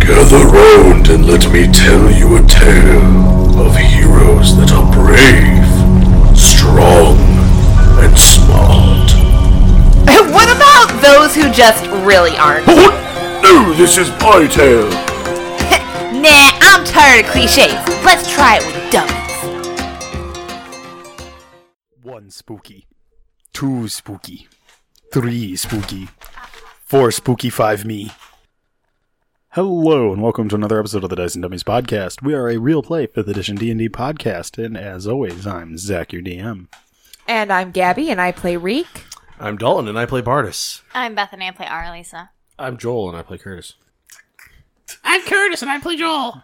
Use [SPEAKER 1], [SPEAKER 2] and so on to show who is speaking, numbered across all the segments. [SPEAKER 1] Gather round and let me tell you a tale of heroes that are brave, strong, and smart.
[SPEAKER 2] what about those who just really aren't?
[SPEAKER 1] What? No, this is my tale.
[SPEAKER 2] nah, I'm tired of cliches. Let's try it with dummies.
[SPEAKER 3] One spooky, two spooky, three spooky, four spooky, five me. Hello and welcome to another episode of the Dice and Dummies podcast. We are a real play fifth edition D and D podcast, and as always, I'm Zach, your DM.
[SPEAKER 4] And I'm Gabby, and I play Reek.
[SPEAKER 5] I'm Dalton and I play Bardis.
[SPEAKER 6] I'm Bethany. I play R. Lisa.
[SPEAKER 5] I'm Joel and I play Curtis.
[SPEAKER 7] I'm Curtis and I play Joel.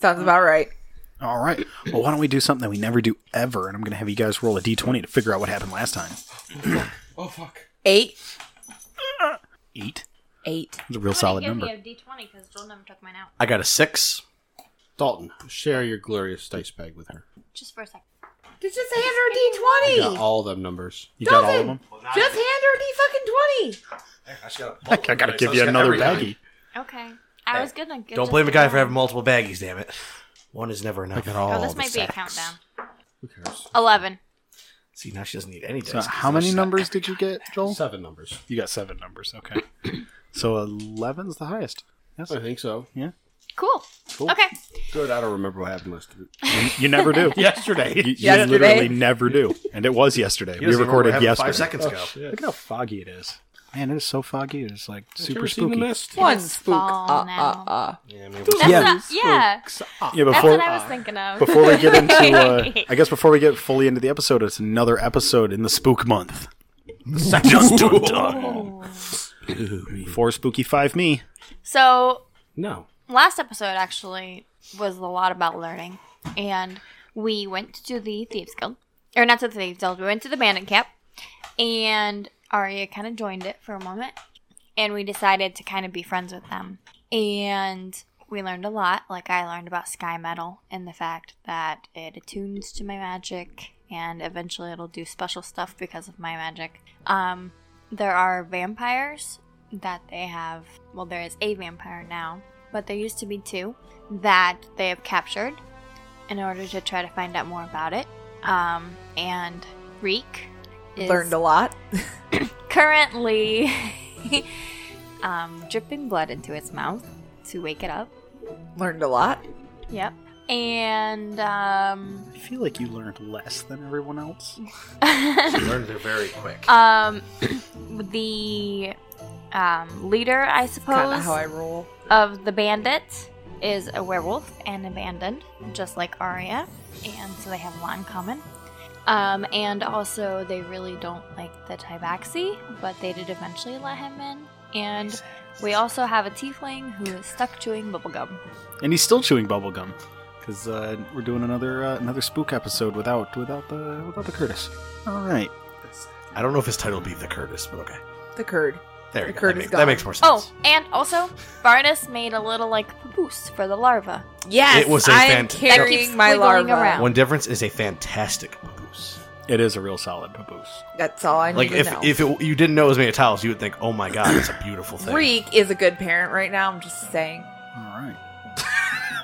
[SPEAKER 4] Sounds about right.
[SPEAKER 3] All right. Well, why don't we do something that we never do ever? And I'm going to have you guys roll a d20 to figure out what happened last time.
[SPEAKER 4] Eight.
[SPEAKER 3] Eight.
[SPEAKER 4] Eight.
[SPEAKER 3] It's a real solid number.
[SPEAKER 6] a D20 because Joel never took mine out.
[SPEAKER 5] I got a six.
[SPEAKER 8] Dalton, share your glorious dice bag with her.
[SPEAKER 6] Just for a second.
[SPEAKER 4] Just hand her a
[SPEAKER 8] You
[SPEAKER 4] D20.
[SPEAKER 8] got all them numbers.
[SPEAKER 3] You got all of them.
[SPEAKER 4] Dalton, Just hand her a D fucking 20.
[SPEAKER 3] I gotta give you another baggie.
[SPEAKER 6] Okay. I was gonna. Get
[SPEAKER 5] Don't
[SPEAKER 6] just
[SPEAKER 5] blame a guy for having
[SPEAKER 6] one.
[SPEAKER 5] multiple baggies, damn it. One is never enough.
[SPEAKER 6] Oh, this might be a countdown. Eleven.
[SPEAKER 5] See, now she doesn't need any dice.
[SPEAKER 3] So how many numbers did you get, Joel?
[SPEAKER 8] Seven numbers.
[SPEAKER 3] You got seven numbers. Okay. so 11's the highest. Yes.
[SPEAKER 8] I think so.
[SPEAKER 6] Cool. Okay.
[SPEAKER 8] Good. I don't remember what happened last week.
[SPEAKER 3] You never do.
[SPEAKER 8] Yesterday.
[SPEAKER 3] You, you
[SPEAKER 4] Yesterday.
[SPEAKER 3] literally never do. And it was yesterday. We recorded yesterday. Oh,
[SPEAKER 5] Five seconds ago.
[SPEAKER 3] Look how foggy it is. Man, it is so foggy. It's like super
[SPEAKER 8] Ever seen the
[SPEAKER 3] spooky.
[SPEAKER 8] mist?
[SPEAKER 4] One
[SPEAKER 6] is
[SPEAKER 4] spook.
[SPEAKER 6] fall
[SPEAKER 4] Uh,
[SPEAKER 6] now.
[SPEAKER 4] uh, uh.
[SPEAKER 6] That's
[SPEAKER 3] Yeah.
[SPEAKER 6] not- yeah.
[SPEAKER 3] Yeah,
[SPEAKER 6] That's
[SPEAKER 3] before
[SPEAKER 6] what I was thinking of.
[SPEAKER 3] before we get into, uh, I guess before we get fully into the episode, it's another episode in the spook month. Dun, dun,
[SPEAKER 6] Oh.
[SPEAKER 3] dun. Four spooky, five me.
[SPEAKER 6] so
[SPEAKER 8] No.
[SPEAKER 6] last episode actually was a lot about learning, and we went to the thieves guild, or not to the thieves guild. We went to the bandit camp, and Arya kind of joined it for a moment, and we decided to kind of be friends with them. And we learned a lot. Like I learned about sky metal and the fact that it attunes to my magic, and eventually it'll do special stuff because of my magic. Um, there are vampires that they have. Well, there is a vampire now, but there used to be two that they have captured in order to try to find out more about it. Um, and Reek is
[SPEAKER 4] Learned a lot.
[SPEAKER 6] currently um, dripping blood into its mouth to wake it up.
[SPEAKER 4] Learned a lot.
[SPEAKER 6] Yep. And um,
[SPEAKER 3] I feel like you learned less than everyone else.
[SPEAKER 5] Learned they're very quick.
[SPEAKER 6] um, the um, leader, I suppose,
[SPEAKER 4] Kind of how I roll.
[SPEAKER 6] of the bandit is a werewolf and abandoned, just like Arya, and so they have a lot in common. Um, and also, they really don't like the Tybaxi, but they did eventually let him in. And we also have a tiefling who is stuck chewing bubblegum.
[SPEAKER 3] And he's still chewing bubblegum. Because uh, we're doing another uh, another spook episode without without the without the Curtis. All right.
[SPEAKER 5] I don't know if his title would be The Curtis, but okay.
[SPEAKER 4] The curd.
[SPEAKER 5] There you
[SPEAKER 4] The
[SPEAKER 5] go. That,
[SPEAKER 4] Curtis
[SPEAKER 5] make-
[SPEAKER 4] gone.
[SPEAKER 5] that makes more sense.
[SPEAKER 6] Oh, and also, Barnus made a little like papoose for the larva.
[SPEAKER 4] Yes,
[SPEAKER 5] It was a
[SPEAKER 4] I am
[SPEAKER 5] fant-
[SPEAKER 6] That keeps
[SPEAKER 4] carrying my
[SPEAKER 6] wiggling
[SPEAKER 4] larva.
[SPEAKER 6] around.
[SPEAKER 5] One difference is a fantastic papoose.
[SPEAKER 3] It is a real solid papoose.
[SPEAKER 4] That's all I need
[SPEAKER 5] Like,
[SPEAKER 4] to
[SPEAKER 5] if,
[SPEAKER 4] know.
[SPEAKER 5] if it, you didn't know it was made of tiles, you would think, oh my god, it's a beautiful thing.
[SPEAKER 4] Reek is a good parent right now. I'm just saying.
[SPEAKER 3] All right.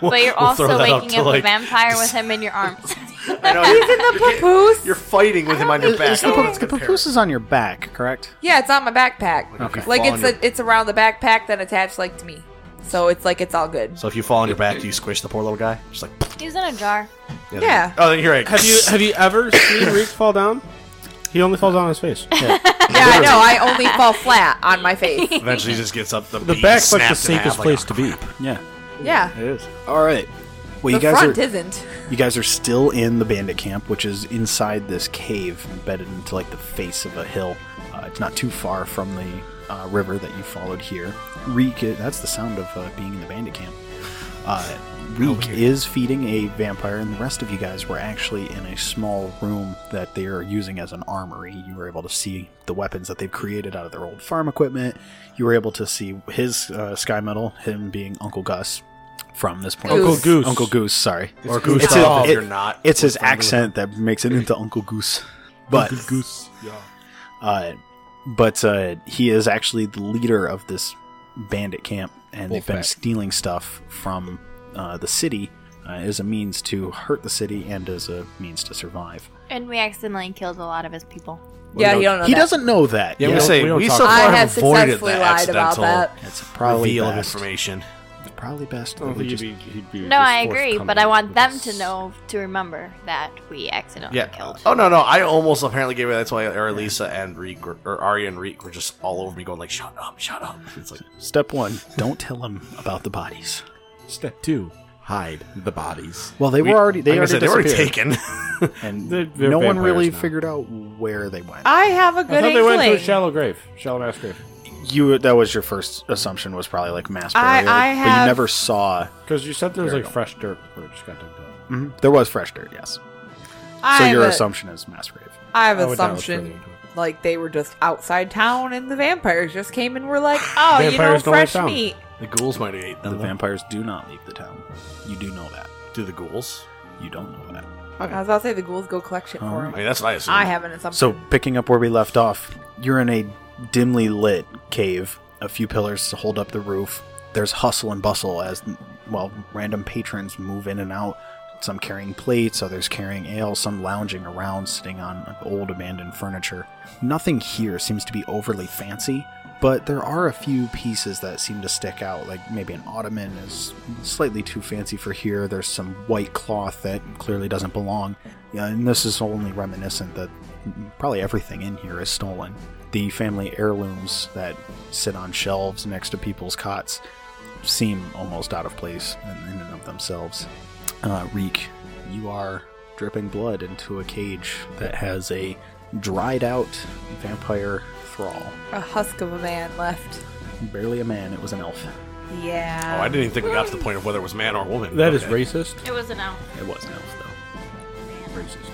[SPEAKER 5] We'll-
[SPEAKER 6] But you're
[SPEAKER 5] we'll
[SPEAKER 6] also
[SPEAKER 5] throw that
[SPEAKER 6] waking
[SPEAKER 5] to,
[SPEAKER 6] up a
[SPEAKER 5] like-
[SPEAKER 6] vampire with him in your arms.
[SPEAKER 5] I know,
[SPEAKER 4] He's in the papoose.
[SPEAKER 5] You're fighting with him on your back.
[SPEAKER 3] Is the,
[SPEAKER 5] Oh,
[SPEAKER 3] pa-
[SPEAKER 5] that's
[SPEAKER 3] the
[SPEAKER 5] good
[SPEAKER 3] papoose is on your back, correct?
[SPEAKER 4] Yeah, it's on my backpack.
[SPEAKER 3] Okay.
[SPEAKER 4] Like
[SPEAKER 8] Fall
[SPEAKER 4] it's
[SPEAKER 8] on your-
[SPEAKER 4] a, it's around the backpack, then attached like to me. So it's like it's all good.
[SPEAKER 5] So if you fall on your back, do you squish the poor little guy? Just like
[SPEAKER 6] He's in a jar.
[SPEAKER 4] Yeah.
[SPEAKER 5] Oh, then you're right.
[SPEAKER 8] Have you have you ever seen Reek fall down? He only falls down on his face.
[SPEAKER 4] Yeah, I know. I only fall flat on my face.
[SPEAKER 5] Eventually, he just gets up the
[SPEAKER 8] The
[SPEAKER 5] beam,
[SPEAKER 8] back's like the
[SPEAKER 5] snaps in half,
[SPEAKER 8] safest
[SPEAKER 5] like,
[SPEAKER 8] place to be.
[SPEAKER 3] Yeah,
[SPEAKER 4] Yeah.
[SPEAKER 3] it is. All right. Well, you
[SPEAKER 4] the
[SPEAKER 3] guys
[SPEAKER 4] front
[SPEAKER 3] are
[SPEAKER 4] isn't.
[SPEAKER 3] you guys are still in the bandit camp, which is inside this cave, embedded into like the face of a hill. Uh, it's not too far from the uh, river that you followed here. Reek, i- that's the sound of uh, being in the bandit camp. Uh, Reek is feeding a vampire, and the rest of you guys were actually in a small room that they are using as an armory. You were able to see the weapons that they've created out of their old farm equipment. You were able to see his uh, sky metal, him being Uncle Gus from this point.
[SPEAKER 4] Uncle Goose.
[SPEAKER 8] Goose.
[SPEAKER 3] Uncle Goose, sorry.
[SPEAKER 5] Or goose
[SPEAKER 3] It's
[SPEAKER 5] it's
[SPEAKER 3] his-
[SPEAKER 5] if
[SPEAKER 3] it-
[SPEAKER 5] you're not.
[SPEAKER 3] It's his accent that makes it into Uncle Goose. But
[SPEAKER 8] Goose. Yeah.
[SPEAKER 3] uh, but uh, he is actually the leader of this bandit camp, and they've been
[SPEAKER 5] Wolfpack.
[SPEAKER 3] stealing stuff from uh, the city uh, as a means to hurt the city and as a means to survive.
[SPEAKER 6] And we accidentally killed a lot of his people.
[SPEAKER 4] yeah, you don't know.
[SPEAKER 3] he
[SPEAKER 4] that.
[SPEAKER 3] doesn't know that.
[SPEAKER 5] Yeah,
[SPEAKER 3] yet.
[SPEAKER 5] we say
[SPEAKER 9] we
[SPEAKER 5] we,
[SPEAKER 9] don't talk
[SPEAKER 5] so
[SPEAKER 9] about
[SPEAKER 5] far
[SPEAKER 4] I have
[SPEAKER 5] have avoided
[SPEAKER 4] successfully
[SPEAKER 5] the
[SPEAKER 4] lied about
[SPEAKER 5] accidental
[SPEAKER 4] that.
[SPEAKER 3] It's probably
[SPEAKER 5] reveal of
[SPEAKER 3] best.
[SPEAKER 5] information.
[SPEAKER 3] Probably best.
[SPEAKER 9] I
[SPEAKER 5] Oh,
[SPEAKER 9] don't
[SPEAKER 3] that we
[SPEAKER 9] think
[SPEAKER 3] just-
[SPEAKER 9] he'd be, he'd be
[SPEAKER 6] No,
[SPEAKER 9] this
[SPEAKER 6] I agree, but
[SPEAKER 9] forthcoming
[SPEAKER 6] I want
[SPEAKER 9] with
[SPEAKER 6] them
[SPEAKER 9] this.
[SPEAKER 6] to know to remember that we accidentally
[SPEAKER 5] Yeah.
[SPEAKER 6] killed.
[SPEAKER 5] Oh no, no. I almost apparently gave it. That's why Aralisa and Reek were, or Arya and Reek were just all over me, going like, "Shut up, shut up." It's like
[SPEAKER 3] Step one: don't tell him about the bodies.
[SPEAKER 8] Step two, hide the bodies.
[SPEAKER 3] Well, they were already they
[SPEAKER 5] like
[SPEAKER 3] already
[SPEAKER 5] I said, they were already
[SPEAKER 3] disappeared,
[SPEAKER 5] taken.
[SPEAKER 3] and
[SPEAKER 9] They're- they're
[SPEAKER 3] no one
[SPEAKER 9] vampires
[SPEAKER 3] really
[SPEAKER 9] now.
[SPEAKER 3] figured out where they went.
[SPEAKER 4] I have a
[SPEAKER 8] I
[SPEAKER 4] good
[SPEAKER 8] thought they went to a
[SPEAKER 4] inkling.
[SPEAKER 8] shallow grave, shallow mass grave.
[SPEAKER 3] you that was your first assumption was probably like mass
[SPEAKER 4] I-
[SPEAKER 3] burial,
[SPEAKER 4] I
[SPEAKER 3] but you
[SPEAKER 4] have-
[SPEAKER 3] never saw.
[SPEAKER 8] Because you said there was
[SPEAKER 3] There we
[SPEAKER 8] like
[SPEAKER 3] go.
[SPEAKER 8] fresh dirt where it just got dug up.
[SPEAKER 5] Mm-hmm.
[SPEAKER 3] There was fresh dirt, yes.
[SPEAKER 4] I
[SPEAKER 3] so
[SPEAKER 4] have
[SPEAKER 3] your
[SPEAKER 4] a-
[SPEAKER 3] assumption is mass grave.
[SPEAKER 4] I have
[SPEAKER 8] I would doubt it's
[SPEAKER 4] assumption
[SPEAKER 8] further into
[SPEAKER 4] like they were just outside town and the vampires just came and were like, oh, you know,
[SPEAKER 8] Vampires don't like
[SPEAKER 4] fresh
[SPEAKER 8] town.
[SPEAKER 4] meat.
[SPEAKER 5] the ghouls might have ate
[SPEAKER 3] The
[SPEAKER 5] them. though.
[SPEAKER 3] vampires do not leave the town. You do know that.
[SPEAKER 5] Do the ghouls?
[SPEAKER 3] You don't know that.
[SPEAKER 4] I was about to say the ghouls go collect shit for
[SPEAKER 3] Alright.
[SPEAKER 5] I
[SPEAKER 4] them.
[SPEAKER 5] mean, that's what I assume.
[SPEAKER 4] I have an assumption.
[SPEAKER 3] So picking up where we left off, you're in a dimly lit cave. A few pillars hold up the roof. There's hustle and bustle as well. Random patrons move in and out. Some carrying plates, others carrying ale, some lounging around, sitting on old abandoned furniture. Nothing here seems to be overly fancy, but there are a few pieces that seem to stick out. Like maybe an ottoman is slightly too fancy for here. There's some white cloth that clearly doesn't belong. Yeah, and this is only reminiscent that probably everything in here is stolen. The family heirlooms that sit on shelves next to people's cots seem almost out of place in, in and of themselves. Uh, Reek, you are dripping blood into a cage that has a dried out vampire thrall.
[SPEAKER 4] a husk of a man left.
[SPEAKER 3] Barely a man, it was an elf.
[SPEAKER 5] Oh,
[SPEAKER 4] Yeah.
[SPEAKER 5] I didn't even think we got to the point of whether it was man or woman.
[SPEAKER 8] That is
[SPEAKER 5] Okay.
[SPEAKER 8] racist.
[SPEAKER 6] It was an elf.
[SPEAKER 3] It was an elf, though.
[SPEAKER 8] Racist.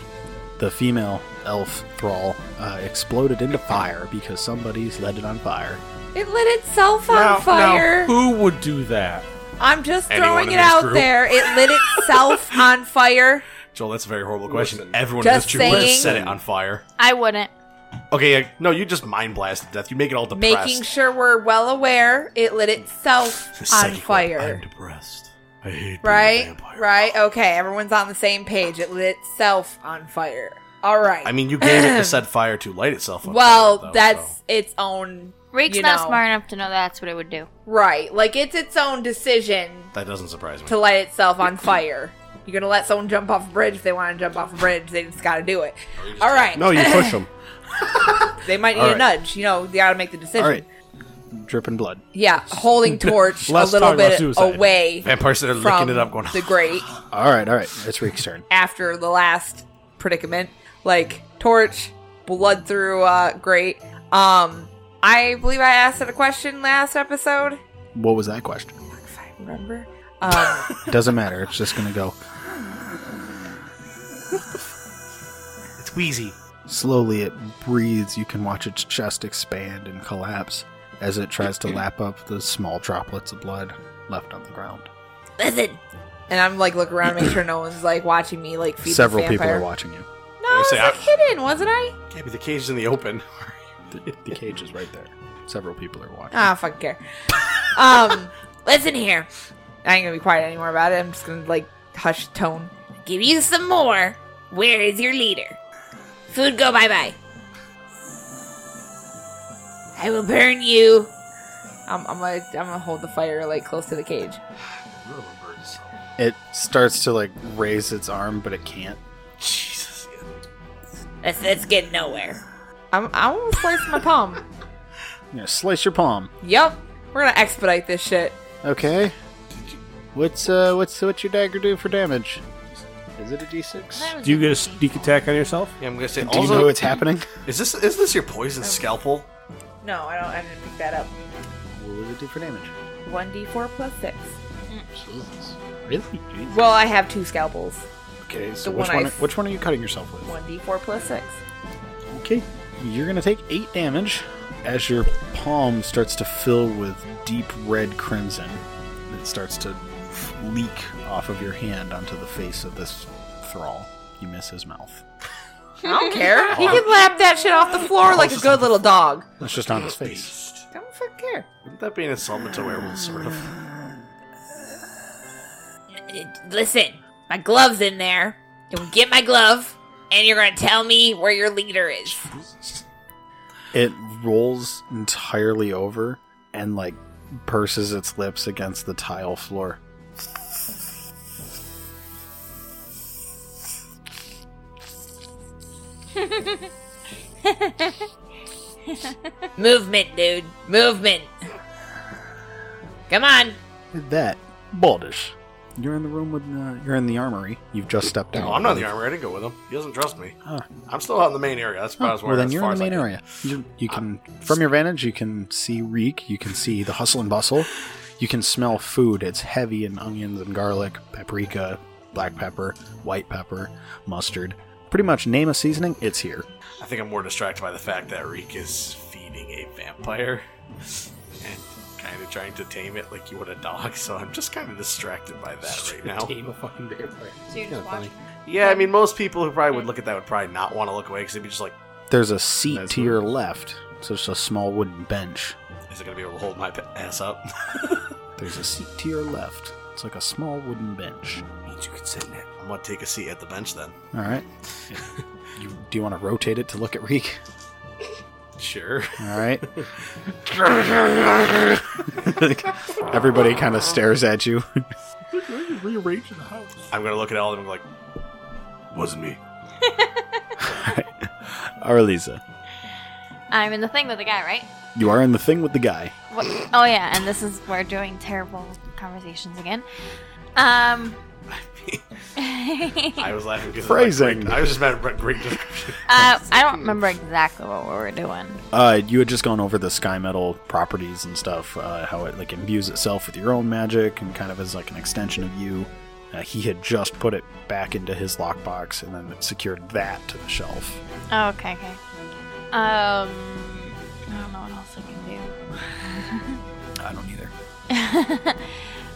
[SPEAKER 3] The female elf thrall uh, exploded into fire because somebody's lit it on fire.
[SPEAKER 5] Oh,
[SPEAKER 4] it lit itself on
[SPEAKER 8] Now- now,
[SPEAKER 4] fire.
[SPEAKER 8] who would do that?
[SPEAKER 4] I'm just
[SPEAKER 5] Anyone
[SPEAKER 4] throwing
[SPEAKER 5] in
[SPEAKER 4] it
[SPEAKER 5] this
[SPEAKER 4] out
[SPEAKER 5] group?
[SPEAKER 4] there. It lit itself on fire.
[SPEAKER 5] Joel, that's a very horrible question. Everyone
[SPEAKER 4] Just
[SPEAKER 5] in this group
[SPEAKER 4] saying.
[SPEAKER 5] has set it on fire.
[SPEAKER 6] I wouldn't.
[SPEAKER 5] Okay, yeah, no, you just mind blasted death. You make it all depressed.
[SPEAKER 4] Making sure we're well aware, it lit itself
[SPEAKER 5] The
[SPEAKER 4] on
[SPEAKER 5] psychic word,
[SPEAKER 4] fire.
[SPEAKER 5] I'm depressed. I hate being a
[SPEAKER 4] Right?
[SPEAKER 5] vampire.
[SPEAKER 4] Right? Okay, everyone's on the same page. It lit itself on fire. All right.
[SPEAKER 5] I mean, you gave it the set fire to light itself on
[SPEAKER 4] well,
[SPEAKER 5] fire, though,
[SPEAKER 4] that's
[SPEAKER 5] so-
[SPEAKER 4] its own.
[SPEAKER 6] Reek's
[SPEAKER 4] you
[SPEAKER 6] not
[SPEAKER 4] know.
[SPEAKER 6] smart enough to know that's what it would do.
[SPEAKER 4] Right. Like, it's its own decision
[SPEAKER 5] That doesn't surprise me.
[SPEAKER 4] to light itself on fire. You're going to let someone jump off a bridge if they want to jump off a bridge. They just got to do it. All right.
[SPEAKER 9] No, you push them.
[SPEAKER 4] They might need
[SPEAKER 3] All
[SPEAKER 4] a
[SPEAKER 3] right.
[SPEAKER 4] nudge. You know, they got to make the decision.
[SPEAKER 3] All right, dripping blood.
[SPEAKER 4] Yeah, holding torch a
[SPEAKER 8] Let's
[SPEAKER 4] little
[SPEAKER 8] talk about
[SPEAKER 4] bit
[SPEAKER 8] suicide.
[SPEAKER 4] away
[SPEAKER 5] Vampires that are
[SPEAKER 4] from
[SPEAKER 5] licking it up, going,
[SPEAKER 4] the grate
[SPEAKER 3] All right, all right. It's Reek's turn.
[SPEAKER 4] after the last predicament. Like torch, blood through uh grate. Um I believe I asked it a question last episode.
[SPEAKER 3] What was that question?
[SPEAKER 4] If I remember. Um
[SPEAKER 3] Doesn't matter. It's just gonna go
[SPEAKER 5] it's wheezy.
[SPEAKER 3] slowly. It breathes. You can watch its chest expand and collapse as it tries to lap up the small droplets of blood left on the ground.
[SPEAKER 2] Listen,
[SPEAKER 4] and I'm like look around make sure no one's like watching me like feed
[SPEAKER 3] Several
[SPEAKER 4] this
[SPEAKER 3] people
[SPEAKER 4] vampire.
[SPEAKER 3] are watching you.
[SPEAKER 4] No, I was
[SPEAKER 5] Say,
[SPEAKER 4] like
[SPEAKER 5] I-
[SPEAKER 4] hidden, wasn't I?
[SPEAKER 5] Can't be the cage is in the open.
[SPEAKER 3] The, the cage is right there. Several people are watching.
[SPEAKER 4] Ah, fuck care. um listen here. I ain't gonna be quiet anymore about it. I'm just gonna like hush tone.
[SPEAKER 2] give you some more. Where is your leader? Food go bye bye. I will burn you.
[SPEAKER 4] I'm, I'm gonna I'm gonna hold the fire like close to the cage.
[SPEAKER 3] It starts to like raise its arm, but it can't.
[SPEAKER 5] Jesus. yeah.
[SPEAKER 2] Let's, let's get nowhere.
[SPEAKER 4] I'm I'm gonna slice my palm.
[SPEAKER 3] You know, slice your palm.
[SPEAKER 4] Yep, we're gonna expedite this shit.
[SPEAKER 3] Okay. What's uh what's what's your dagger do for damage? Is it a d6?
[SPEAKER 6] was
[SPEAKER 8] Do you get a sneak attack on yourself?
[SPEAKER 5] Yeah, I'm gonna say.
[SPEAKER 3] Do you
[SPEAKER 5] Also,
[SPEAKER 3] know what's happening?
[SPEAKER 5] is this is this your poison
[SPEAKER 4] Oh.
[SPEAKER 5] scalpel?
[SPEAKER 4] No, I don't. I didn't pick that up.
[SPEAKER 3] What does it do for damage?
[SPEAKER 4] One d4 plus six.
[SPEAKER 3] Jesus. Really?
[SPEAKER 4] Well, I have two scalpels.
[SPEAKER 3] Okay, so
[SPEAKER 4] the
[SPEAKER 3] which
[SPEAKER 4] one
[SPEAKER 3] one,
[SPEAKER 4] I-
[SPEAKER 3] which one are you cutting yourself with?
[SPEAKER 4] One d4 plus six.
[SPEAKER 3] Okay, you're gonna take eight damage as your palm starts to fill with deep red crimson. It starts to leak off of your hand onto the face of this thrall. You miss his mouth.
[SPEAKER 4] I don't care. He can lap that shit off the floor like a good little dog.
[SPEAKER 3] That's just on his face.
[SPEAKER 4] don't fucking care.
[SPEAKER 5] Wouldn't that be an insultment to werewolves, sort of?
[SPEAKER 2] Listen, my glove's in there. You'll get my glove, and you're gonna tell me where your leader is.
[SPEAKER 10] It rolls entirely over and like purses its lips against the tile floor.
[SPEAKER 2] Movement, dude. Movement. Come on.
[SPEAKER 10] With that, Baldish, you're in the room with uh, you're in the armory. You've just stepped out.
[SPEAKER 3] Oh,
[SPEAKER 5] No, I'm not in the armory. I didn't go with him. He doesn't trust me.
[SPEAKER 10] Huh.
[SPEAKER 5] I'm still out in the main area. That's about
[SPEAKER 10] Oh,
[SPEAKER 5] as
[SPEAKER 10] well, then
[SPEAKER 5] as
[SPEAKER 10] you're
[SPEAKER 5] far
[SPEAKER 10] in the main
[SPEAKER 5] as I can.
[SPEAKER 10] area. You, you can, from your vantage, you can see reek. You can see the hustle and bustle. You can smell food. It's heavy in onions and garlic, paprika, black pepper, white pepper, mustard. Pretty much name a seasoning, it's here.
[SPEAKER 5] I think I'm more distracted by the fact that Reek is feeding a vampire and kind of trying to tame it like you would a dog. So I'm just kind of distracted by that right now.
[SPEAKER 8] Tame a fucking vampire.
[SPEAKER 6] So you're just watching.
[SPEAKER 5] Yeah, I mean, most people who probably would look at that would probably not want to look away because they'd be just like,
[SPEAKER 10] There's a seat
[SPEAKER 8] That's
[SPEAKER 10] to
[SPEAKER 8] what-
[SPEAKER 10] your left. So it's just a small wooden bench.
[SPEAKER 5] "Is it gonna be able to hold my p- ass up?"
[SPEAKER 10] There's a seat to your left. It's like a small wooden bench.
[SPEAKER 5] Means you can sit in it. I'm gonna take a seat at the bench then.
[SPEAKER 10] All right. you, do you want to rotate it to look at reek?
[SPEAKER 5] Sure.
[SPEAKER 10] All right. Everybody kind of stares at you.
[SPEAKER 8] Rearranging the house.
[SPEAKER 5] I'm gonna look at all of them and be like, "Wasn't me."
[SPEAKER 10] Or Lisa.
[SPEAKER 6] I'm in the thing with the guy, right?
[SPEAKER 10] You are in the thing with the guy.
[SPEAKER 6] What? Oh yeah, and this is we're doing terrible conversations again. Um,
[SPEAKER 5] I was laughing because
[SPEAKER 10] Phrasing.
[SPEAKER 5] I was just mad at great description.
[SPEAKER 6] uh, I don't remember exactly what we were doing.
[SPEAKER 10] Uh, you had just gone over the sky metal properties and stuff, uh, how it like imbues itself with your own magic and kind of is like an extension of you. Uh, he had just put it back into his lockbox and then secured that to the shelf.
[SPEAKER 6] Oh, okay, okay. Um, I don't know what else I can do.
[SPEAKER 10] I don't either.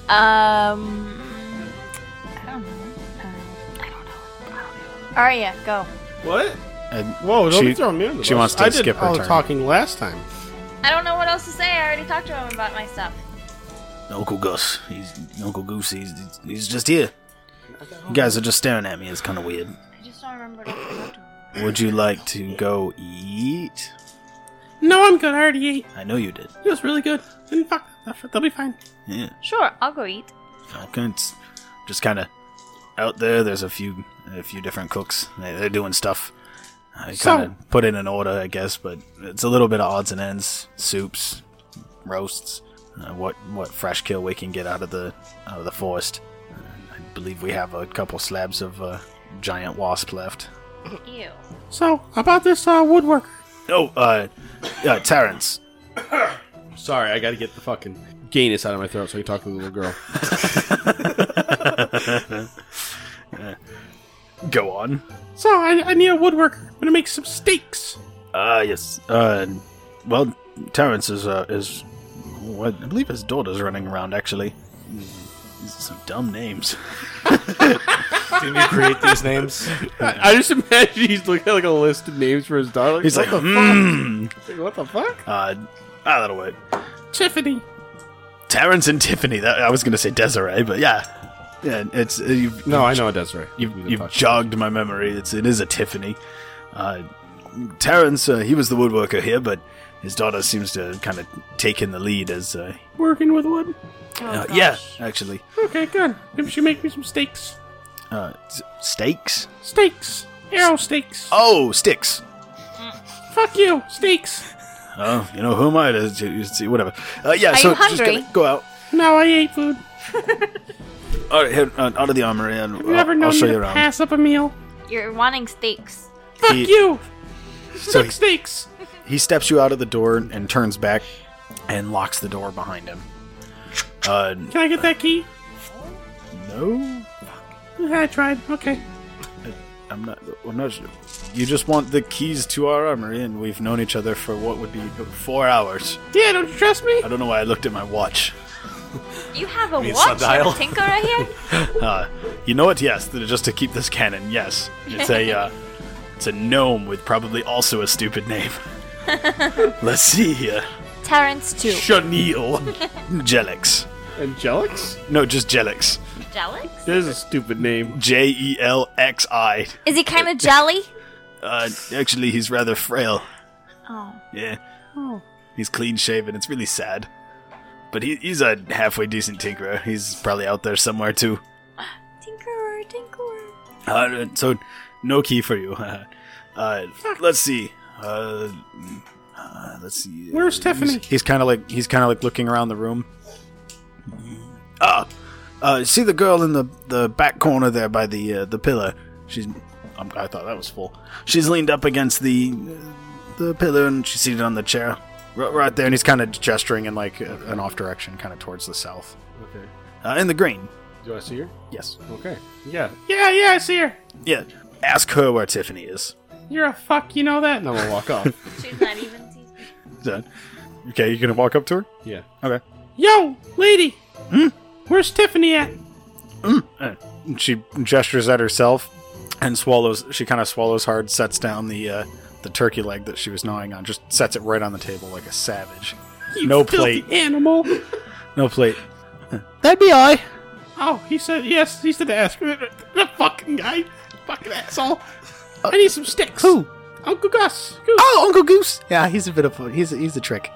[SPEAKER 6] um, I don't know. Um, I don't know. I don't know. Aria, go.
[SPEAKER 11] What?
[SPEAKER 10] And
[SPEAKER 11] Whoa, don't
[SPEAKER 10] She-
[SPEAKER 11] be throwing me under the
[SPEAKER 10] she
[SPEAKER 11] bus.
[SPEAKER 10] wants to
[SPEAKER 11] I did
[SPEAKER 10] skip her
[SPEAKER 11] all the
[SPEAKER 10] turn.
[SPEAKER 11] talking last time.
[SPEAKER 6] I don't know what else to say. I already talked to him about my stuff.
[SPEAKER 3] Uncle Gus, he's Uncle Goose. He's he's just here. You guys are just staring at me. It's kind of weird.
[SPEAKER 6] I just don't remember what I talked to him.
[SPEAKER 3] Would you like to go eat?
[SPEAKER 11] No, I'm good. I already ate.
[SPEAKER 3] I know you did.
[SPEAKER 11] It was really good. Didn't fuck that stuff. They'll be fine.
[SPEAKER 3] Yeah.
[SPEAKER 6] Sure, I'll go eat.
[SPEAKER 3] Okay. It's just kind of out there. There's a few a few different cooks. They- They're doing stuff. I
[SPEAKER 11] So-
[SPEAKER 3] kind of put it in order, I guess, but it's a little bit of odds and ends, soups, roasts, uh, what what fresh kill we can get out of the out of the forest. Uh, I believe we have a couple slabs of uh, giant wasp left.
[SPEAKER 6] Ew.
[SPEAKER 11] So, about this uh, woodworker.
[SPEAKER 3] Oh, uh, uh Terrence.
[SPEAKER 8] Sorry, I gotta get the fucking gayness out of my throat so I can talk to the little girl.
[SPEAKER 3] Go on.
[SPEAKER 11] So, I, I need a woodworker. I'm gonna make some steaks.
[SPEAKER 3] Uh, yes. Uh, well, Terrence is, uh, is, what, I believe his daughter's running around, actually. These are some dumb names.
[SPEAKER 5] Didn't you create these names?
[SPEAKER 8] I, I just imagine he's looking at like a list of names for his daughter.
[SPEAKER 3] He's like,
[SPEAKER 8] what
[SPEAKER 3] hmm.
[SPEAKER 8] the, fuck? what the fuck?
[SPEAKER 3] Uh, I don't know what.
[SPEAKER 11] Tiffany.
[SPEAKER 3] Terrence and Tiffany. That, I was going to say Desiree, but yeah. Yeah, it's, uh, you've,
[SPEAKER 8] No, I know a Desiree.
[SPEAKER 3] You've,
[SPEAKER 8] We've been
[SPEAKER 3] you've
[SPEAKER 8] talking.
[SPEAKER 3] jogged my memory. It's it is a Tiffany. Uh, Terrence, uh, he was the woodworker here, but his daughter seems to kind of take in the lead as uh,
[SPEAKER 11] Working with wood.
[SPEAKER 3] uh, yeah, actually,
[SPEAKER 11] Okay, good. Maybe she make me some steaks.
[SPEAKER 3] uh, s- steaks.
[SPEAKER 11] Steaks. Arrow steaks.
[SPEAKER 3] Oh, sticks.
[SPEAKER 11] Fuck you. Steaks.
[SPEAKER 3] Oh, you know who am I to, to, to whatever? Uh, yeah,
[SPEAKER 6] Are
[SPEAKER 3] so
[SPEAKER 6] you
[SPEAKER 3] just
[SPEAKER 6] hungry?
[SPEAKER 3] gonna go out.
[SPEAKER 11] No, I ate food.
[SPEAKER 3] All right, here, uh, out of the armory, and
[SPEAKER 11] You never
[SPEAKER 3] I'll,
[SPEAKER 11] know
[SPEAKER 3] I'll
[SPEAKER 11] me
[SPEAKER 3] show
[SPEAKER 11] to
[SPEAKER 3] you around.
[SPEAKER 11] pass up a meal.
[SPEAKER 6] You're wanting steaks.
[SPEAKER 11] Fuck
[SPEAKER 3] He-
[SPEAKER 11] you.
[SPEAKER 3] So
[SPEAKER 11] Suck steaks.
[SPEAKER 3] He steps you out of the door and turns back and locks the door behind him. Uh,
[SPEAKER 11] Can I get that key?
[SPEAKER 3] no,
[SPEAKER 11] Yeah, I tried. Okay.
[SPEAKER 3] I'm not. I'm not sure. You just want the keys to our armory, and we've known each other for what would be four hours.
[SPEAKER 11] Yeah, don't you trust me?
[SPEAKER 3] I don't know why I looked at my watch.
[SPEAKER 6] You have a
[SPEAKER 5] mean
[SPEAKER 6] watch, you have
[SPEAKER 5] sundial?
[SPEAKER 6] a tinker right here.
[SPEAKER 3] Uh, you know what? Yes, just to keep this canon. Yes, it's a uh, it's a gnome with probably also a stupid name. Let's see here.
[SPEAKER 6] Terrence too.
[SPEAKER 8] Chenille.
[SPEAKER 3] Jelix.
[SPEAKER 8] Angelix?
[SPEAKER 3] No, just Jelix.
[SPEAKER 2] Jelix?
[SPEAKER 8] There's a stupid name.
[SPEAKER 3] J E L X I.
[SPEAKER 6] Is he kind of jelly?
[SPEAKER 3] Uh, actually, he's rather frail.
[SPEAKER 6] Oh.
[SPEAKER 3] Yeah,
[SPEAKER 6] Oh.
[SPEAKER 3] he's clean shaven. It's really sad. But he, he's a halfway decent tinkerer. He's probably out there somewhere too.
[SPEAKER 6] Tinkerer, tinkerer.
[SPEAKER 3] Uh, so, no key for you. Uh, let's see. Uh, uh, let's see.
[SPEAKER 11] Where's
[SPEAKER 3] Uh,
[SPEAKER 11] Tiffany?
[SPEAKER 3] He's, kind of like he's kind of like looking around the room. Ah, uh, see the girl in the the back corner there by the uh, the pillar. She's. Um, I thought that was full. She's leaned up against the the pillar and she's seated on the chair. R- right there, and he's kind of gesturing in like a, an off direction, kind of towards the south.
[SPEAKER 8] Okay.
[SPEAKER 3] Uh, in the green.
[SPEAKER 8] Do I see her?
[SPEAKER 3] Yes.
[SPEAKER 8] Okay. Yeah.
[SPEAKER 1] Yeah, yeah, I see her.
[SPEAKER 3] Yeah. Ask her where Tiffany is.
[SPEAKER 1] You're a fuck, you know that?
[SPEAKER 8] And I'm gonna walk off.
[SPEAKER 2] She's not even.
[SPEAKER 3] Done. Okay, you gonna walk up to her?
[SPEAKER 8] Yeah.
[SPEAKER 1] Yo, lady.
[SPEAKER 3] Hmm?
[SPEAKER 1] Where's Tiffany at?
[SPEAKER 3] And she gestures at herself and swallows. She kind of swallows hard, sets down the uh, the turkey leg that she was gnawing on, just sets it right on the table like a savage. no plate,
[SPEAKER 1] Filthy animal.
[SPEAKER 3] no plate. That'd be I.
[SPEAKER 1] Oh, he said yes. He said to ask the fucking guy, fucking asshole. I need some sticks.
[SPEAKER 3] Who?
[SPEAKER 1] Uncle Gus. Goose.
[SPEAKER 3] Oh, Uncle Goose. Yeah, he's a bit of a, he's a, he's a trick.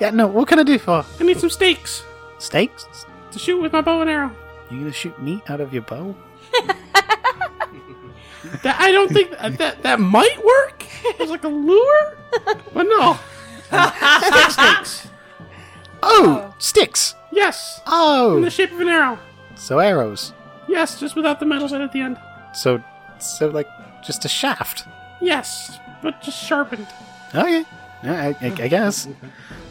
[SPEAKER 3] Yeah, no. What can I do for
[SPEAKER 1] I need some steaks
[SPEAKER 3] steaks?
[SPEAKER 1] to shoot with my bow and arrow.
[SPEAKER 3] You gonna shoot meat out of your bow?
[SPEAKER 1] That I don't think that that, that might work. It was like a lure, but no. Steak steaks.
[SPEAKER 3] Oh, sticks.
[SPEAKER 1] Yes, in
[SPEAKER 3] Oh,
[SPEAKER 1] the shape of an arrow.
[SPEAKER 3] so arrows.
[SPEAKER 1] Yes, just without the metal head at the end.
[SPEAKER 3] So so like just a shaft.
[SPEAKER 1] Yes, but just sharpened.
[SPEAKER 3] Okay. Yeah, I, I, I guess.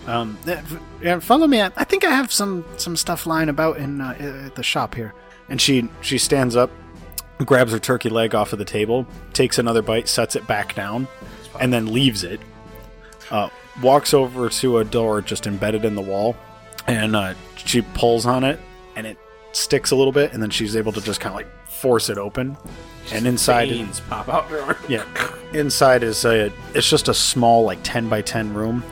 [SPEAKER 3] Um, yeah, f- yeah, follow me. I, I think I have some some stuff lying about in uh, i- at the shop here. And she she stands up, grabs her turkey leg off of the table, takes another bite, sets it back down, and then leaves it. Uh, walks over to a door just embedded in the wall, and uh, she pulls on it, and it sticks a little bit, and then she's able to just kind of like force it open, and inside
[SPEAKER 11] Beans pop out her arm.
[SPEAKER 3] yeah. Inside is a it's just a small like 10 by 10 room,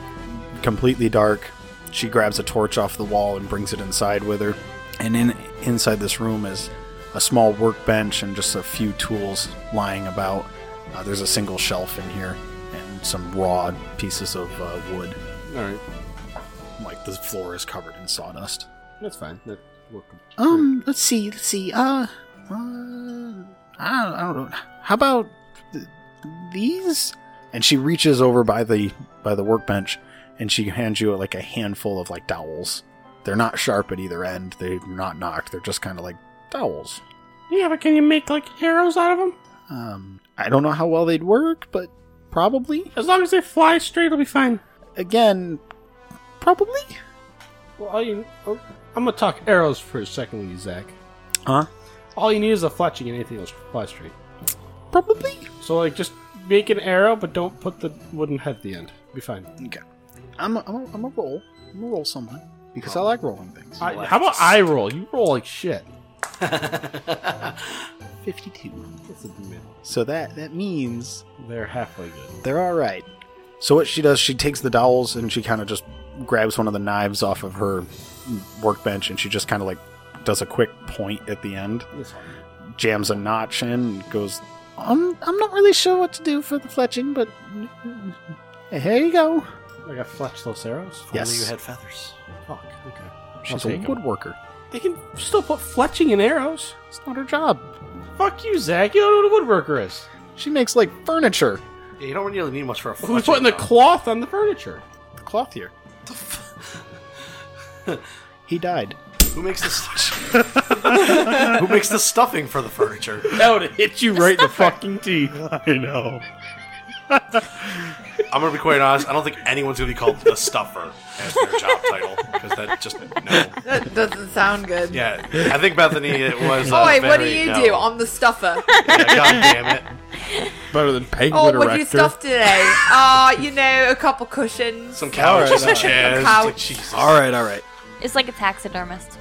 [SPEAKER 3] completely dark. She grabs a torch off the wall and brings it inside with her. And in inside this room is a small workbench and just a few tools lying about. Uh, there's a single shelf in here and some raw pieces of uh, wood.
[SPEAKER 8] All right.
[SPEAKER 3] Like the floor is covered in sawdust.
[SPEAKER 8] That's fine. That welcome.
[SPEAKER 3] Um, let's see, let's see. Uh, uh I, don't, I don't know. How about th- these? And she reaches over by the by the workbench, and she hands you like a handful of like dowels. They're not sharp at either end. They're not knocked. They're just kind of like dowels.
[SPEAKER 1] Yeah, but can you make like arrows out of them?
[SPEAKER 3] Um, I don't know how well they'd work, but probably.
[SPEAKER 1] As long as they fly straight, it'll be fine.
[SPEAKER 3] Again, probably.
[SPEAKER 8] Well, all you, oh, I'm gonna talk arrows for a second with you, Zach.
[SPEAKER 3] Huh?
[SPEAKER 8] All you need is a fletching, and anything else fly straight.
[SPEAKER 3] Probably.
[SPEAKER 8] So like, just make an arrow, but don't put the wooden head at the end. Be fine.
[SPEAKER 3] Okay. I'm a, I'm a, I'm a roll. I'm a roll something because I like rolling things.
[SPEAKER 8] I, how about I roll? You roll like shit.
[SPEAKER 3] Fifty-two.
[SPEAKER 8] That's a middle.
[SPEAKER 3] So that that means
[SPEAKER 8] They're halfway good.
[SPEAKER 3] they're all right. So what she does, she takes the dowels and she kind of just grabs one of the knives off of her workbench and she just kind of like does a quick point at the end,
[SPEAKER 8] That's fine.
[SPEAKER 3] jams a notch in, and goes, "I'm I'm not really sure what to do for the fletching, but here you go."
[SPEAKER 8] I got fletchless arrows.
[SPEAKER 3] Yes.
[SPEAKER 5] Only you had feathers.
[SPEAKER 8] Fuck. Okay.
[SPEAKER 3] She's a
[SPEAKER 8] take 'em.
[SPEAKER 3] woodworker.
[SPEAKER 1] They can still put fletching in arrows.
[SPEAKER 3] It's not her job.
[SPEAKER 8] Fuck you, Zach. You don't know what a woodworker is.
[SPEAKER 3] She makes like furniture.
[SPEAKER 5] Yeah, you don't really need much for a
[SPEAKER 8] Who's
[SPEAKER 5] fletching,
[SPEAKER 8] putting the
[SPEAKER 5] though.
[SPEAKER 8] cloth on the furniture?
[SPEAKER 3] The cloth here. he died.
[SPEAKER 5] Who makes the stu- Who makes the stuffing for the furniture?
[SPEAKER 8] That would hit you right in the fucking teeth.
[SPEAKER 3] I know.
[SPEAKER 5] I'm gonna be quite honest. I don't think anyone's gonna be called the stuffer as their job title because that just no.
[SPEAKER 4] That doesn't sound good.
[SPEAKER 5] Yeah, I think Bethany it was.
[SPEAKER 4] Oh
[SPEAKER 5] uh,
[SPEAKER 4] wait, what do
[SPEAKER 5] very-
[SPEAKER 4] you
[SPEAKER 5] no.
[SPEAKER 4] do? I'm the stuffer.
[SPEAKER 5] Yeah, God damn it!
[SPEAKER 8] Better than penguin
[SPEAKER 4] oh, what you stuff today? Ah, you know, a couple cushions.
[SPEAKER 5] Some couches, some chairs.
[SPEAKER 4] Couch.
[SPEAKER 5] Like, Jesus.
[SPEAKER 3] All right, all right.
[SPEAKER 6] It's like a taxidermist.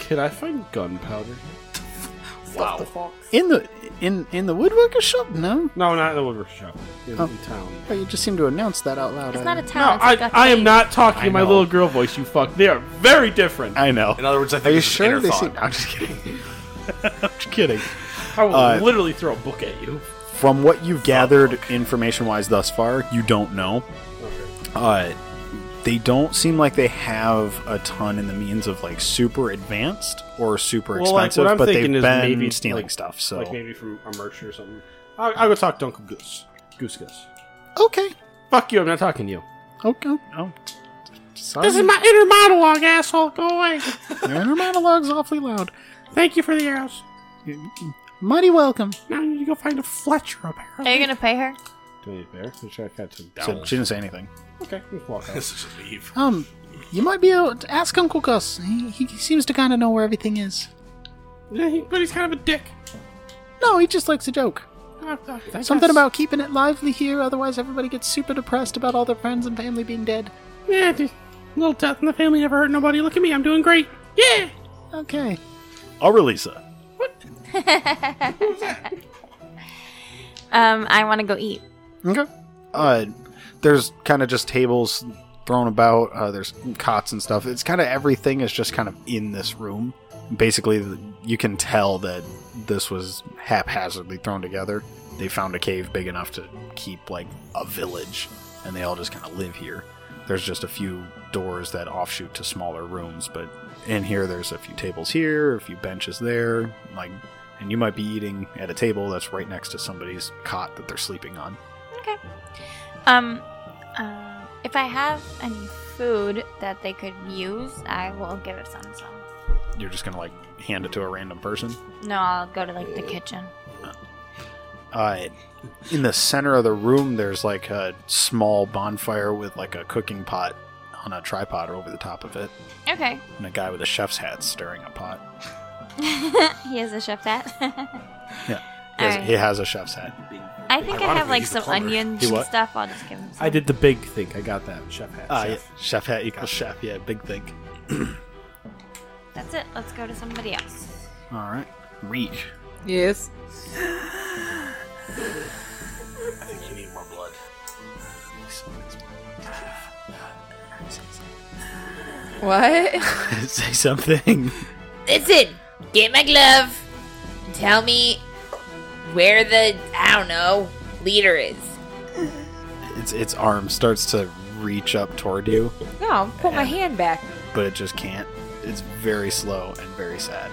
[SPEAKER 8] Can I find gunpowder?
[SPEAKER 4] Stuff the
[SPEAKER 5] Wow.
[SPEAKER 4] fox.
[SPEAKER 3] In the in in the woodworker shop? No.
[SPEAKER 8] No, not in the woodwork shop. In,
[SPEAKER 3] Oh.
[SPEAKER 8] in town.
[SPEAKER 3] Oh, you just seem to announce that out loud.
[SPEAKER 6] It's
[SPEAKER 3] I-
[SPEAKER 6] not a
[SPEAKER 8] No,
[SPEAKER 6] town. it's a
[SPEAKER 8] I,
[SPEAKER 6] gut
[SPEAKER 8] I am
[SPEAKER 6] name.
[SPEAKER 8] not talking
[SPEAKER 3] I
[SPEAKER 8] in my
[SPEAKER 3] know. Uh,
[SPEAKER 8] little girl voice, you fuck. They are very different.
[SPEAKER 3] I know.
[SPEAKER 5] In other words, I
[SPEAKER 3] Are
[SPEAKER 5] think
[SPEAKER 3] you
[SPEAKER 5] this is
[SPEAKER 3] sure
[SPEAKER 5] inner
[SPEAKER 3] they
[SPEAKER 5] thought.
[SPEAKER 3] seem? I'm just kidding. I'm just kidding.
[SPEAKER 8] I will
[SPEAKER 3] Uh,
[SPEAKER 8] literally throw a book at you.
[SPEAKER 3] From what you've gathered information wise thus far, you don't know. Uh, they don't seem like they have a ton in the means of like super advanced or super
[SPEAKER 8] Well, like,
[SPEAKER 3] expensive,
[SPEAKER 8] what I'm
[SPEAKER 3] but they've
[SPEAKER 8] thinking is
[SPEAKER 3] been
[SPEAKER 8] maybe,
[SPEAKER 3] stealing
[SPEAKER 8] like-
[SPEAKER 3] stuff. So
[SPEAKER 8] Like maybe from a merchant or something. I, I go talk to Uncle Goose. Goose Goose.
[SPEAKER 3] okay,
[SPEAKER 8] Fuck you, I'm not talking to you.
[SPEAKER 3] okay, oh, sorry.
[SPEAKER 12] This is my inner monologue, asshole. Go away.
[SPEAKER 3] Your inner monologue's awfully loud.
[SPEAKER 12] Thank you for the arrows.
[SPEAKER 3] Mighty welcome.
[SPEAKER 12] Now I need to go find a Fletcher, apparently.
[SPEAKER 6] Are you gonna pay her?
[SPEAKER 8] Do I need a bear? I'm trying to cut him
[SPEAKER 3] So
[SPEAKER 8] down.
[SPEAKER 3] she didn't say anything.
[SPEAKER 8] okay, let's walk out.
[SPEAKER 5] Let's just leave.
[SPEAKER 3] Um, you might be able to ask Uncle Gus. He, he seems to kind of know where everything is.
[SPEAKER 12] Yeah, he- but he's kind of a dick.
[SPEAKER 3] No, he just likes a joke.
[SPEAKER 12] Uh, uh, I
[SPEAKER 3] Something
[SPEAKER 12] guess-
[SPEAKER 3] about keeping it lively here, otherwise everybody gets super depressed about all their friends and family being dead.
[SPEAKER 12] Yeah, d- little death in the family never hurt nobody. Look at me, I'm doing great. Yeah.
[SPEAKER 3] Okay. I'll release her.
[SPEAKER 6] Um, I want to go eat.
[SPEAKER 3] Okay. Uh, there's kind of just tables thrown about. Uh, there's cots and stuff. It's kind of everything is just kind of in this room. Basically, th- you can tell that this was haphazardly thrown together. They found a cave big enough to keep like a village, and they all just kind of live here. There's just a few doors that offshoot to smaller rooms, but in here there's a few tables here, a few benches there, like, and you might be eating at a table that's right next to somebody's cot that they're sleeping on.
[SPEAKER 6] Um, uh, if I have any food that they could use, I will give it some. So.
[SPEAKER 3] you're just gonna like hand it to a random person.
[SPEAKER 6] No, I'll go to like the kitchen.
[SPEAKER 3] Uh, in the center of the room, there's like a small bonfire with like a cooking pot on a tripod over the top of it,
[SPEAKER 6] Okay.
[SPEAKER 3] and a guy with a chef's hat stirring a pot.
[SPEAKER 6] he is a chef hat.
[SPEAKER 3] He has,
[SPEAKER 6] Alright.
[SPEAKER 3] he has a chef's hat.
[SPEAKER 6] I think I have like some onions
[SPEAKER 3] He
[SPEAKER 6] and
[SPEAKER 3] what?
[SPEAKER 6] stuff. I'll just give him some.
[SPEAKER 8] I did the big thing. I got that. Chef hat.
[SPEAKER 3] Ah,
[SPEAKER 8] chef.
[SPEAKER 3] yeah, chef hat equals chef. Yeah, big thing.
[SPEAKER 6] That's it. Let's go to somebody else.
[SPEAKER 3] All right, reach.
[SPEAKER 4] Yes.
[SPEAKER 5] I think you need more blood.
[SPEAKER 4] What?
[SPEAKER 3] Say something.
[SPEAKER 2] Listen, get my glove. And tell me where the I don't know leader is.
[SPEAKER 3] Its its arm starts to reach up toward you,
[SPEAKER 4] No, I'll put my hand back.
[SPEAKER 3] but it just can't. It's very slow and very sad.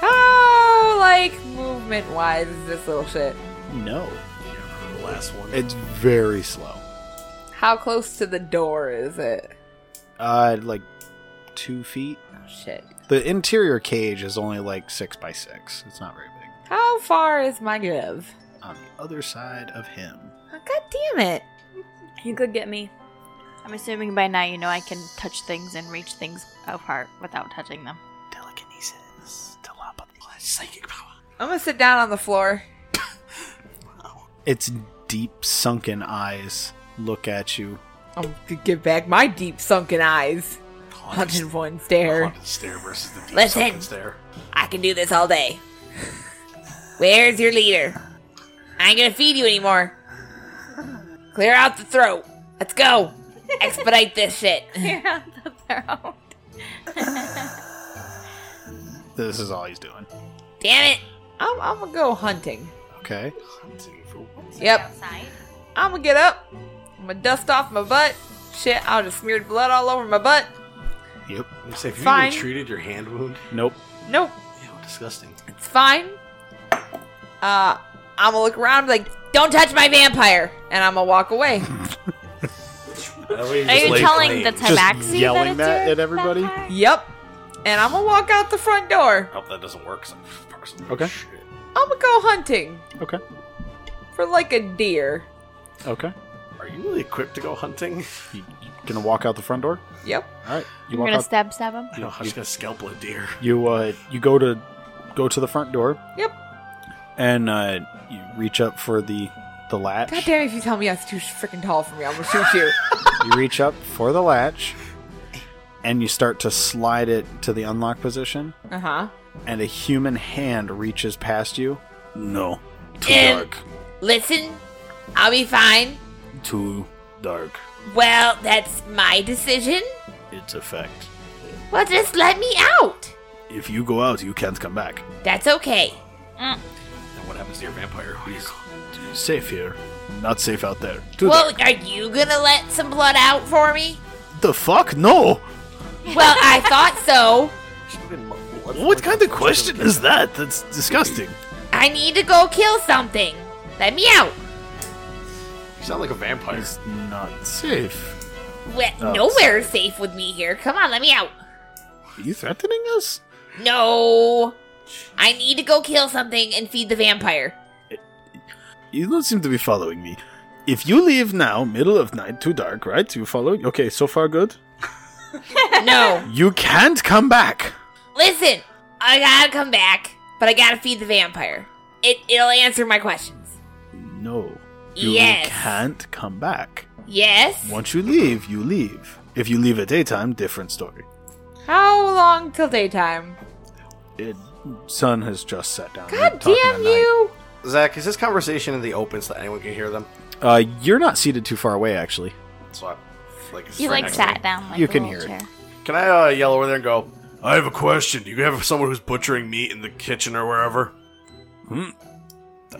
[SPEAKER 4] How, like, movement wise is this little shit?
[SPEAKER 3] No,
[SPEAKER 5] The last one.
[SPEAKER 3] it's very slow.
[SPEAKER 4] How close to the door is it?
[SPEAKER 3] Uh, like two feet.
[SPEAKER 4] Oh, shit.
[SPEAKER 3] The interior cage is only like six by six. It's not very big.
[SPEAKER 4] How far is my glove?
[SPEAKER 3] On the other side of him.
[SPEAKER 4] Oh, God damn it.
[SPEAKER 6] You could get me. I'm assuming by now you know I can touch things and reach things apart without touching them.
[SPEAKER 5] Telekinesis. Telepathy. Psychic power.
[SPEAKER 4] I'm gonna sit down on the floor.
[SPEAKER 3] Its deep sunken eyes look at you.
[SPEAKER 4] I'm gonna give back my deep sunken eyes.
[SPEAKER 5] Haunted,
[SPEAKER 4] Haunted one stare.
[SPEAKER 5] haunted stare versus the deep
[SPEAKER 2] Listen.
[SPEAKER 5] sunken stare.
[SPEAKER 2] I can do this all day. Where's your leader? I ain't gonna feed you anymore. Clear out the throat. Let's go. Expedite this shit.
[SPEAKER 6] Yeah, the throat.
[SPEAKER 3] This is all he's doing.
[SPEAKER 2] Damn it.
[SPEAKER 4] I'm, I'm gonna go hunting.
[SPEAKER 3] Okay.
[SPEAKER 5] Hunting for what?
[SPEAKER 4] Yep.
[SPEAKER 6] Outside.
[SPEAKER 4] I'm gonna get up. I'm gonna dust off my butt. Shit, I'll just smeared blood all over my butt.
[SPEAKER 3] Yep.
[SPEAKER 5] You say, Have you
[SPEAKER 4] Fine.
[SPEAKER 5] even treated your hand wound?
[SPEAKER 3] Nope.
[SPEAKER 4] Nope,
[SPEAKER 5] Yeah, how disgusting.
[SPEAKER 4] it's fine. Uh, I'm gonna look around, and be like,
[SPEAKER 2] Don't touch my vampire.
[SPEAKER 4] and I'm gonna walk away.
[SPEAKER 5] Are
[SPEAKER 6] Are you telling the
[SPEAKER 3] Just
[SPEAKER 6] tabaxi
[SPEAKER 3] yelling that
[SPEAKER 6] that, it's your
[SPEAKER 3] at everybody?
[SPEAKER 6] vampire?
[SPEAKER 4] yep. And I'm gonna walk out the front door.
[SPEAKER 5] hope that doesn't work. 'cause I'm personally
[SPEAKER 3] Okay.
[SPEAKER 5] shit.
[SPEAKER 4] I'm gonna go hunting
[SPEAKER 3] Okay.
[SPEAKER 4] for like a deer.
[SPEAKER 3] Okay.
[SPEAKER 5] Are you really equipped to go hunting?
[SPEAKER 3] Gonna walk out the front door.
[SPEAKER 4] Yep.
[SPEAKER 3] All right. You
[SPEAKER 6] You're
[SPEAKER 3] walk
[SPEAKER 6] gonna
[SPEAKER 3] out.
[SPEAKER 6] stab stab him.
[SPEAKER 5] You know, I was gonna scalpel a deer.
[SPEAKER 3] you uh, you go to go to the front door.
[SPEAKER 4] Yep.
[SPEAKER 3] And uh, you reach up for the the latch.
[SPEAKER 4] God damn it, if you tell me that's too freaking tall for me, I'm gonna shoot you.
[SPEAKER 3] You reach up for the latch,
[SPEAKER 10] and you start to slide it to the unlock position,
[SPEAKER 4] Uh huh.
[SPEAKER 10] and a human hand reaches past you.
[SPEAKER 3] No. Too
[SPEAKER 2] And-
[SPEAKER 3] dark.
[SPEAKER 2] Listen, I'll be fine.
[SPEAKER 3] Too dark.
[SPEAKER 2] Well, that's my decision.
[SPEAKER 3] It's a fact.
[SPEAKER 2] Well, just let me out.
[SPEAKER 3] If you go out, you can't come back.
[SPEAKER 2] That's okay.
[SPEAKER 5] And what happens to your vampire? He's
[SPEAKER 3] Safe here. Not safe out there. Too
[SPEAKER 2] well,
[SPEAKER 3] dark.
[SPEAKER 2] are you gonna let some blood out for me?
[SPEAKER 3] The fuck? No!
[SPEAKER 2] Well, I thought so.
[SPEAKER 3] What kind of question is that? That's disgusting.
[SPEAKER 2] I need to go kill something. Let me out.
[SPEAKER 5] you sound like a vampire.
[SPEAKER 3] It's not safe.
[SPEAKER 2] Well,
[SPEAKER 3] Oh.
[SPEAKER 2] nowhere is safe with me here. Come on, let me out.
[SPEAKER 3] Are you threatening us?
[SPEAKER 2] No. I need to go kill something and feed the vampire.
[SPEAKER 3] You don't seem to be following me. If you leave now, middle of night, too dark, right? You follow? Okay, so far good.
[SPEAKER 2] No.
[SPEAKER 3] You can't come back.
[SPEAKER 2] Listen, I gotta come back, but I gotta feed the vampire. It, it'll answer my questions.
[SPEAKER 3] No. You
[SPEAKER 2] Yes.
[SPEAKER 3] can't come back.
[SPEAKER 2] Yes?
[SPEAKER 3] Once you leave, you leave. If you leave at daytime, different story.
[SPEAKER 4] How long till daytime?
[SPEAKER 3] It, sun has just set down. We're
[SPEAKER 4] God
[SPEAKER 3] talking
[SPEAKER 4] damn
[SPEAKER 3] at night.
[SPEAKER 4] you!
[SPEAKER 5] Zach, is this conversation in the open so that anyone can hear them?
[SPEAKER 10] Uh, you're not seated too far away, actually.
[SPEAKER 5] So I, like, it's
[SPEAKER 6] You
[SPEAKER 5] right
[SPEAKER 6] like
[SPEAKER 5] next
[SPEAKER 6] sat down. Like
[SPEAKER 10] You
[SPEAKER 6] a
[SPEAKER 10] can
[SPEAKER 6] little
[SPEAKER 10] hear it.
[SPEAKER 6] chair.
[SPEAKER 5] to me. Can I uh, yell over there and go? I have a question. Do you have someone who's butchering meat in the kitchen or wherever?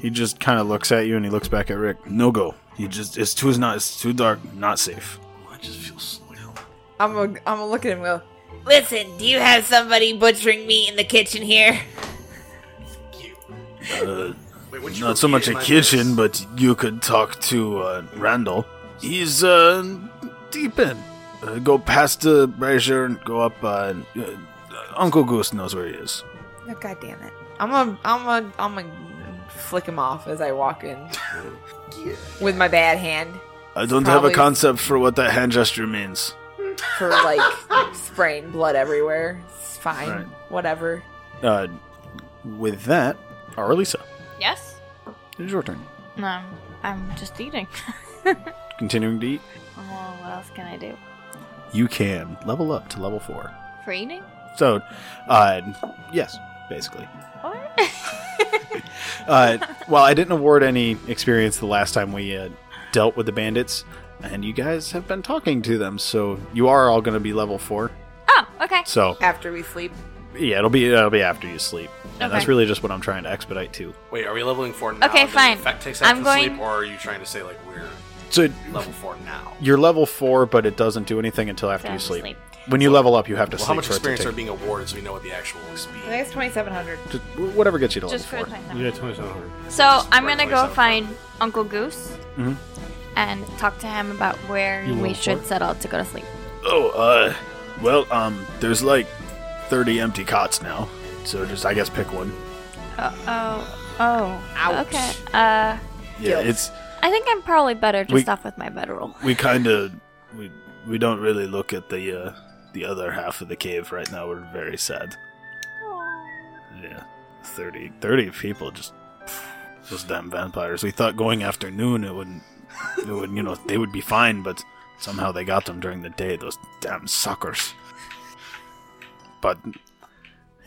[SPEAKER 10] He just kind of looks at you and he looks back at Rick.
[SPEAKER 3] No go. You just it's too not it's too dark. Not safe.
[SPEAKER 5] I just feel slow.
[SPEAKER 4] I'm gonna, I'm gonna look at him. and Go.
[SPEAKER 2] Listen, do you have somebody butchering meat in the kitchen here?
[SPEAKER 3] Uh,
[SPEAKER 5] Wait, what'd you
[SPEAKER 3] not so much
[SPEAKER 5] repeat
[SPEAKER 3] a
[SPEAKER 5] in my
[SPEAKER 3] kitchen,
[SPEAKER 5] voice?
[SPEAKER 3] but you could talk to uh, Randall. He's uh, deep in. Uh, go past the brazier and go up. Uh, uh, Uncle Goose knows where he is.
[SPEAKER 4] No, God damn it! I'm gonna, I'm gonna, I'm gonna flick him off as I walk in with my bad hand
[SPEAKER 3] I don't have
[SPEAKER 4] Probably-
[SPEAKER 3] a concept for what that hand gesture means.
[SPEAKER 4] for like spraying blood everywhere. It's fine,
[SPEAKER 3] Right.
[SPEAKER 4] whatever.
[SPEAKER 10] Uh, with that, Arlisa,
[SPEAKER 6] Yes.
[SPEAKER 10] it is your turn.
[SPEAKER 6] No, I'm just eating.
[SPEAKER 10] Continuing to eat,
[SPEAKER 6] well, what else can I do?
[SPEAKER 10] you can level up to level four.
[SPEAKER 6] For eating?
[SPEAKER 10] So, uh, yes, basically.
[SPEAKER 6] Or?
[SPEAKER 10] Uh, well, I didn't award any experience the last time we uh, dealt with the bandits, and you guys have been talking to them, so you are all going to be level four.
[SPEAKER 6] oh, okay.
[SPEAKER 10] So,
[SPEAKER 4] After we sleep,
[SPEAKER 10] yeah, it'll be it'll be after you sleep, and that's
[SPEAKER 6] Okay.
[SPEAKER 10] really just what I'm trying to expedite to.
[SPEAKER 5] Wait, are we leveling four now?
[SPEAKER 6] Okay,
[SPEAKER 5] Does it
[SPEAKER 6] fine.
[SPEAKER 5] Affect takes
[SPEAKER 6] I'm
[SPEAKER 5] after
[SPEAKER 6] going-
[SPEAKER 5] sleep, or are you trying to say like we're
[SPEAKER 10] So
[SPEAKER 5] level four now?
[SPEAKER 10] you're level four, but it doesn't do anything until after
[SPEAKER 6] So
[SPEAKER 10] you
[SPEAKER 6] I'm
[SPEAKER 10] sleep.
[SPEAKER 6] asleep.
[SPEAKER 10] When you level up, you have to
[SPEAKER 5] Well,
[SPEAKER 10] sleep.
[SPEAKER 5] how much
[SPEAKER 10] for it to
[SPEAKER 5] experience
[SPEAKER 10] take-
[SPEAKER 5] are being awarded so we know what the actual speed?
[SPEAKER 4] I think it's twenty seven hundred.
[SPEAKER 10] Just whatever gets you to level
[SPEAKER 6] Just for
[SPEAKER 10] four.
[SPEAKER 6] the time.
[SPEAKER 11] Yeah, 2700.
[SPEAKER 6] So I'm
[SPEAKER 5] right away,
[SPEAKER 6] gonna go
[SPEAKER 5] so-
[SPEAKER 6] find Uncle Goose
[SPEAKER 10] Mhm.
[SPEAKER 6] and talk to him about where
[SPEAKER 11] Mm-hmm. You
[SPEAKER 6] we
[SPEAKER 11] want
[SPEAKER 6] should
[SPEAKER 11] pork?
[SPEAKER 6] settle to go to sleep.
[SPEAKER 3] Oh, uh, well, um, there's like 30 empty cots now, so just I guess pick one.
[SPEAKER 6] Uh, oh, oh,
[SPEAKER 4] Ouch.
[SPEAKER 6] okay. Uh,
[SPEAKER 3] Yeah,
[SPEAKER 4] Guilt.
[SPEAKER 3] it's
[SPEAKER 6] I think I'm probably better just
[SPEAKER 3] We-
[SPEAKER 6] off with my bedroll.
[SPEAKER 3] we kind of we we don't really look at the uh the other half of the cave right now. We're very sad. Yeah, 30, 30 people just those damn vampires. We thought going after noon it wouldn't it would you know they would be fine, but somehow they got them during the day. Those damn suckers. But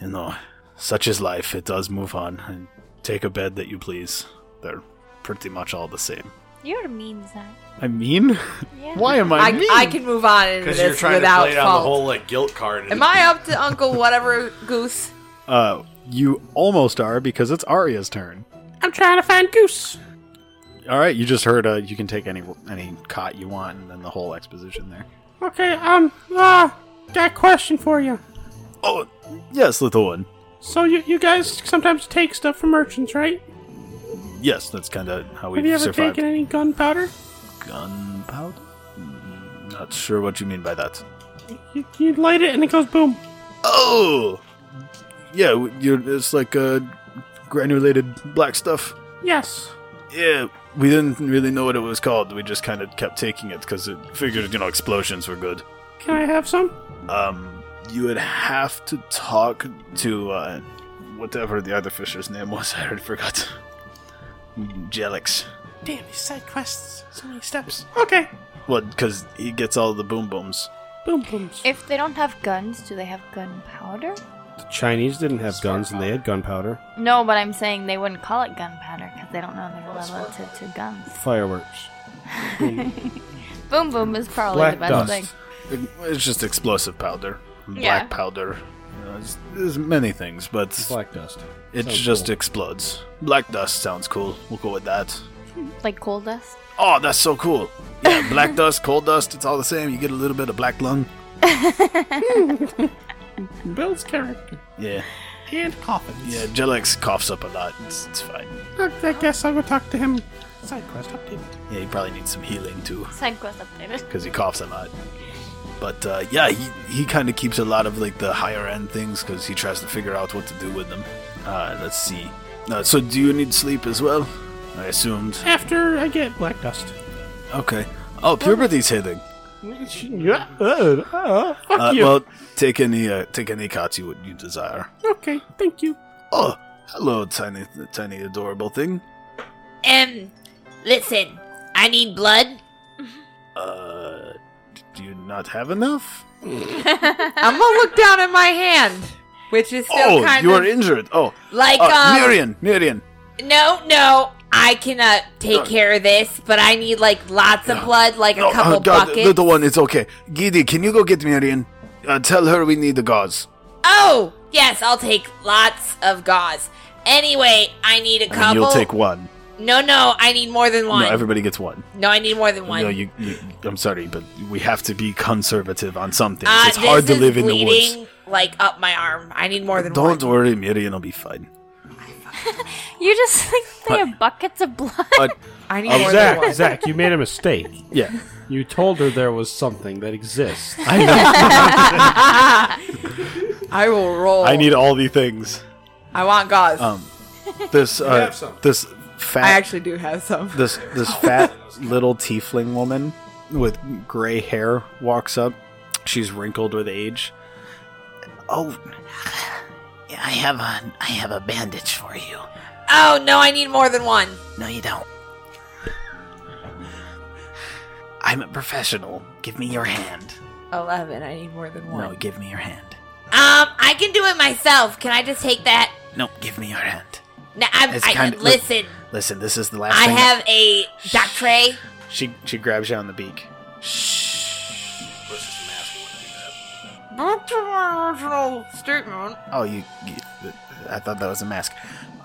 [SPEAKER 3] you know, such is life. It does move on. And take a bed that you please. They're pretty much all the same.
[SPEAKER 6] You're mean, Zach.
[SPEAKER 10] I mean,
[SPEAKER 6] Yeah.
[SPEAKER 10] why am I,
[SPEAKER 4] I,
[SPEAKER 10] mean?
[SPEAKER 4] I can move on into
[SPEAKER 5] Because you're
[SPEAKER 4] this
[SPEAKER 5] trying
[SPEAKER 4] without
[SPEAKER 5] to play down
[SPEAKER 4] fault.
[SPEAKER 5] the whole like guilt card. and
[SPEAKER 4] Am I up to Uncle whatever Goose?
[SPEAKER 10] Uh, you almost are because it's Arya's turn.
[SPEAKER 1] I'm trying to find Goose.
[SPEAKER 10] All right, you just heard. Uh, you can take any any cot you want, and then the whole exposition there.
[SPEAKER 1] Okay, um, uh, got a question for you.
[SPEAKER 3] Oh, yes, little one.
[SPEAKER 1] So you, you guys sometimes take stuff from merchants, right?
[SPEAKER 3] Yes, that's kind of how
[SPEAKER 1] Have you
[SPEAKER 3] we've
[SPEAKER 1] ever
[SPEAKER 3] survived.
[SPEAKER 1] taken any gunpowder?
[SPEAKER 3] Gunpowder? Mm, Not sure what you mean by that.
[SPEAKER 1] You, you light it and it goes boom.
[SPEAKER 3] Oh, yeah, w- you're, it's like uh, granulated black stuff.
[SPEAKER 1] Yes.
[SPEAKER 3] Yeah, we didn't really know what it was called. We just kind of kept taking it because it figured, you know, explosions were good.
[SPEAKER 1] Can I have some?
[SPEAKER 3] Um, you would have to talk to uh, whatever the other fisher's name was. I already forgot. Jelix.
[SPEAKER 1] Damn, these side quests. So many steps. Okay.
[SPEAKER 3] Well, because he gets all the boom booms.
[SPEAKER 11] Boom booms.
[SPEAKER 6] If they don't have guns, do they have gunpowder?
[SPEAKER 11] The Chinese didn't have guns and they had gunpowder.
[SPEAKER 6] No, but I'm saying they wouldn't call it gunpowder because they don't know they're relative to guns.
[SPEAKER 11] Fireworks.
[SPEAKER 6] Boom boom is probably
[SPEAKER 11] Black
[SPEAKER 6] the best
[SPEAKER 11] dust.
[SPEAKER 6] thing.
[SPEAKER 3] It's just explosive powder, black
[SPEAKER 6] Yeah.
[SPEAKER 3] powder. You know, it's- there's many things, but
[SPEAKER 8] Black dust.
[SPEAKER 3] it
[SPEAKER 8] sounds
[SPEAKER 3] just
[SPEAKER 8] cool.
[SPEAKER 3] explodes. Black dust sounds cool. We'll go with that.
[SPEAKER 6] Like coal dust.
[SPEAKER 3] Oh, that's so cool. Yeah, black dust, coal dust, it's all the same. You get a little bit of black lung.
[SPEAKER 1] Hmm. Bill's character.
[SPEAKER 3] Yeah.
[SPEAKER 1] And coffins.
[SPEAKER 3] Yeah, Jellex coughs up a lot. It's, it's fine.
[SPEAKER 1] I, I guess I will talk to him. Side quest update.
[SPEAKER 3] Yeah, he probably needs some healing too.
[SPEAKER 6] Side quest updated.
[SPEAKER 3] because he coughs a lot. But uh, yeah, he, he kind of keeps a lot of like the higher end things because he tries to figure out what to do with them. Uh, let's see. Uh, so do you need sleep as well? I assumed.
[SPEAKER 1] After I get black dust.
[SPEAKER 3] Okay. Oh, puberty's hitting.
[SPEAKER 1] Yeah. Uh, uh, fuck
[SPEAKER 3] Uh,
[SPEAKER 1] you.
[SPEAKER 3] well, take any uh, take any cards you you desire.
[SPEAKER 1] okay. Thank you.
[SPEAKER 3] Oh, hello, tiny tiny adorable thing.
[SPEAKER 2] Um, listen, I need blood.
[SPEAKER 3] Uh, do you not have enough?
[SPEAKER 4] I'm gonna look down at my hand, which is still
[SPEAKER 3] oh,
[SPEAKER 4] kind
[SPEAKER 3] you
[SPEAKER 4] of
[SPEAKER 3] are injured. Oh,
[SPEAKER 2] Like,
[SPEAKER 3] uh,
[SPEAKER 2] um,
[SPEAKER 3] Mirian, Mirian.
[SPEAKER 2] no, no, I cannot take
[SPEAKER 3] Uh,
[SPEAKER 2] care of this, but I need like lots of blood, like
[SPEAKER 3] No,
[SPEAKER 2] a couple
[SPEAKER 3] uh, God,
[SPEAKER 2] buckets.
[SPEAKER 3] little one, it's okay. Giddy, can you go get Mirian? Uh, tell her we need the gauze.
[SPEAKER 2] Oh, yes, I'll take lots of gauze. Anyway, I need a
[SPEAKER 3] I
[SPEAKER 2] couple.
[SPEAKER 3] mean, you'll take one.
[SPEAKER 2] no, no, I need more than one.
[SPEAKER 3] No, everybody gets one.
[SPEAKER 2] No, I need more than one.
[SPEAKER 3] No, you, you. I'm sorry, but we have to be conservative on some things.
[SPEAKER 2] Uh,
[SPEAKER 3] it's hard to
[SPEAKER 2] this is
[SPEAKER 3] live in the
[SPEAKER 2] bleeding,
[SPEAKER 3] woods.
[SPEAKER 2] Like up my arm. I need more than
[SPEAKER 3] Don't
[SPEAKER 2] one.
[SPEAKER 3] worry, Mirian will be fine.
[SPEAKER 6] You just think they have buckets of blood.
[SPEAKER 3] But
[SPEAKER 4] I need more than
[SPEAKER 11] Zach,
[SPEAKER 4] one.
[SPEAKER 11] Zach, you made a mistake.
[SPEAKER 3] yeah,
[SPEAKER 11] You told her there was something that exists.
[SPEAKER 3] I know.
[SPEAKER 4] I will roll.
[SPEAKER 3] I need all the things.
[SPEAKER 4] I want gauze.
[SPEAKER 3] Um, this uh,
[SPEAKER 8] have some.
[SPEAKER 3] this fat
[SPEAKER 4] I actually do have some.
[SPEAKER 3] this this fat little tiefling woman with gray hair walks up. She's wrinkled with age. Oh,
[SPEAKER 13] I have a I have a bandage for you.
[SPEAKER 2] Oh no, I need more than one.
[SPEAKER 13] No, you don't. I'm a professional. Give me your hand.
[SPEAKER 4] Eleven. I need more than one.
[SPEAKER 13] No, give me your hand.
[SPEAKER 2] Um, I can do it myself. Can I just take that?
[SPEAKER 13] No, give me your hand.
[SPEAKER 2] No, I,
[SPEAKER 13] It's
[SPEAKER 2] I
[SPEAKER 13] kinda- look,
[SPEAKER 2] listen.
[SPEAKER 13] Listen, this is the last
[SPEAKER 2] I
[SPEAKER 13] thing.
[SPEAKER 2] have a doctorate.
[SPEAKER 3] she she grabs you on the beak.
[SPEAKER 13] Oh, you, you. I thought that was a mask.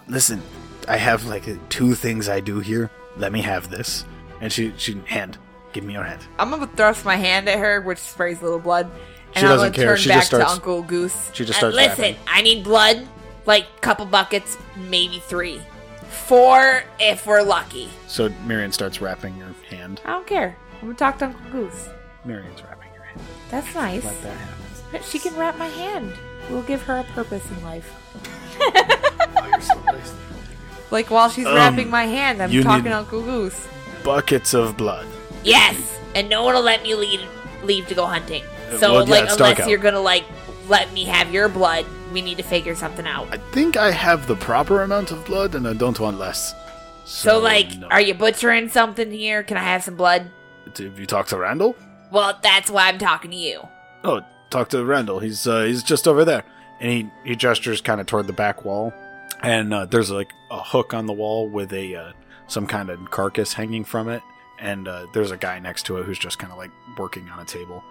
[SPEAKER 13] Listen, I have like two things I do here. Let me have this.
[SPEAKER 3] And she she hand, give me your hand.
[SPEAKER 4] I'm gonna thrust my hand at her, which sprays a little blood, and
[SPEAKER 3] She
[SPEAKER 4] I'm
[SPEAKER 3] doesn't
[SPEAKER 4] gonna
[SPEAKER 3] care.
[SPEAKER 4] turn
[SPEAKER 3] She
[SPEAKER 4] back
[SPEAKER 3] just starts-
[SPEAKER 4] to Uncle Goose.
[SPEAKER 3] She just
[SPEAKER 2] Uh,
[SPEAKER 3] starts.
[SPEAKER 2] listen,
[SPEAKER 3] laughing.
[SPEAKER 2] I need blood, like couple buckets, maybe three, four if we're lucky.
[SPEAKER 3] So Marion starts wrapping your hand.
[SPEAKER 4] I don't care. I'm gonna talk to Uncle Goose.
[SPEAKER 3] Marion's wrapping your hand.
[SPEAKER 4] That's nice.
[SPEAKER 3] Let that happen.
[SPEAKER 4] But She can wrap my hand. We'll give her a purpose in life.
[SPEAKER 3] Oh,
[SPEAKER 4] like while she's
[SPEAKER 3] Um,
[SPEAKER 4] wrapping my hand, I'm
[SPEAKER 3] you
[SPEAKER 4] talking
[SPEAKER 3] need-
[SPEAKER 4] to Uncle Goose.
[SPEAKER 3] Buckets of blood.
[SPEAKER 2] Yes, and no one will let me leave leave to go hunting. So
[SPEAKER 3] Uh, well, yeah,
[SPEAKER 2] like,
[SPEAKER 3] it's dark
[SPEAKER 2] unless
[SPEAKER 3] out.
[SPEAKER 2] you're gonna like let me have your blood, we need to figure something out.
[SPEAKER 3] I think I have the proper amount of blood, and I don't want less.
[SPEAKER 2] So, like,
[SPEAKER 3] no.
[SPEAKER 2] are you butchering something here? Can I have some blood?
[SPEAKER 3] Have you talked to Randall?
[SPEAKER 2] Well, that's why I'm talking to you.
[SPEAKER 3] Oh, talk to Randall. He's uh, he's just over there, and he he gestures kind of toward the back wall, and uh, there's like a hook on the wall with a uh, some kind of carcass hanging from it, and uh, there's a guy next to it who's just kind of like working on a table.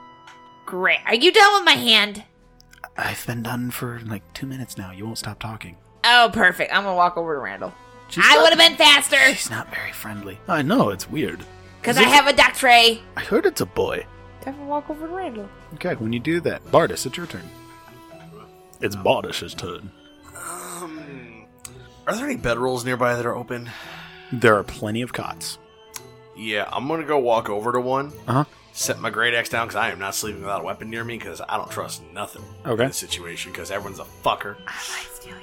[SPEAKER 2] Great. Are you done with my hand?
[SPEAKER 13] I've been done for like two minutes now. You won't stop talking.
[SPEAKER 2] Oh, perfect. I'm gonna walk over to Randall. I
[SPEAKER 3] not-
[SPEAKER 2] would have been faster
[SPEAKER 13] She's not very friendly.
[SPEAKER 3] I know it's weird.
[SPEAKER 2] because I have a duck tray.
[SPEAKER 3] I heard it's a boy.
[SPEAKER 4] Definitely walk over to Randall.
[SPEAKER 3] Okay, when you do that, Bardis, it's your turn. It's
[SPEAKER 13] Oh.
[SPEAKER 3] Bardis's turn.
[SPEAKER 5] Um, are there any bedrolls nearby that are open?
[SPEAKER 3] There are plenty of cots.
[SPEAKER 5] Yeah, I'm gonna go walk over to one.
[SPEAKER 3] Uh-huh.
[SPEAKER 5] Set my great axe down because I am not sleeping without a weapon near me because I don't trust nothing.
[SPEAKER 3] Okay.
[SPEAKER 5] In this situation because everyone's a fucker. I might steal your.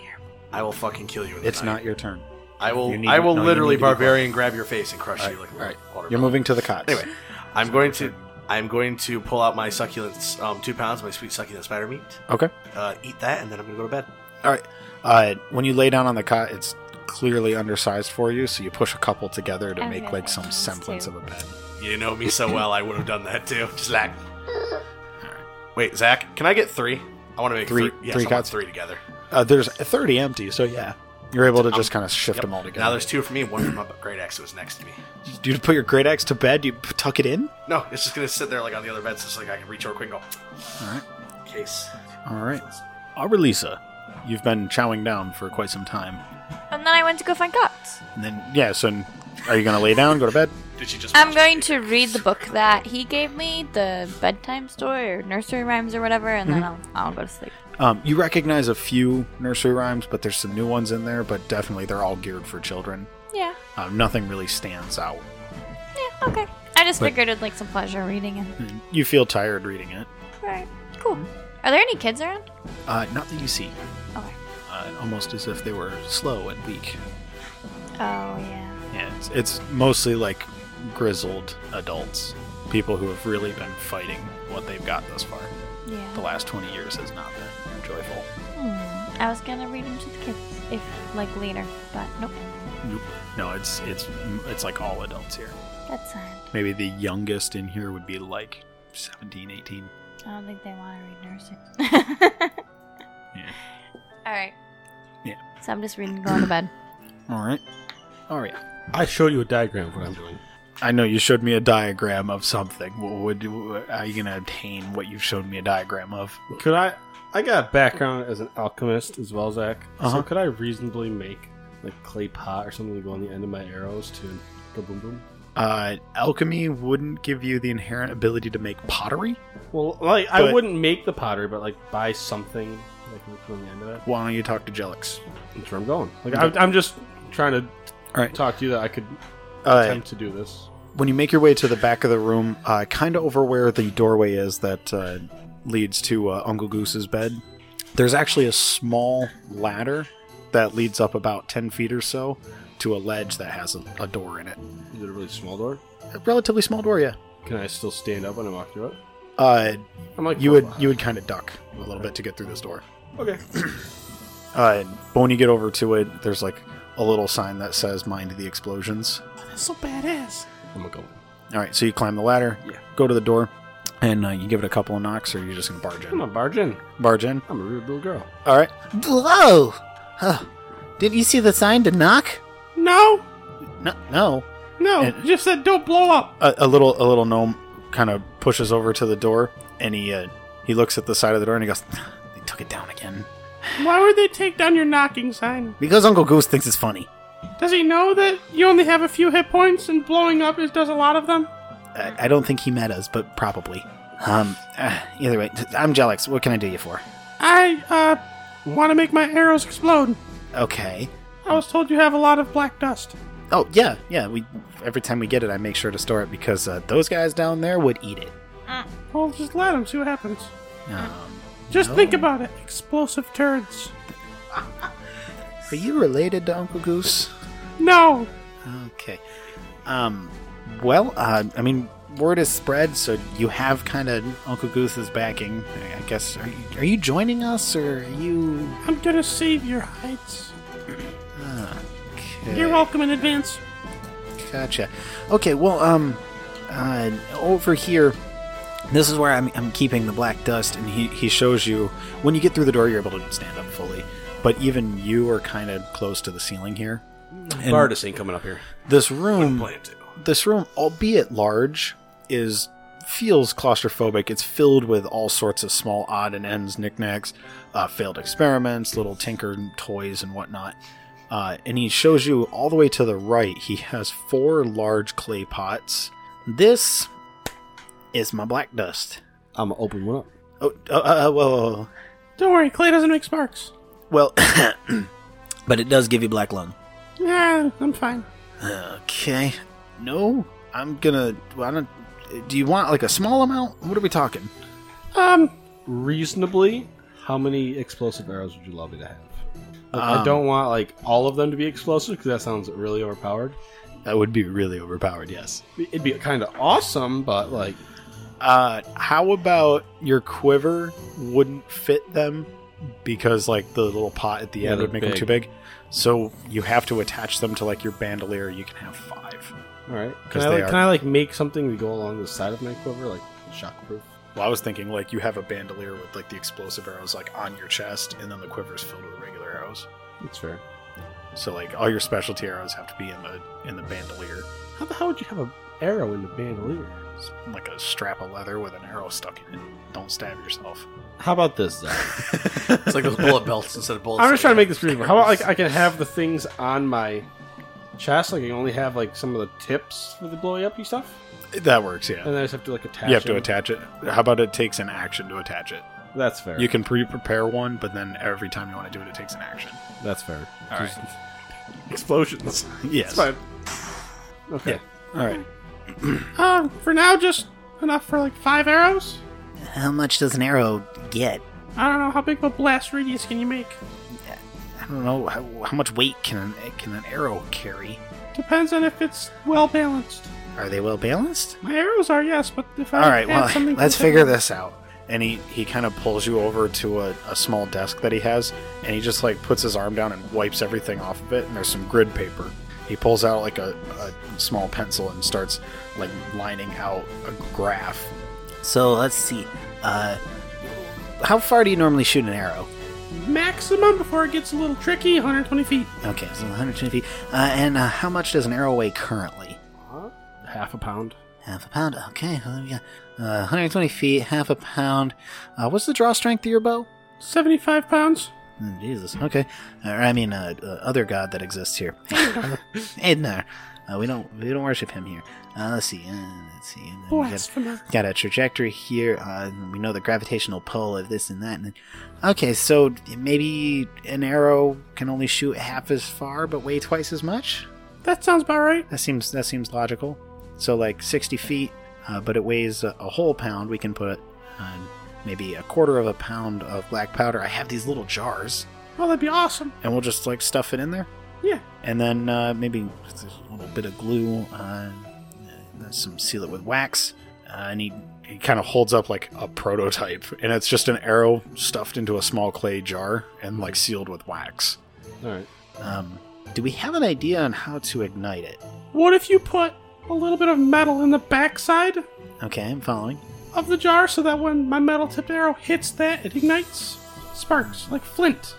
[SPEAKER 5] I will fucking kill you. In
[SPEAKER 3] It's
[SPEAKER 5] the
[SPEAKER 3] not
[SPEAKER 5] night.
[SPEAKER 3] your turn.
[SPEAKER 5] I will.
[SPEAKER 3] you need-
[SPEAKER 5] I will
[SPEAKER 3] no, you
[SPEAKER 5] literally
[SPEAKER 3] need to be
[SPEAKER 5] barbarian grab your face and crush you
[SPEAKER 3] Alright,
[SPEAKER 5] like a
[SPEAKER 3] alright.
[SPEAKER 5] water
[SPEAKER 3] You're
[SPEAKER 5] bottle.
[SPEAKER 3] moving to the cots.
[SPEAKER 5] Anyway, I'm going to. I'm going to pull out my succulent, um, two pounds, my sweet succulent spider meat.
[SPEAKER 3] Okay.
[SPEAKER 5] Uh, eat that, and then I'm gonna go to bed.
[SPEAKER 3] All right. Uh, when you lay down on the cot, it's clearly undersized for you, so you push a couple together to
[SPEAKER 6] I'm
[SPEAKER 3] make
[SPEAKER 6] gonna
[SPEAKER 3] like
[SPEAKER 6] lay
[SPEAKER 3] some
[SPEAKER 6] down
[SPEAKER 3] semblance
[SPEAKER 6] too.
[SPEAKER 3] of a bed.
[SPEAKER 5] You know me so well, I would have done that too. Just like, Wait, Zach, can I get three? I want to make
[SPEAKER 3] Three-
[SPEAKER 5] three. Yes,
[SPEAKER 3] three
[SPEAKER 5] I want
[SPEAKER 3] cuts?
[SPEAKER 5] three together.
[SPEAKER 3] Uh, there's 30 empty, so yeah. You're able to just kind of shift
[SPEAKER 5] Yep.
[SPEAKER 3] them all together.
[SPEAKER 5] Now there's two for me, one for my great axe that was next to me.
[SPEAKER 3] Do you put your great axe to bed? You p- tuck it in?
[SPEAKER 5] No, it's just gonna sit there like on the other bed, so it's like I can reach over quick and go.
[SPEAKER 3] Alright.
[SPEAKER 5] Case.
[SPEAKER 3] All right. Aurelisa, you've been chowing down for quite some time.
[SPEAKER 6] And then I went to go find Guts.
[SPEAKER 3] And then, yeah, so n- are you going to lay down, go to bed?
[SPEAKER 5] Did she just?
[SPEAKER 6] I'm
[SPEAKER 14] Um,
[SPEAKER 5] watch
[SPEAKER 6] going
[SPEAKER 5] me?
[SPEAKER 6] to read the book that he gave me, the bedtime story or nursery rhymes or whatever, and then
[SPEAKER 8] Mm-hmm.
[SPEAKER 6] I'll, I'll go to sleep.
[SPEAKER 3] Um, you recognize a few nursery rhymes, but there's some new ones in there, but definitely they're all geared for children.
[SPEAKER 6] Yeah.
[SPEAKER 3] Um, nothing really stands out.
[SPEAKER 6] Yeah, okay. I just figured it'd like some pleasure reading and
[SPEAKER 8] Mm.
[SPEAKER 3] You feel tired reading it.
[SPEAKER 6] Alright. Cool. Mm-hmm. Are there any kids around?
[SPEAKER 3] Uh, not that you see.
[SPEAKER 6] Okay.
[SPEAKER 3] Uh, almost as if they were slow and weak.
[SPEAKER 6] Oh yeah.
[SPEAKER 3] Yeah, it's, it's mostly like grizzled adults, people who have really been fighting what they've got thus far. The
[SPEAKER 6] Yeah.
[SPEAKER 3] last 20 years has not been joyful.
[SPEAKER 6] Hmm. I was gonna read them to the kids if like later, but nope.
[SPEAKER 3] Nope. No, it's it's it's like all adults here.
[SPEAKER 6] That's fine.
[SPEAKER 3] Maybe the youngest in here would be like 17, 18.
[SPEAKER 6] I don't think they want to read nursing.
[SPEAKER 3] Yeah.
[SPEAKER 6] Alright.
[SPEAKER 3] Yeah.
[SPEAKER 6] So I'm just reading going to bed.
[SPEAKER 3] All right. Oh yeah.
[SPEAKER 8] I showed you a diagram of what I'm doing.
[SPEAKER 3] I know you showed me a diagram of something. What would you, how are you gonna obtain what you showed me a diagram of?
[SPEAKER 8] Could I? I got a background as an alchemist as well, Zach.
[SPEAKER 3] Uh-huh.
[SPEAKER 8] So could I reasonably make like clay pot or something to go on the end of my arrows to go boom boom?
[SPEAKER 3] Uh, alchemy wouldn't give you the inherent ability to make pottery.
[SPEAKER 8] Well, like I
[SPEAKER 3] But-
[SPEAKER 8] wouldn't make the pottery, but like buy something like look on the end of it.
[SPEAKER 3] Why don't you talk to Jelix?
[SPEAKER 8] That's where I'm going. Like I, I'm just trying to
[SPEAKER 3] Alright.
[SPEAKER 8] talk to you that I could
[SPEAKER 3] Uh,
[SPEAKER 8] attempt to do this.
[SPEAKER 3] when you make your way to the back of the room, uh, kind of over where the doorway is that uh, leads to uh, Uncle Goose's bed, there's actually a small ladder that leads up about 10 feet or so to a ledge that has a, a door in it.
[SPEAKER 8] Is it a really small door?
[SPEAKER 3] A relatively small door, yeah.
[SPEAKER 8] Can I still stand up when I walk through it?
[SPEAKER 3] Uh,
[SPEAKER 8] I'm like
[SPEAKER 3] you would
[SPEAKER 8] four
[SPEAKER 3] you would kind of duck a little bit to get through this door.
[SPEAKER 8] five. okay.
[SPEAKER 3] Uh, but when you get over to it, there's like a little sign that says "Mind the explosions."
[SPEAKER 15] That's so badass.
[SPEAKER 8] I'm gonna go.
[SPEAKER 3] All right, so you climb the ladder,
[SPEAKER 8] Yeah.
[SPEAKER 3] go to the door, and uh, you give it a couple of knocks, or you're just gonna barge
[SPEAKER 8] I'm
[SPEAKER 3] in.
[SPEAKER 8] a barge in.
[SPEAKER 3] Barge in.
[SPEAKER 8] I'm a rude little girl.
[SPEAKER 3] All right.
[SPEAKER 16] Whoa! Huh. Did you see the sign to knock?
[SPEAKER 15] No,
[SPEAKER 3] No, no.
[SPEAKER 15] no.
[SPEAKER 3] And-
[SPEAKER 15] you just said don't blow up.
[SPEAKER 3] A, a little, a little gnome kind of pushes over to the door, and he uh, he looks at the side of the door and he goes, "They took it down again."
[SPEAKER 15] Why would they take down your knocking sign?
[SPEAKER 16] Because Uncle Goose thinks it's funny.
[SPEAKER 15] Does he know that you only have a few hit points and blowing up is does a lot of them?
[SPEAKER 16] I, I don't think he met us, but probably. Um. uh, either way, I'm Jelix. What can I do you for?
[SPEAKER 15] I uh want to make my arrows explode.
[SPEAKER 16] Okay.
[SPEAKER 15] I was told you have a lot of black dust.
[SPEAKER 16] Oh yeah, yeah. We every time we get it, I make sure to store it because uh, those guys down there would eat it.
[SPEAKER 15] Well, just let him see what happens.
[SPEAKER 16] Um,
[SPEAKER 15] Just
[SPEAKER 16] No.
[SPEAKER 15] think about it. Explosive turds.
[SPEAKER 16] are you related to Uncle Goose?
[SPEAKER 15] No.
[SPEAKER 16] Okay. Um. Well, uh, I mean, word is spread, so you have kind of Uncle Goose's backing. I- I guess. Are you, are you joining us, or are you?
[SPEAKER 15] I'm gonna save your hides.
[SPEAKER 16] Okay.
[SPEAKER 15] You're welcome in advance.
[SPEAKER 16] Gotcha. Okay, well, um, uh, over here, this is where I'm, I'm keeping the black dust, and he, he shows you.
[SPEAKER 3] When you get through the door, you're able to stand up fully, but even you are kind of close to the ceiling here. And
[SPEAKER 8] Bardis ain't coming up here.
[SPEAKER 3] this room,
[SPEAKER 5] Plan to.
[SPEAKER 3] this room, albeit large, is feels claustrophobic. It's filled with all sorts of small odd and ends, knickknacks, uh, failed experiments, little tinker toys, and whatnot. Uh, and he shows you all the way to the right. He has four large clay pots. This is my black dust.
[SPEAKER 8] I'm gonna open one up.
[SPEAKER 3] Oh, uh, uh, whoa, whoa, whoa.
[SPEAKER 15] Don't worry, clay doesn't make sparks.
[SPEAKER 16] Well, but it does give you black lung.
[SPEAKER 15] Yeah, I'm fine.
[SPEAKER 16] Okay. No, I'm gonna. I don't. Do you want like a small amount? What are we talking?
[SPEAKER 15] Um,
[SPEAKER 8] Reasonably, how many explosive arrows would you love me to have? Like, I
[SPEAKER 3] Um,
[SPEAKER 8] don't want like all of them to be explosive because that sounds really overpowered.
[SPEAKER 3] That would be really overpowered. Yes.
[SPEAKER 8] It'd be kind of awesome, but like
[SPEAKER 3] Uh, how about your quiver wouldn't fit them because like the little pot at the
[SPEAKER 8] Yeah,
[SPEAKER 3] end
[SPEAKER 8] they're
[SPEAKER 3] would make them too big. So you have to attach them to like your bandolier. You can have five.
[SPEAKER 8] All right. Can
[SPEAKER 3] 'Cause
[SPEAKER 8] I,
[SPEAKER 3] they
[SPEAKER 8] like,
[SPEAKER 3] are-
[SPEAKER 8] can I like make something to go along the side of my quiver, like shockproof?
[SPEAKER 1] Well, I was thinking like you have a bandolier with like the explosive arrows like on your chest, and then the quiver is filled with regular arrows.
[SPEAKER 17] That's fair.
[SPEAKER 1] So like all your specialty arrows have to be in the in the bandolier,
[SPEAKER 17] How the hell would you have an arrow in the bandolier?
[SPEAKER 1] It's like a strap of leather with an arrow stuck in it. Don't stab yourself.
[SPEAKER 17] How about this though?
[SPEAKER 5] It's like those bullet belts instead of bullets.
[SPEAKER 17] I'm just trying to make this reasonable. How about like I can have the things on my chest, like I can only have like some of the tips for the blowy up stuff,
[SPEAKER 1] That works, yeah.
[SPEAKER 17] and then I just have to like attach.
[SPEAKER 1] You have to
[SPEAKER 17] them.
[SPEAKER 1] attach it. How about it takes an action to attach it?
[SPEAKER 17] That's fair.
[SPEAKER 1] You can pre-prepare one, but then every time you want to do it, it takes an action.
[SPEAKER 17] That's fair.
[SPEAKER 1] All right.
[SPEAKER 17] Explosions.
[SPEAKER 1] Yes.
[SPEAKER 17] It's fine. Okay.
[SPEAKER 1] All right.
[SPEAKER 8] Um, for now, just enough for like five arrows.
[SPEAKER 3] How much does an arrow get?
[SPEAKER 8] I don't know how big of a blast radius can you make.
[SPEAKER 3] I don't know. How, how much weight can an, can an arrow carry?
[SPEAKER 8] Depends on if it's well balanced.
[SPEAKER 3] Are they well balanced?
[SPEAKER 8] My arrows are yes, but if I
[SPEAKER 1] All right.
[SPEAKER 8] add
[SPEAKER 1] Well,
[SPEAKER 8] something
[SPEAKER 1] let's
[SPEAKER 8] to them-
[SPEAKER 1] figure this out. And he, he kind of pulls you over to a, a small desk that he has, and he just like puts his arm down and wipes everything off of it. And there's some grid paper. He pulls out like a, a small pencil and starts like lining out a graph.
[SPEAKER 3] So let's see. Uh, how far do you normally shoot an arrow?
[SPEAKER 8] maximum before it gets a little tricky. 120 feet.
[SPEAKER 3] Okay, so 120 feet. Uh, and uh, how much does an arrow weigh currently?
[SPEAKER 17] Half a pound.
[SPEAKER 3] Half a pound. Okay, well, yeah. Uh, 120 feet, half a pound. Uh, what's the draw strength of your bow?
[SPEAKER 8] 75 pounds.
[SPEAKER 3] Mm, Jesus. Okay. Or, I mean, uh, uh, other god that exists here. Ednar. Uh, we don't we don't worship him here. Uh, let's see. Uh, let's see. And then we got,
[SPEAKER 8] Blasphemer.
[SPEAKER 3] got a trajectory here. Uh, we know the gravitational pull of this and that. And then, okay, so maybe an arrow can only shoot half as far, but weigh twice as much.
[SPEAKER 8] That sounds about right.
[SPEAKER 3] That seems that seems logical. So like 60 feet, uh, but it weighs a, a whole pound. We can put uh, maybe a quarter of a pound of black powder. I have these little jars,
[SPEAKER 8] Oh, that'd be awesome.
[SPEAKER 3] and we'll just like stuff it in there.
[SPEAKER 8] Yeah.
[SPEAKER 3] And then uh, maybe just a little bit of glue, uh, uh, some seal it with wax.
[SPEAKER 1] Uh, and he, he kind of holds up like a prototype, and it's just an arrow stuffed into a small clay jar and like sealed with wax.
[SPEAKER 17] All right.
[SPEAKER 3] Um, do we have an idea on how to ignite it?
[SPEAKER 8] What if you put a little bit of metal in the backside
[SPEAKER 3] Okay, I'm following.
[SPEAKER 8] of the jar so that when my metal tipped arrow hits that, it ignites sparks like flint?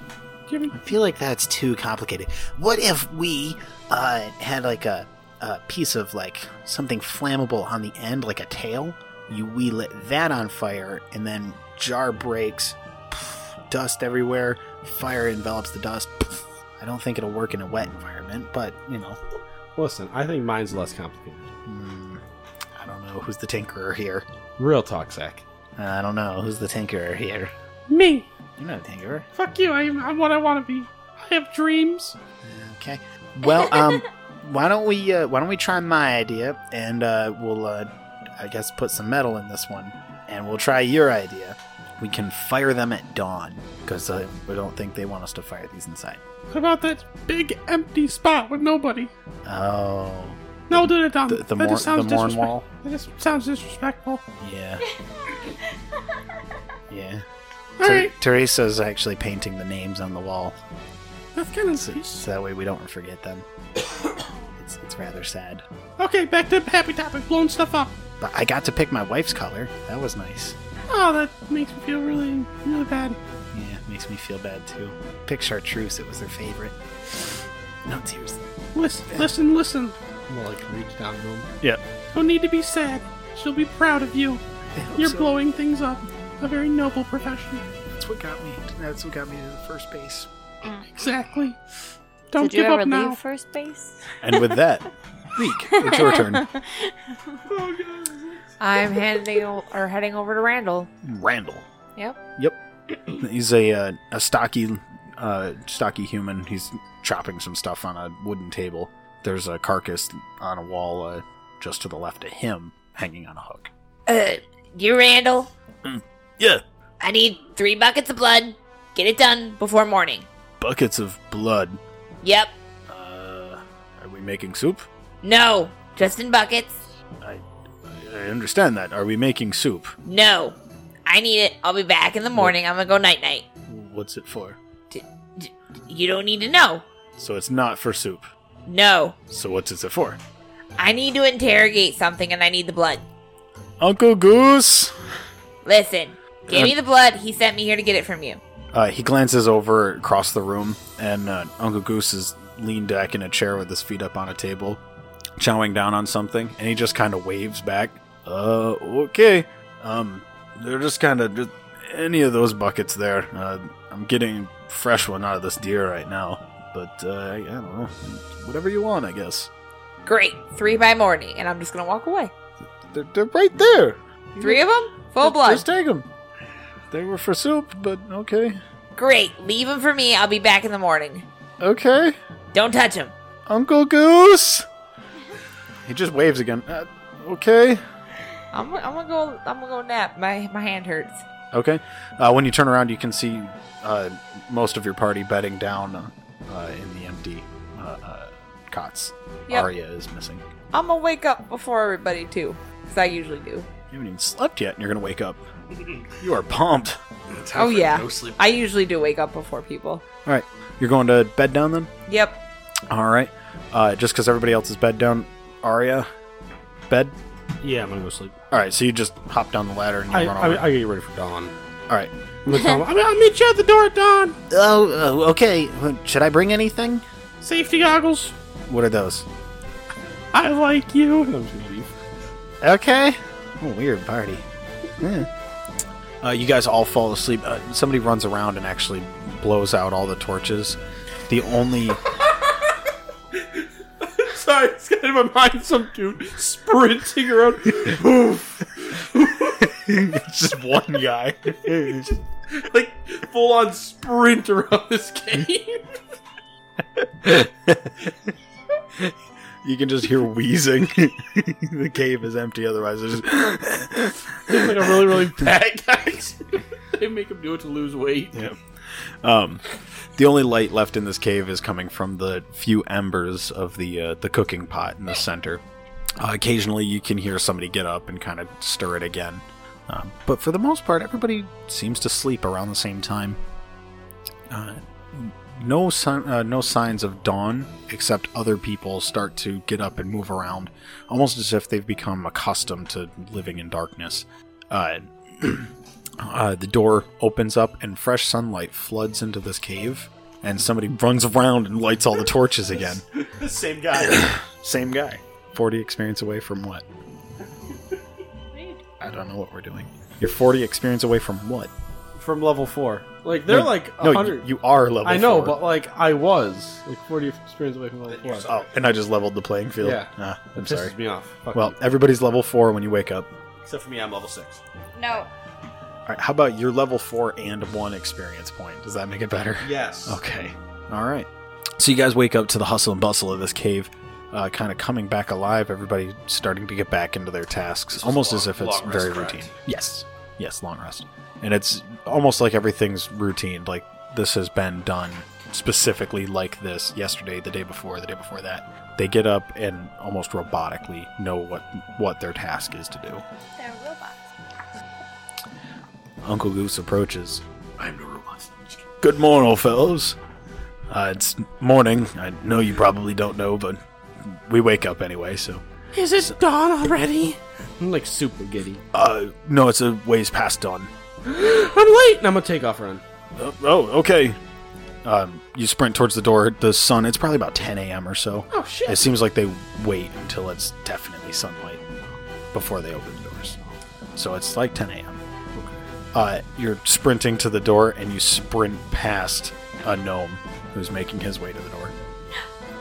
[SPEAKER 8] Do you
[SPEAKER 3] I feel like that's too complicated. What if we uh, had like a, a piece of like something flammable on the end, like a tail? You we lit that on fire, and then jar breaks, pff, dust everywhere, fire envelops the dust. pff. I don't think it'll work in a wet environment, but you know,
[SPEAKER 17] Listen, I think mine's less complicated.
[SPEAKER 3] hmm, I don't know who's the tinkerer here.
[SPEAKER 17] Real talk, Zach.
[SPEAKER 3] I don't know who's the tinkerer here.
[SPEAKER 8] have me?
[SPEAKER 3] You're not a tinkerer.
[SPEAKER 8] Fuck you. I, am- I'm what I want to be. I have dreams.
[SPEAKER 3] Okay. Well, um, why don't we uh, why don't we try my idea and uh, we'll uh, I guess put some metal in this one and we'll try your idea. We can fire them at dawn because uh, we don't think they want us to fire these inside.
[SPEAKER 8] What about that big empty spot with nobody?
[SPEAKER 3] Oh,
[SPEAKER 8] No, do it, Don.
[SPEAKER 1] The, the,
[SPEAKER 8] that
[SPEAKER 1] mor-
[SPEAKER 8] just sounds
[SPEAKER 1] the Morn
[SPEAKER 8] disrespectful.
[SPEAKER 1] Wall?
[SPEAKER 8] That just sounds disrespectful.
[SPEAKER 3] yeah, yeah.
[SPEAKER 8] All
[SPEAKER 3] Ter-
[SPEAKER 8] right,
[SPEAKER 3] Teresa's actually painting the names on the wall
[SPEAKER 8] that's kind of
[SPEAKER 3] so,
[SPEAKER 8] nice.
[SPEAKER 3] so that way we don't forget them. it's, it's rather sad.
[SPEAKER 8] Okay, back to happy topic, blowing stuff up.
[SPEAKER 3] But I got to pick my wife's color. That was nice.
[SPEAKER 8] Oh, that makes me feel really, really bad.
[SPEAKER 3] Yeah, makes me feel bad too. Pick Chartreuse, it was their favorite. No tears.
[SPEAKER 8] Listen, listen, listen.
[SPEAKER 17] I'm gonna like reach down to him.
[SPEAKER 8] Don't need to be sad. She'll be proud of you. You're
[SPEAKER 3] so.
[SPEAKER 8] blowing things up. A very noble profession.
[SPEAKER 1] That's what got me. That's what got me to the first base.
[SPEAKER 8] Exactly. Don't
[SPEAKER 6] Did you
[SPEAKER 8] give
[SPEAKER 6] ever
[SPEAKER 8] up now.
[SPEAKER 6] leave first base?
[SPEAKER 1] And with that, Reek, it's your turn.
[SPEAKER 18] I'm handing o- or heading over to Randall.
[SPEAKER 1] Randall.
[SPEAKER 18] Yep.
[SPEAKER 1] Yep. He's a uh, a stocky uh, stocky human. He's chopping some stuff on a wooden table. There's a carcass on a wall uh, just to the left of him, hanging on a hook.
[SPEAKER 2] Uh, you Randall?
[SPEAKER 3] Yeah.
[SPEAKER 2] I need three buckets of blood. Get it done before morning.
[SPEAKER 3] Buckets of blood.
[SPEAKER 2] Yep.
[SPEAKER 1] Uh, are we making soup?
[SPEAKER 2] No. Just in buckets.
[SPEAKER 1] I understand that. Are we making soup?
[SPEAKER 2] No. I need it. I'll be back in the morning. I'm gonna go night night.
[SPEAKER 1] What's it for?
[SPEAKER 2] You don't need to know.
[SPEAKER 1] So it's not for soup.
[SPEAKER 2] No.
[SPEAKER 1] So what's it for?
[SPEAKER 2] I need to interrogate something and I need the blood.
[SPEAKER 1] Uncle Goose.
[SPEAKER 2] Listen, give me the blood. He sent me here to get it from you.
[SPEAKER 3] Uh, he glances over across the room, and uh, Uncle Goose is leaned back in a chair with his feet up on a table, chowing down on something, and he just kind of waves back. Uh, okay. Um, they're just kind of just any of those buckets there. Uh, I'm getting fresh one out of this deer right now, but uh, I I don't know. Whatever you want, I guess.
[SPEAKER 4] Great. Three by morning, and I'm just gonna walk away.
[SPEAKER 3] They're, they're right there.
[SPEAKER 4] Three of them, full blood.
[SPEAKER 3] Just take them. They were for soup, but okay.
[SPEAKER 2] Great. Leave him for me. I'll be back in the morning.
[SPEAKER 3] Okay.
[SPEAKER 2] Don't touch him.
[SPEAKER 3] Uncle Goose. He just waves again. Uh, okay.
[SPEAKER 4] I'm, I'm gonna go. I'm gonna go nap. My my hand hurts.
[SPEAKER 3] Okay. Uh, when you turn around, you can see uh, most of your party bedding down uh, in the empty uh, uh, cots.
[SPEAKER 4] Yep.
[SPEAKER 3] Arya is missing.
[SPEAKER 4] I'm gonna wake up before everybody too, because I usually do.
[SPEAKER 3] You haven't even slept yet, and you're gonna wake up. You are pumped.
[SPEAKER 4] Oh yeah,
[SPEAKER 5] No sleep.
[SPEAKER 4] I usually do wake up before people.
[SPEAKER 3] All right. You're going to bed down then.
[SPEAKER 4] Yep.
[SPEAKER 3] All right. Uh, just because everybody else is bed down, Arya, bed.
[SPEAKER 8] Yeah, I'm gonna go sleep.
[SPEAKER 3] All right. So you just hop down the ladder and you
[SPEAKER 8] I,
[SPEAKER 3] run
[SPEAKER 8] I,
[SPEAKER 3] over.
[SPEAKER 8] I get ready for dawn.
[SPEAKER 3] All right.
[SPEAKER 8] I'm gonna tell him, I'll I'll meet you at the door at dawn.
[SPEAKER 3] Oh, uh, okay. Should I bring anything?
[SPEAKER 8] Safety goggles.
[SPEAKER 3] What are those?
[SPEAKER 8] I like you. And I'm just gonna leave.
[SPEAKER 3] Okay. Oh, weird party. Uh, you guys all fall asleep. Uh, somebody runs around and actually blows out all the torches. The only
[SPEAKER 8] Sorry, it's got in my mind some dude sprinting around.
[SPEAKER 3] just one guy.
[SPEAKER 8] like full on sprint around this game.
[SPEAKER 3] You can just hear wheezing. the cave is empty. Otherwise, there's
[SPEAKER 8] like a really, really bad guy. they make him do it to lose weight.
[SPEAKER 3] um, the only light left in this cave is coming from the few embers of the uh, the cooking pot in the center. Uh, occasionally, you can hear somebody get up and kind of stir it again. Um, but for the most part, everybody seems to sleep around the same time. Uh, no, sign, uh, no signs of dawn, except other people start to get up and move around, almost as if they've become accustomed to living in darkness. Uh, uh, the door opens up and fresh sunlight floods into this cave, and somebody runs around and lights all the torches again.
[SPEAKER 8] Same guy.
[SPEAKER 3] Same guy. 40 experience away from what? I don't know what we're doing. You're 40 experience away from what?
[SPEAKER 8] From level four. Like they're
[SPEAKER 3] No,
[SPEAKER 8] like
[SPEAKER 3] No,
[SPEAKER 8] a
[SPEAKER 3] you,
[SPEAKER 8] hundred.
[SPEAKER 3] you are level
[SPEAKER 8] I know,
[SPEAKER 3] four.
[SPEAKER 8] but like I was. Like forty experience away from level four.
[SPEAKER 3] Oh, and I just leveled the playing field.
[SPEAKER 8] Yeah.
[SPEAKER 3] Ah, I'm
[SPEAKER 8] Pisses
[SPEAKER 3] sorry.
[SPEAKER 8] me off. Fuck
[SPEAKER 3] Well,
[SPEAKER 8] you.
[SPEAKER 3] everybody's level 4 when you wake up.
[SPEAKER 8] except for me, I'm level six.
[SPEAKER 6] No.
[SPEAKER 3] All right, how about your level 4 and 1 experience point? Does that make it better?
[SPEAKER 8] Yes.
[SPEAKER 3] Okay. All right. So you guys wake up to the hustle and bustle of this cave, uh, kind of coming back alive. Everybody starting to get back into their tasks,
[SPEAKER 5] This was
[SPEAKER 3] almost
[SPEAKER 5] long-
[SPEAKER 3] as if it's
[SPEAKER 5] long rest,
[SPEAKER 3] very
[SPEAKER 5] correct?
[SPEAKER 3] routine. Yes. Yes, long rest. And it's almost like everything's routine. Like this has been done specifically like this yesterday, the day before, the day before that. They get up and almost robotically know what what their task is to do.
[SPEAKER 6] They're robots.
[SPEAKER 3] Uncle Goose approaches.
[SPEAKER 5] I'm no robot.
[SPEAKER 3] Good morning, old fellows. Uh, it's morning. I know you probably don't know, but we wake up anyway, so.
[SPEAKER 1] Is it dawn already?
[SPEAKER 8] I'm like super giddy.
[SPEAKER 3] Uh, no, it's a ways past dawn.
[SPEAKER 8] I'm late, and I'm gonna take off run.
[SPEAKER 3] Uh, oh, okay. Um, you sprint towards the door. The sun, it's probably about 10 a.m. or so.
[SPEAKER 8] Oh
[SPEAKER 3] It
[SPEAKER 8] shit!
[SPEAKER 3] seems like they wait until it's definitely sunlight before they open the doors. So it's like 10 a.m. Uh, you're sprinting to the door and you sprint past a gnome who's making his way to the door.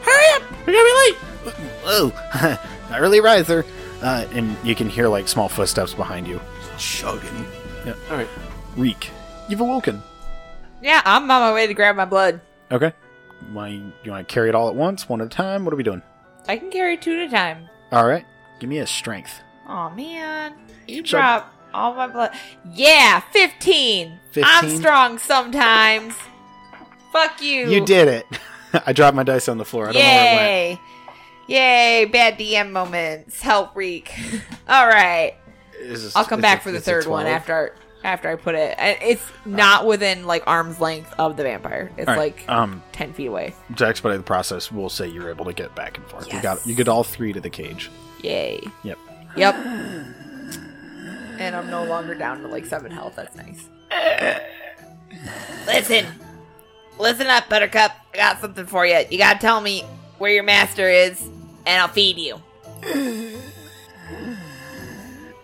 [SPEAKER 1] Hurry up! We're gonna be late!
[SPEAKER 3] Oh, early riser. Uh, and you can hear like small footsteps behind you.
[SPEAKER 5] Chugging.
[SPEAKER 8] All right.
[SPEAKER 3] Reek, you've awoken.
[SPEAKER 4] Yeah, I'm on my way to grab my blood.
[SPEAKER 3] Okay. Why you want to carry it all at once, one at a time? What are we doing?
[SPEAKER 4] I can carry two at a time.
[SPEAKER 3] All right. Give me a strength.
[SPEAKER 4] Oh man, you
[SPEAKER 3] Chug.
[SPEAKER 4] drop all my blood. Yeah, 15. I'm
[SPEAKER 3] 15?
[SPEAKER 4] strong sometimes. Fuck you.
[SPEAKER 3] You did it. I dropped my dice on the floor. I don't know where it went.
[SPEAKER 4] Yay! Yay! Bad DM moments. Help, reek. All right,
[SPEAKER 3] It's just-
[SPEAKER 4] I'll come
[SPEAKER 3] it's
[SPEAKER 4] back
[SPEAKER 3] a-
[SPEAKER 4] for the
[SPEAKER 3] it's a
[SPEAKER 4] third one
[SPEAKER 3] 12.
[SPEAKER 4] after after I put it. I- It's not within like arm's length of the vampire. It's
[SPEAKER 3] All right,
[SPEAKER 4] like
[SPEAKER 3] um,
[SPEAKER 4] ten feet away.
[SPEAKER 3] to expedite the process, we'll say you were able to get back and forth. You got
[SPEAKER 4] Yes.
[SPEAKER 3] you get all three to the cage.
[SPEAKER 4] Yay!
[SPEAKER 3] Yep.
[SPEAKER 4] Yep.
[SPEAKER 14] and I'm no longer down to like seven health. That's nice.
[SPEAKER 4] Listen. Listen up, Buttercup. I got something for you. You gotta tell me where your master is, and I'll feed you.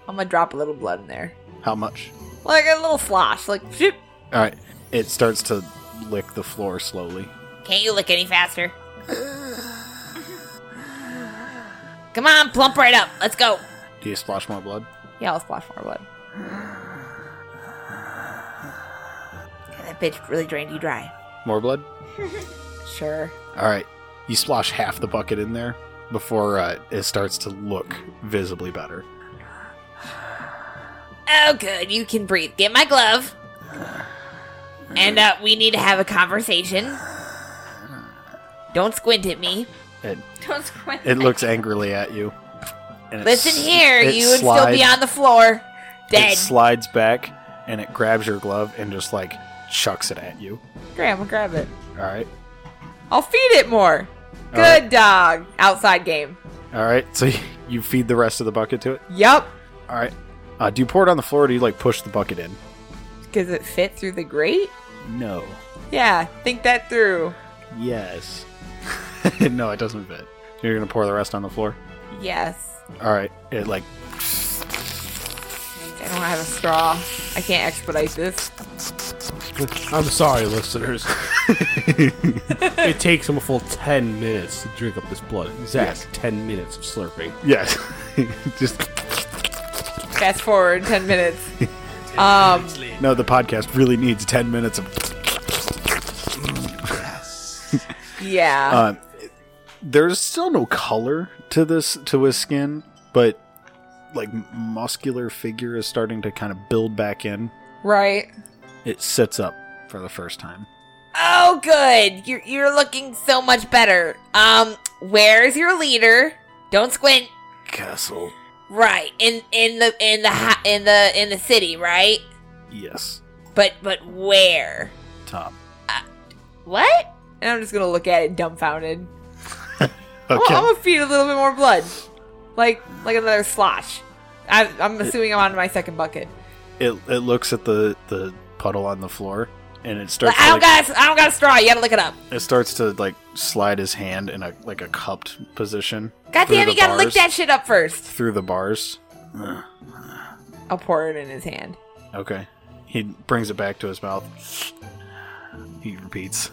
[SPEAKER 14] I'm gonna drop a little blood in there,
[SPEAKER 3] How much?
[SPEAKER 14] like a little slosh, like ship.
[SPEAKER 3] All right. It starts to lick the floor slowly.
[SPEAKER 4] Can't you lick any faster? Come on, plump right up. Let's go.
[SPEAKER 3] Do you splash more blood?
[SPEAKER 14] Yeah, I'll splash more blood.
[SPEAKER 4] That bitch really drained you dry.
[SPEAKER 3] More blood?
[SPEAKER 14] Sure.
[SPEAKER 3] All right. You splash half the bucket in there before uh, it starts to look visibly better.
[SPEAKER 4] Oh, good. You can breathe. Get my glove. And uh, we need to have a conversation. Don't squint at me.
[SPEAKER 6] Don't squint.
[SPEAKER 3] It looks angrily at you. And it
[SPEAKER 4] Listen
[SPEAKER 3] s-
[SPEAKER 4] here,
[SPEAKER 3] it
[SPEAKER 4] you would still be
[SPEAKER 3] slides-
[SPEAKER 4] on the floor,
[SPEAKER 3] It
[SPEAKER 4] dead.
[SPEAKER 3] slides back and it grabs your glove and just like chucks it at you.
[SPEAKER 14] Grandma, grab it.
[SPEAKER 3] All right.
[SPEAKER 14] I'll feed it more. Good
[SPEAKER 3] Alright.
[SPEAKER 14] dog. Outside game.
[SPEAKER 3] All right. So you feed the rest of the bucket to it.
[SPEAKER 14] Yup.
[SPEAKER 3] All right. Uh, do you pour it on the floor or do you like push the bucket in?
[SPEAKER 14] Does it fit through the grate?
[SPEAKER 3] No.
[SPEAKER 14] Yeah, think that through.
[SPEAKER 3] Yes. no, it doesn't fit. You're going to pour the rest on the floor?
[SPEAKER 14] Yes.
[SPEAKER 3] All right. It like
[SPEAKER 14] I don't have a straw. I can't expedite this.
[SPEAKER 8] I'm sorry, listeners. it takes him a full 10 minutes to drink up this blood. Exact 10 minutes of slurping.
[SPEAKER 3] Yes. Just
[SPEAKER 14] Fast forward 10 minutes. Um,
[SPEAKER 3] no. The podcast really needs ten minutes of.
[SPEAKER 14] yeah.
[SPEAKER 3] Uh, there's still no color to this to his skin, but like muscular figure is starting to kind of build back in.
[SPEAKER 14] right.
[SPEAKER 3] It sits up for the first time.
[SPEAKER 4] Oh, good. You're you're looking so much better. Um, where's your leader? Don't squint.
[SPEAKER 3] Castle.
[SPEAKER 4] Right in in the in the ho- in the in the city, right?
[SPEAKER 3] Yes.
[SPEAKER 4] But but where?
[SPEAKER 3] Top.
[SPEAKER 4] What?
[SPEAKER 14] And I'm just going to look at it dumbfounded.
[SPEAKER 8] Oh.
[SPEAKER 14] I'm-
[SPEAKER 3] Okay.
[SPEAKER 14] I'm, going to feed a little bit more blood. Like like another slosh. I, I'm assuming I'm on my second bucket.
[SPEAKER 3] It it looks at the the puddle on the floor and it
[SPEAKER 4] Like,
[SPEAKER 3] starts
[SPEAKER 4] I
[SPEAKER 3] to,
[SPEAKER 4] don't
[SPEAKER 3] like,
[SPEAKER 4] got a, I don't got a straw. You gotta look it up.
[SPEAKER 3] it starts to like slide his hand in a like a cupped position
[SPEAKER 4] God
[SPEAKER 3] Through
[SPEAKER 4] damn,
[SPEAKER 3] the
[SPEAKER 4] you gotta lick
[SPEAKER 3] bars.
[SPEAKER 4] that shit up first.
[SPEAKER 3] through the bars.
[SPEAKER 14] I'll pour it in his hand.
[SPEAKER 3] Okay. He brings it back to his mouth. He repeats.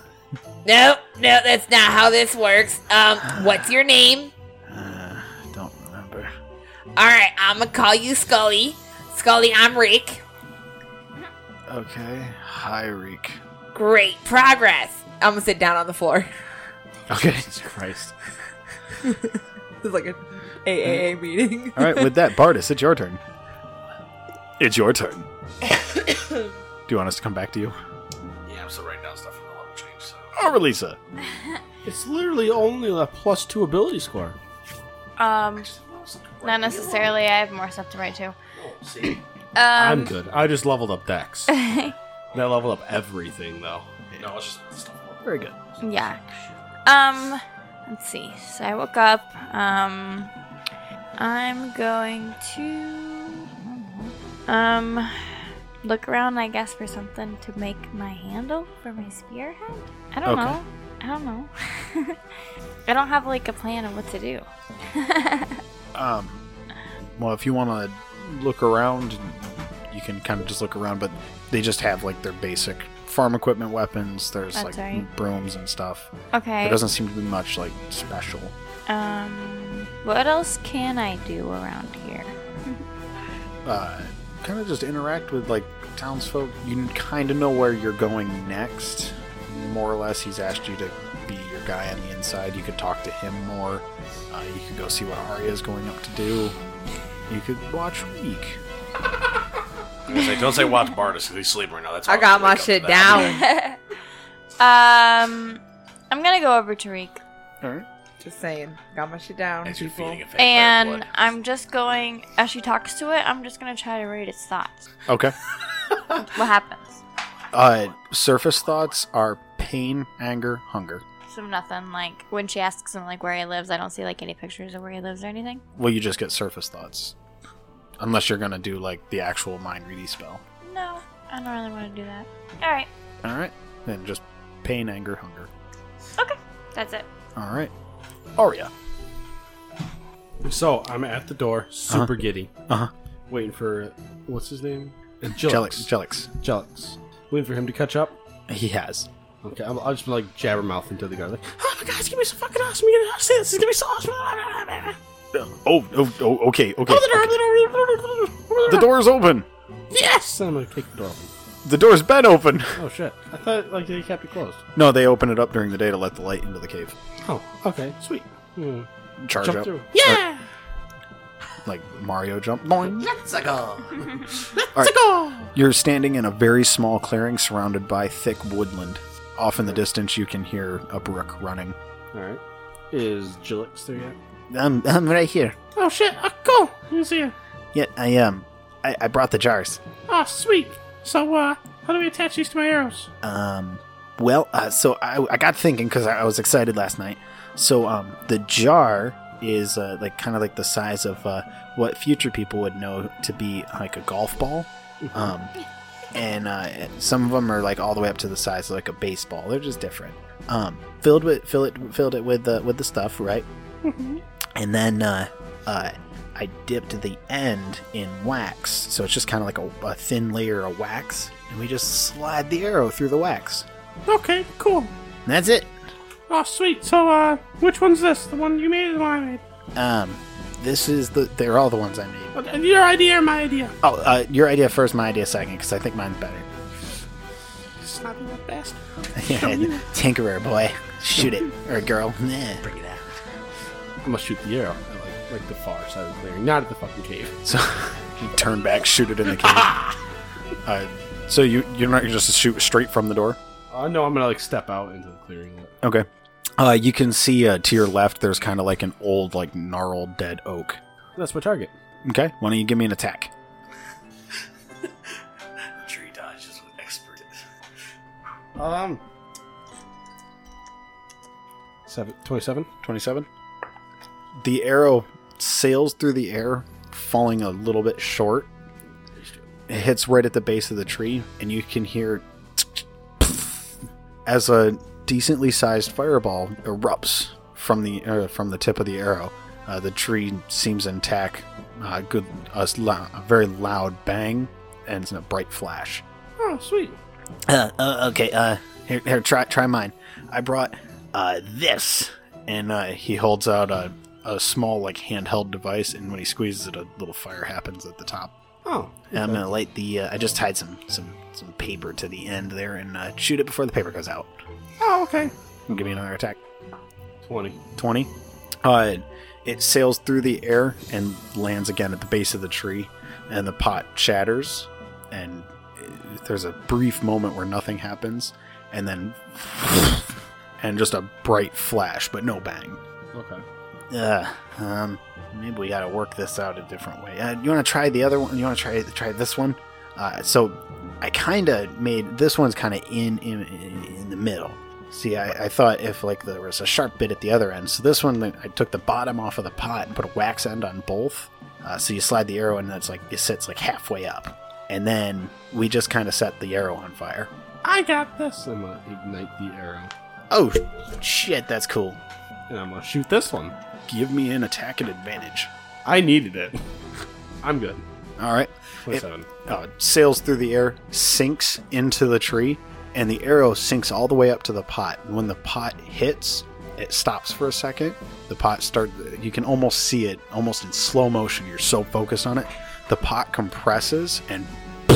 [SPEAKER 4] No, no, that's not how this works. Um, what's your name?
[SPEAKER 3] Don't remember.
[SPEAKER 4] All right, I'm gonna call you Scully. Scully, I'm Rick.
[SPEAKER 3] Okay. Hi, Reek.
[SPEAKER 4] Great progress.
[SPEAKER 14] I'm going to sit down on the floor.
[SPEAKER 3] Okay.
[SPEAKER 8] Christ.
[SPEAKER 14] it's like an AAA meeting.
[SPEAKER 3] All right. With that, Bardis, it's your turn. It's your turn. Do you want us to come back to you?
[SPEAKER 5] Yeah, I'm still writing down stuff from the level change, so.
[SPEAKER 3] Oh, Relisa.
[SPEAKER 8] It's literally only a plus two ability score.
[SPEAKER 6] Um, not necessarily. I have more stuff to write too. Um,
[SPEAKER 8] I'm good. I just leveled up Dex. and I leveled up everything, though.
[SPEAKER 5] No, it's just stuff.
[SPEAKER 3] Very good.
[SPEAKER 6] Yeah. Um, let's see. So I woke up. Um, I'm going to um look around, I guess, for something to make my handle for my spearhead. I don't
[SPEAKER 3] Okay.
[SPEAKER 6] know. I don't know. I don't have like a plan of what to do.
[SPEAKER 3] Um, well, if you want to look around, you can kind of just look around, but they just have like their basic farm equipment weapons. There's
[SPEAKER 6] That's
[SPEAKER 3] like
[SPEAKER 6] right.
[SPEAKER 3] brooms and stuff. There
[SPEAKER 6] Okay.
[SPEAKER 3] doesn't seem to be much like special.
[SPEAKER 6] Um, what else can I do around here?
[SPEAKER 3] uh, kind of just interact with like townsfolk. You kind of know where you're going next, more or less. He's asked you to be your guy on the inside. You could talk to him more. Uh, you could go see what Arya is going up to do. You could watch Week.
[SPEAKER 5] I was like, don't say watch Bardis because he's sleeping right now. That's
[SPEAKER 14] I
[SPEAKER 5] why
[SPEAKER 14] got
[SPEAKER 5] wake
[SPEAKER 14] my
[SPEAKER 5] up to
[SPEAKER 14] shit
[SPEAKER 5] that.
[SPEAKER 14] down.
[SPEAKER 6] Um, I'm gonna go over to Reek.
[SPEAKER 14] Just saying. Got my shit down.
[SPEAKER 5] As you're
[SPEAKER 14] people.
[SPEAKER 5] feeding a vampire
[SPEAKER 6] And
[SPEAKER 5] blood.
[SPEAKER 6] I'm just going, as she talks to it, I'm just going to try to read its thoughts.
[SPEAKER 3] Okay.
[SPEAKER 6] What happens?
[SPEAKER 3] Uh, surface thoughts are pain, anger, hunger.
[SPEAKER 6] So nothing, like, when she asks him, like, where he lives, I don't see, like, any pictures of where he lives or anything.
[SPEAKER 3] Well, you just get surface thoughts. unless you're gonna do like the actual mind reading spell.
[SPEAKER 6] No, I don't really want to do that. All right,
[SPEAKER 3] All right, then just pain, anger, hunger.
[SPEAKER 6] that's it.
[SPEAKER 3] All right, Aria.
[SPEAKER 8] So I'm at the door, super giddy,
[SPEAKER 3] Uh-huh.
[SPEAKER 8] waiting for what's his name?
[SPEAKER 3] Jelix. Jelix.
[SPEAKER 8] Jelix. Waiting for him to catch up.
[SPEAKER 3] He has.
[SPEAKER 8] Okay, I'm, I'll just be like jabbermouth into the guy, like, "Oh my god, it's gonna be so fucking awesome! You're gonna see this. It's gonna be so awesome!"
[SPEAKER 3] Oh, oh, oh okay, okay.
[SPEAKER 8] the door, the door,
[SPEAKER 3] The door's open.
[SPEAKER 8] Yes, and I'm gonna kick the door open.
[SPEAKER 3] The door's been open.
[SPEAKER 8] Oh shit! I thought like they kept it closed.
[SPEAKER 3] No, they open it up during the day to let the light into the cave.
[SPEAKER 8] Oh, okay, sweet. Hmm.
[SPEAKER 3] Charge
[SPEAKER 8] Jump
[SPEAKER 3] up
[SPEAKER 8] through.
[SPEAKER 19] Yeah!
[SPEAKER 3] like Mario jump. Boing.
[SPEAKER 19] Let's go!
[SPEAKER 3] Alright.
[SPEAKER 19] Let's go!
[SPEAKER 3] You're standing in a very small clearing surrounded by thick woodland. Off in the distance, you can hear a brook running.
[SPEAKER 8] All right. Is Jelix there yet?
[SPEAKER 20] I'm, I'm right here.
[SPEAKER 19] Oh shit,
[SPEAKER 8] Ah,
[SPEAKER 19] I go! You see her.
[SPEAKER 20] Yeah, I am. I, I brought the jars.
[SPEAKER 8] Ah,
[SPEAKER 19] Oh, sweet. So, uh, how do we attach these to my arrows?
[SPEAKER 20] Um, well, uh, so I, I got thinking because I, I was excited last night. So, um, the jar is uh, like kind of like the size of uh, what future people would know to be like a golf ball. Um, and uh, some of them are like all the way up to the size of like a baseball. They're just different. Um, filled with fill it filled it with the with the stuff, right? And then uh, uh, I dipped the end in wax, so it's just kind of like a, a thin layer of wax, and we just slide the arrow through the wax.
[SPEAKER 19] Okay, cool.
[SPEAKER 20] And that's it.
[SPEAKER 19] Oh, sweet. So, uh, which one's this? The one you made or the one I made?
[SPEAKER 20] Um, this is the they're all the ones I made.
[SPEAKER 19] Uh, Your idea or my idea?
[SPEAKER 20] Oh, uh, your idea first, my idea second, because I think mine's better.
[SPEAKER 19] Snobby little bastard.
[SPEAKER 20] Tinkerer boy, shoot it or girl. Nah.
[SPEAKER 8] I'm gonna shoot the arrow at like, like the far side of the clearing, not at the fucking cave.
[SPEAKER 3] So you turn back, shoot it in the cave. uh, so you you're not you're just shoot straight from the door.
[SPEAKER 8] Uh, no, I'm gonna like step out into the clearing.
[SPEAKER 3] Okay. Uh, you can see uh, to your left. There's kind of like an old, like gnarled dead oak.
[SPEAKER 8] That's my target.
[SPEAKER 3] Okay. Why don't you give me an attack?
[SPEAKER 5] Tree dodge is an expert.
[SPEAKER 8] Um, seven, 27.
[SPEAKER 3] Twenty-seven. The arrow sails through the air, falling a little bit short. It hits right at the base of the tree, and you can hear as a decently sized fireball erupts from the uh, from the tip of the arrow. Uh, the tree seems intact. Uh, good, a, s- lo- a very loud bang ends in a bright flash.
[SPEAKER 19] Oh, sweet.
[SPEAKER 20] Uh, uh, okay, uh, here, here, try, try mine. I brought uh this.
[SPEAKER 3] and uh, he holds out a, a small like handheld device and when he squeezes it a little fire happens at the top
[SPEAKER 8] Oh,
[SPEAKER 20] And I'm gonna light the. Uh, I just tied some some some paper to the end there and uh, shoot it before the paper goes out.
[SPEAKER 19] Oh, okay.
[SPEAKER 3] give me another attack
[SPEAKER 8] 20.
[SPEAKER 3] 20 uh, it sails through the air and lands again at the base of the tree and the pot shatters and uh, there's a brief moment where nothing happens and then and just a bright flash but no bang
[SPEAKER 8] Okay.
[SPEAKER 20] Uh, um, maybe we gotta work this out a different way. Uh, you wanna try the other one? You wanna try try this one? Uh, so I kinda made this one's kinda in in, in the middle. See, I, I thought if like there was a sharp bit at the other end, so this one I took the bottom off of the pot and put a wax end on both. Uh, so you slide the arrow and it's like it sits like halfway up, and then we just kind of set the arrow on fire.
[SPEAKER 19] I got this.
[SPEAKER 8] So I'm gonna ignite the arrow,
[SPEAKER 20] Oh shit, that's cool.
[SPEAKER 8] and I'm gonna shoot this one.
[SPEAKER 3] give me an attack at advantage
[SPEAKER 8] I needed it. I'm good.
[SPEAKER 3] all right
[SPEAKER 8] 27.
[SPEAKER 3] uh, sails through the air, sinks into the tree, and the arrow sinks all the way up to the pot. And when the pot hits, it stops for a second. The pot start. You can almost see it, almost in slow motion. You're so focused on it. The pot compresses and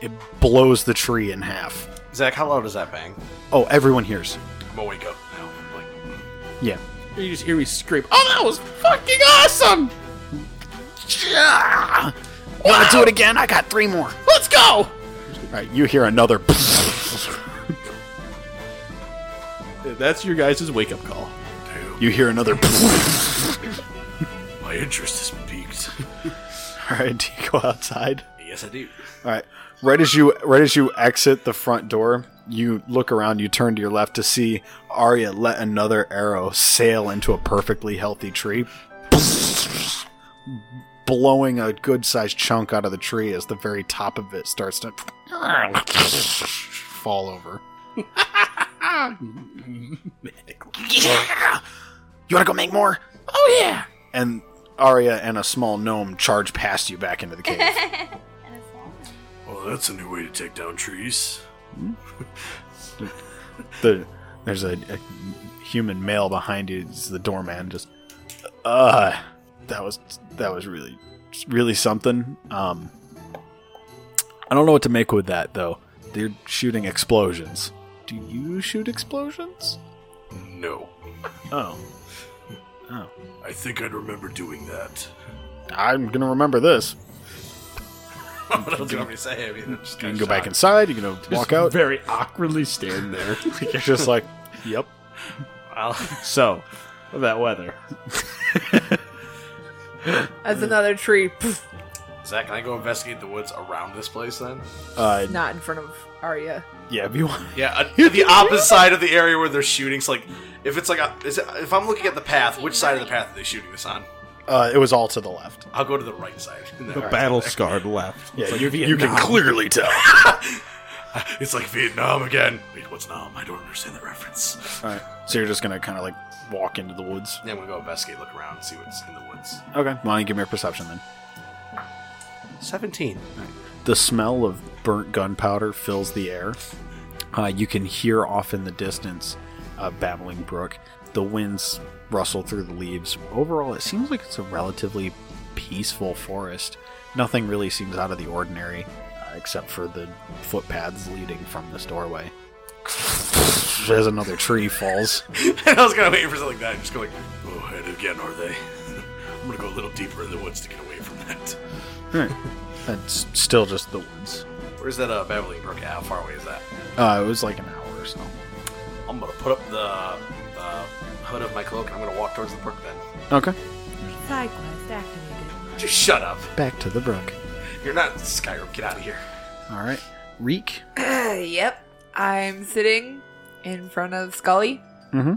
[SPEAKER 3] it blows the tree in half.
[SPEAKER 5] Zach, how loud is that bang?
[SPEAKER 3] Oh, everyone hears.
[SPEAKER 5] I'm awake up now. Like,
[SPEAKER 3] Yeah.
[SPEAKER 8] You just hear me scream. Oh, that was fucking awesome!
[SPEAKER 20] Wanna do it again? I got three more.
[SPEAKER 8] Let's go!
[SPEAKER 3] All right, you hear another.
[SPEAKER 8] That's your guys' wake up call.
[SPEAKER 3] you hear another.
[SPEAKER 5] my interest is peaked.
[SPEAKER 3] All right, do you go outside?
[SPEAKER 5] yes, I do.
[SPEAKER 3] All right. Right as you right as you exit the front door, you look around. You turn to your left to see Arya let another arrow sail into a perfectly healthy tree, blowing a good sized chunk out of the tree as the very top of it starts to fall over. Yeah! You want to go make more?
[SPEAKER 8] Oh yeah.
[SPEAKER 3] And Arya and a small gnome charge past you back into the cave.
[SPEAKER 5] Well, that's a new way to take down trees.
[SPEAKER 3] the, there's a, a human male behind you. It's the doorman. Just, uh, that was that was really really something. Um, I don't know what to make with that though. They're shooting explosions. Do you shoot explosions?
[SPEAKER 5] No.
[SPEAKER 3] Oh,
[SPEAKER 5] I think I'd remember doing that.
[SPEAKER 3] I'm gonna remember this.
[SPEAKER 5] I don't do to say. I mean, I'm just
[SPEAKER 3] You
[SPEAKER 5] kinda
[SPEAKER 3] can go back
[SPEAKER 5] shocked.
[SPEAKER 3] inside. You can walk out.
[SPEAKER 8] Very awkwardly stand there.
[SPEAKER 3] You're just like, yep.
[SPEAKER 8] so, with that weather.
[SPEAKER 21] That's
[SPEAKER 5] Mm.
[SPEAKER 21] another tree. Pff,
[SPEAKER 5] Zach, can I go investigate the woods around this place then?
[SPEAKER 3] Uh,
[SPEAKER 21] not in front of Arya.
[SPEAKER 3] yeah. If you want,
[SPEAKER 5] Yeah, uh, the opposite side of the area where they're shooting. So, like, if it's like, a, is it, if I'm looking at the path, which side of the path are they shooting this on?
[SPEAKER 3] uh, it was all to the left.
[SPEAKER 5] I'll go to the right side.
[SPEAKER 22] The battle scarred left.
[SPEAKER 3] Yeah,
[SPEAKER 22] It's like
[SPEAKER 3] you, you can
[SPEAKER 22] Vietnam.
[SPEAKER 3] clearly tell.
[SPEAKER 5] It's like Vietnam again. Wait, what's Nam? I don't understand that reference.
[SPEAKER 3] All right. So you're just gonna kind of like walk into the woods.
[SPEAKER 5] Yeah, I'm gonna go investigate, look around, see what's in the woods.
[SPEAKER 3] Okay. Why don't you give me a perception then?
[SPEAKER 5] Seventeen.
[SPEAKER 3] The smell of burnt gunpowder fills the air. Uh, you can hear off in the distance a babbling brook. The winds rustle through the leaves. Overall, it seems like it's a relatively peaceful forest. Nothing really seems out of the ordinary, uh, except for the footpaths leading from this doorway. As another tree falls.
[SPEAKER 5] and I was kind of waiting for something like that. Just go like, oh, and again, are they? I'm gonna go a little deeper in the woods to get away from that.
[SPEAKER 3] That's still just the woods.
[SPEAKER 5] Where's that uh, Babbling Brook? At? How far away is that?
[SPEAKER 3] Uh, it was like an hour or so.
[SPEAKER 5] I'm gonna put up the uh, hood of my cloak and I'm gonna walk towards the brook. Then
[SPEAKER 3] Okay.
[SPEAKER 4] Side quest activated.
[SPEAKER 5] just shut up.
[SPEAKER 3] Back to the brook.
[SPEAKER 5] You're not Skyrim. Get out of here.
[SPEAKER 3] All right. Reek.
[SPEAKER 21] yep. I'm sitting in front of Scully.
[SPEAKER 3] Mhm.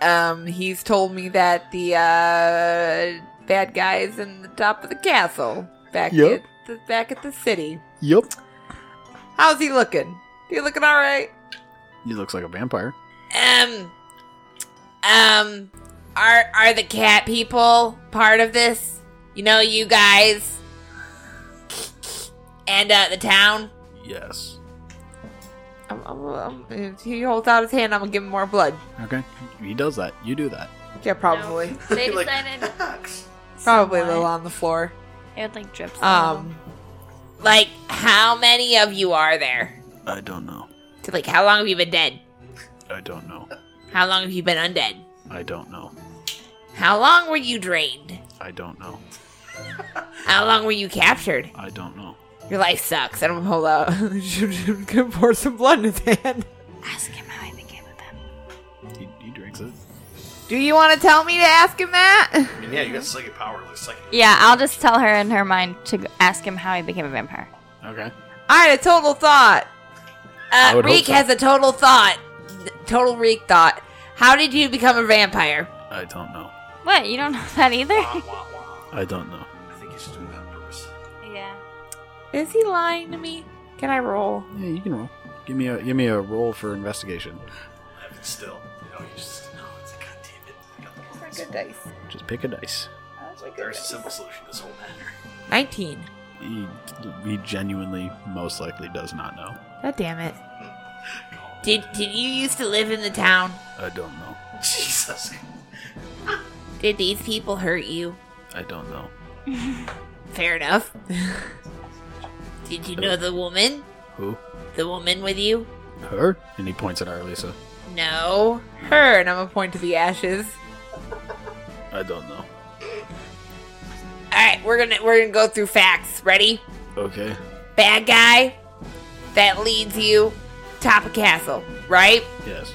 [SPEAKER 21] Um, he's told me that the uh, bad guys in the top of the castle back
[SPEAKER 3] Yep.
[SPEAKER 21] at the, back at the city.
[SPEAKER 3] Yep.
[SPEAKER 21] How's he looking? He looking all right?
[SPEAKER 3] He looks like a vampire.
[SPEAKER 4] Um, um, are are the cat people part of this? You know, you guys, and uh, the town.
[SPEAKER 3] Yes.
[SPEAKER 21] I'm, I'm, I'm, if he holds out his hand, I'm gonna give him more blood.
[SPEAKER 3] Okay. He does that. You do that.
[SPEAKER 21] Yeah, probably,
[SPEAKER 6] They
[SPEAKER 5] Like-
[SPEAKER 6] decided.
[SPEAKER 21] probably a
[SPEAKER 6] somewhat.
[SPEAKER 21] little on the floor.
[SPEAKER 6] It would like drips.
[SPEAKER 21] Um,
[SPEAKER 4] Like, how many of you are there?
[SPEAKER 1] I don't know.
[SPEAKER 4] So, like, how long have you been dead?
[SPEAKER 1] I don't know.
[SPEAKER 4] How long have you been undead?
[SPEAKER 1] I don't know.
[SPEAKER 4] How long were you drained?
[SPEAKER 1] I don't know.
[SPEAKER 4] How long were you captured?
[SPEAKER 1] I don't know.
[SPEAKER 4] Your life sucks. I
[SPEAKER 21] I'm
[SPEAKER 4] don't.
[SPEAKER 21] gonna hold out. I'm gonna pour some blood in his hand.
[SPEAKER 6] Ask him how I became a vampire.
[SPEAKER 1] He, he drinks it.
[SPEAKER 21] Do you want to tell me to ask him that?
[SPEAKER 5] I mean, yeah, you got psychic power. Like psychic.
[SPEAKER 6] Yeah, I'll just tell her in her mind to go- ask him how he became a vampire.
[SPEAKER 1] Okay.
[SPEAKER 21] I had a total thought.
[SPEAKER 3] I
[SPEAKER 4] Uh,
[SPEAKER 3] would hope
[SPEAKER 4] Reek
[SPEAKER 3] so.
[SPEAKER 4] has a total thought. Total Reek thought. How did you become a vampire?
[SPEAKER 1] I don't know.
[SPEAKER 6] What? You don't know that either?
[SPEAKER 5] Wah, wah, wah.
[SPEAKER 1] I don't know.
[SPEAKER 5] I think he's just doing that on purpose.
[SPEAKER 6] yeah.
[SPEAKER 21] Is he lying to me? Can I roll?
[SPEAKER 3] Yeah, you can roll. Give me a give me a roll for investigation.
[SPEAKER 5] Left still. No, you just. No, it's like, God damn it. I got the-
[SPEAKER 21] Good dice.
[SPEAKER 3] Just pick a dice.
[SPEAKER 5] There's a simple solution to this whole matter.
[SPEAKER 4] 19.
[SPEAKER 3] He, he genuinely most likely does not know.
[SPEAKER 21] God damn it.
[SPEAKER 4] Did did you used to live in the town?
[SPEAKER 1] I don't know.
[SPEAKER 5] Jesus.
[SPEAKER 4] Did these people hurt you?
[SPEAKER 1] I don't know.
[SPEAKER 4] Fair enough. did you know the woman?
[SPEAKER 1] Who?
[SPEAKER 4] The woman with you?
[SPEAKER 3] Her? And he points at Arlisa.
[SPEAKER 4] No.
[SPEAKER 21] Her, and I'm gonna point to the ashes.
[SPEAKER 1] I don't know.
[SPEAKER 4] All right, we're gonna we're gonna go through facts. Ready?
[SPEAKER 1] Okay.
[SPEAKER 4] Bad guy that leads you top of castle, right?
[SPEAKER 1] Yes.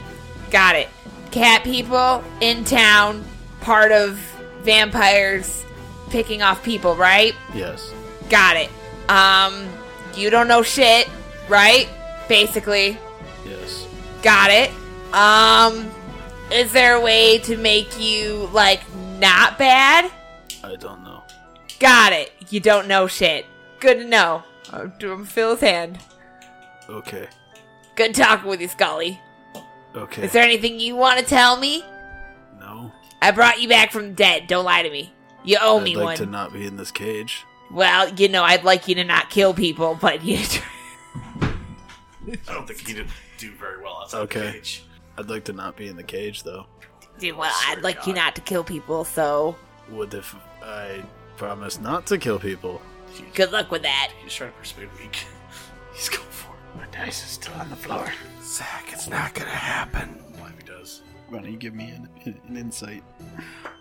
[SPEAKER 4] Got it. Cat people in town, part of vampires picking off people, right?
[SPEAKER 1] Yes.
[SPEAKER 4] Got it. Um, you don't know shit, right? Basically,
[SPEAKER 1] Yes.
[SPEAKER 4] got it. Um, is there a way to make you like not bad?
[SPEAKER 1] I don't know.
[SPEAKER 4] Got it. You don't know shit. Good to know. Uh, I'm gonna feel his hand.
[SPEAKER 3] Okay.
[SPEAKER 2] Good talking with you, Scully.
[SPEAKER 3] Okay.
[SPEAKER 2] Is there anything you want to tell me?
[SPEAKER 3] no.
[SPEAKER 2] I brought you back from the dead. Don't lie to me. You owe
[SPEAKER 3] I'd
[SPEAKER 2] me
[SPEAKER 3] like
[SPEAKER 2] one.
[SPEAKER 3] to not be in this cage.
[SPEAKER 2] Well, you know, I'd like you to not kill people, but you.
[SPEAKER 5] I don't think he did do very well outside
[SPEAKER 3] Okay.
[SPEAKER 5] the cage.
[SPEAKER 3] I'd like to not be in the cage, though.
[SPEAKER 2] do well, I'd like you not to kill people, so
[SPEAKER 3] What if I promise not to kill people?
[SPEAKER 2] good luck with that.
[SPEAKER 5] He's trying to persuade Weak. He's going for it. My dice is still on the
[SPEAKER 3] floor.
[SPEAKER 5] Zach, it's not gonna happen. What if he does?
[SPEAKER 3] Why don't you give me an, an insight?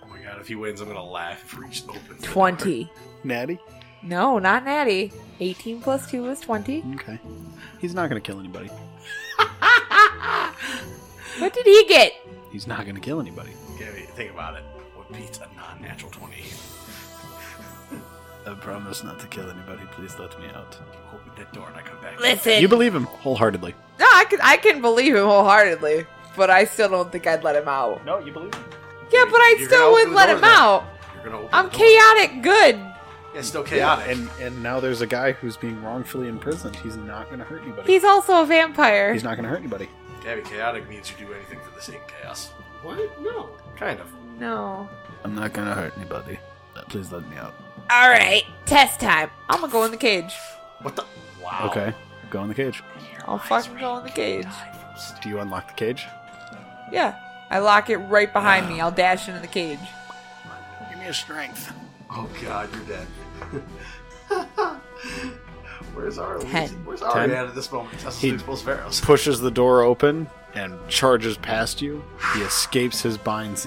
[SPEAKER 5] Oh my god, if he wins, I'm gonna laugh if Reach opens.
[SPEAKER 4] 20.
[SPEAKER 3] Natty?
[SPEAKER 4] No, not natty. 18 plus 2 is 20.
[SPEAKER 3] Okay. He's not going to kill anybody.
[SPEAKER 4] What did he get?
[SPEAKER 3] He's not going to kill anybody.
[SPEAKER 5] Yeah, I mean, think about it. What beats a non-natural 20?
[SPEAKER 3] I promise not to kill anybody. Please let me out.
[SPEAKER 5] Open that door and I come back.
[SPEAKER 2] Listen,
[SPEAKER 3] You believe him wholeheartedly.
[SPEAKER 4] No, I can I can believe him wholeheartedly, but I still don't think I'd let him out.
[SPEAKER 5] No, you believe me?
[SPEAKER 4] Yeah, but I
[SPEAKER 5] You're gonna
[SPEAKER 4] still
[SPEAKER 5] open
[SPEAKER 4] wouldn't
[SPEAKER 5] the
[SPEAKER 4] let
[SPEAKER 5] door
[SPEAKER 4] him
[SPEAKER 5] then.
[SPEAKER 4] out.
[SPEAKER 5] You're gonna open
[SPEAKER 4] I'm
[SPEAKER 5] the door.
[SPEAKER 4] chaotic good.
[SPEAKER 5] Yeah, It's still chaotic.
[SPEAKER 3] And and now there's a guy who's being wrongfully imprisoned. He's not going to hurt anybody.
[SPEAKER 4] He's also a vampire.
[SPEAKER 3] He's not going to hurt anybody.
[SPEAKER 5] Gabby, chaotic means you do anything for the sake of chaos.
[SPEAKER 1] What? No.
[SPEAKER 5] Kind of.
[SPEAKER 4] No.
[SPEAKER 3] I'm not going to hurt anybody. Uh, Please let me out.
[SPEAKER 2] all right, test time.
[SPEAKER 4] I'm gonna go in the cage.
[SPEAKER 5] What the? Wow.
[SPEAKER 3] Okay. Go in the cage.
[SPEAKER 4] I'll fucking go in the cage.
[SPEAKER 3] Do you unlock the cage?
[SPEAKER 4] Yeah. I lock it right behind me. I'll dash into the cage.
[SPEAKER 3] Give me a strength.
[SPEAKER 5] Oh god, you're dead. Where's our
[SPEAKER 2] Ten.
[SPEAKER 5] Where's Ariana at this moment? That's
[SPEAKER 3] He-
[SPEAKER 5] six plus Pharaohs.
[SPEAKER 3] Pushes the door open and charges past you. He escapes his binds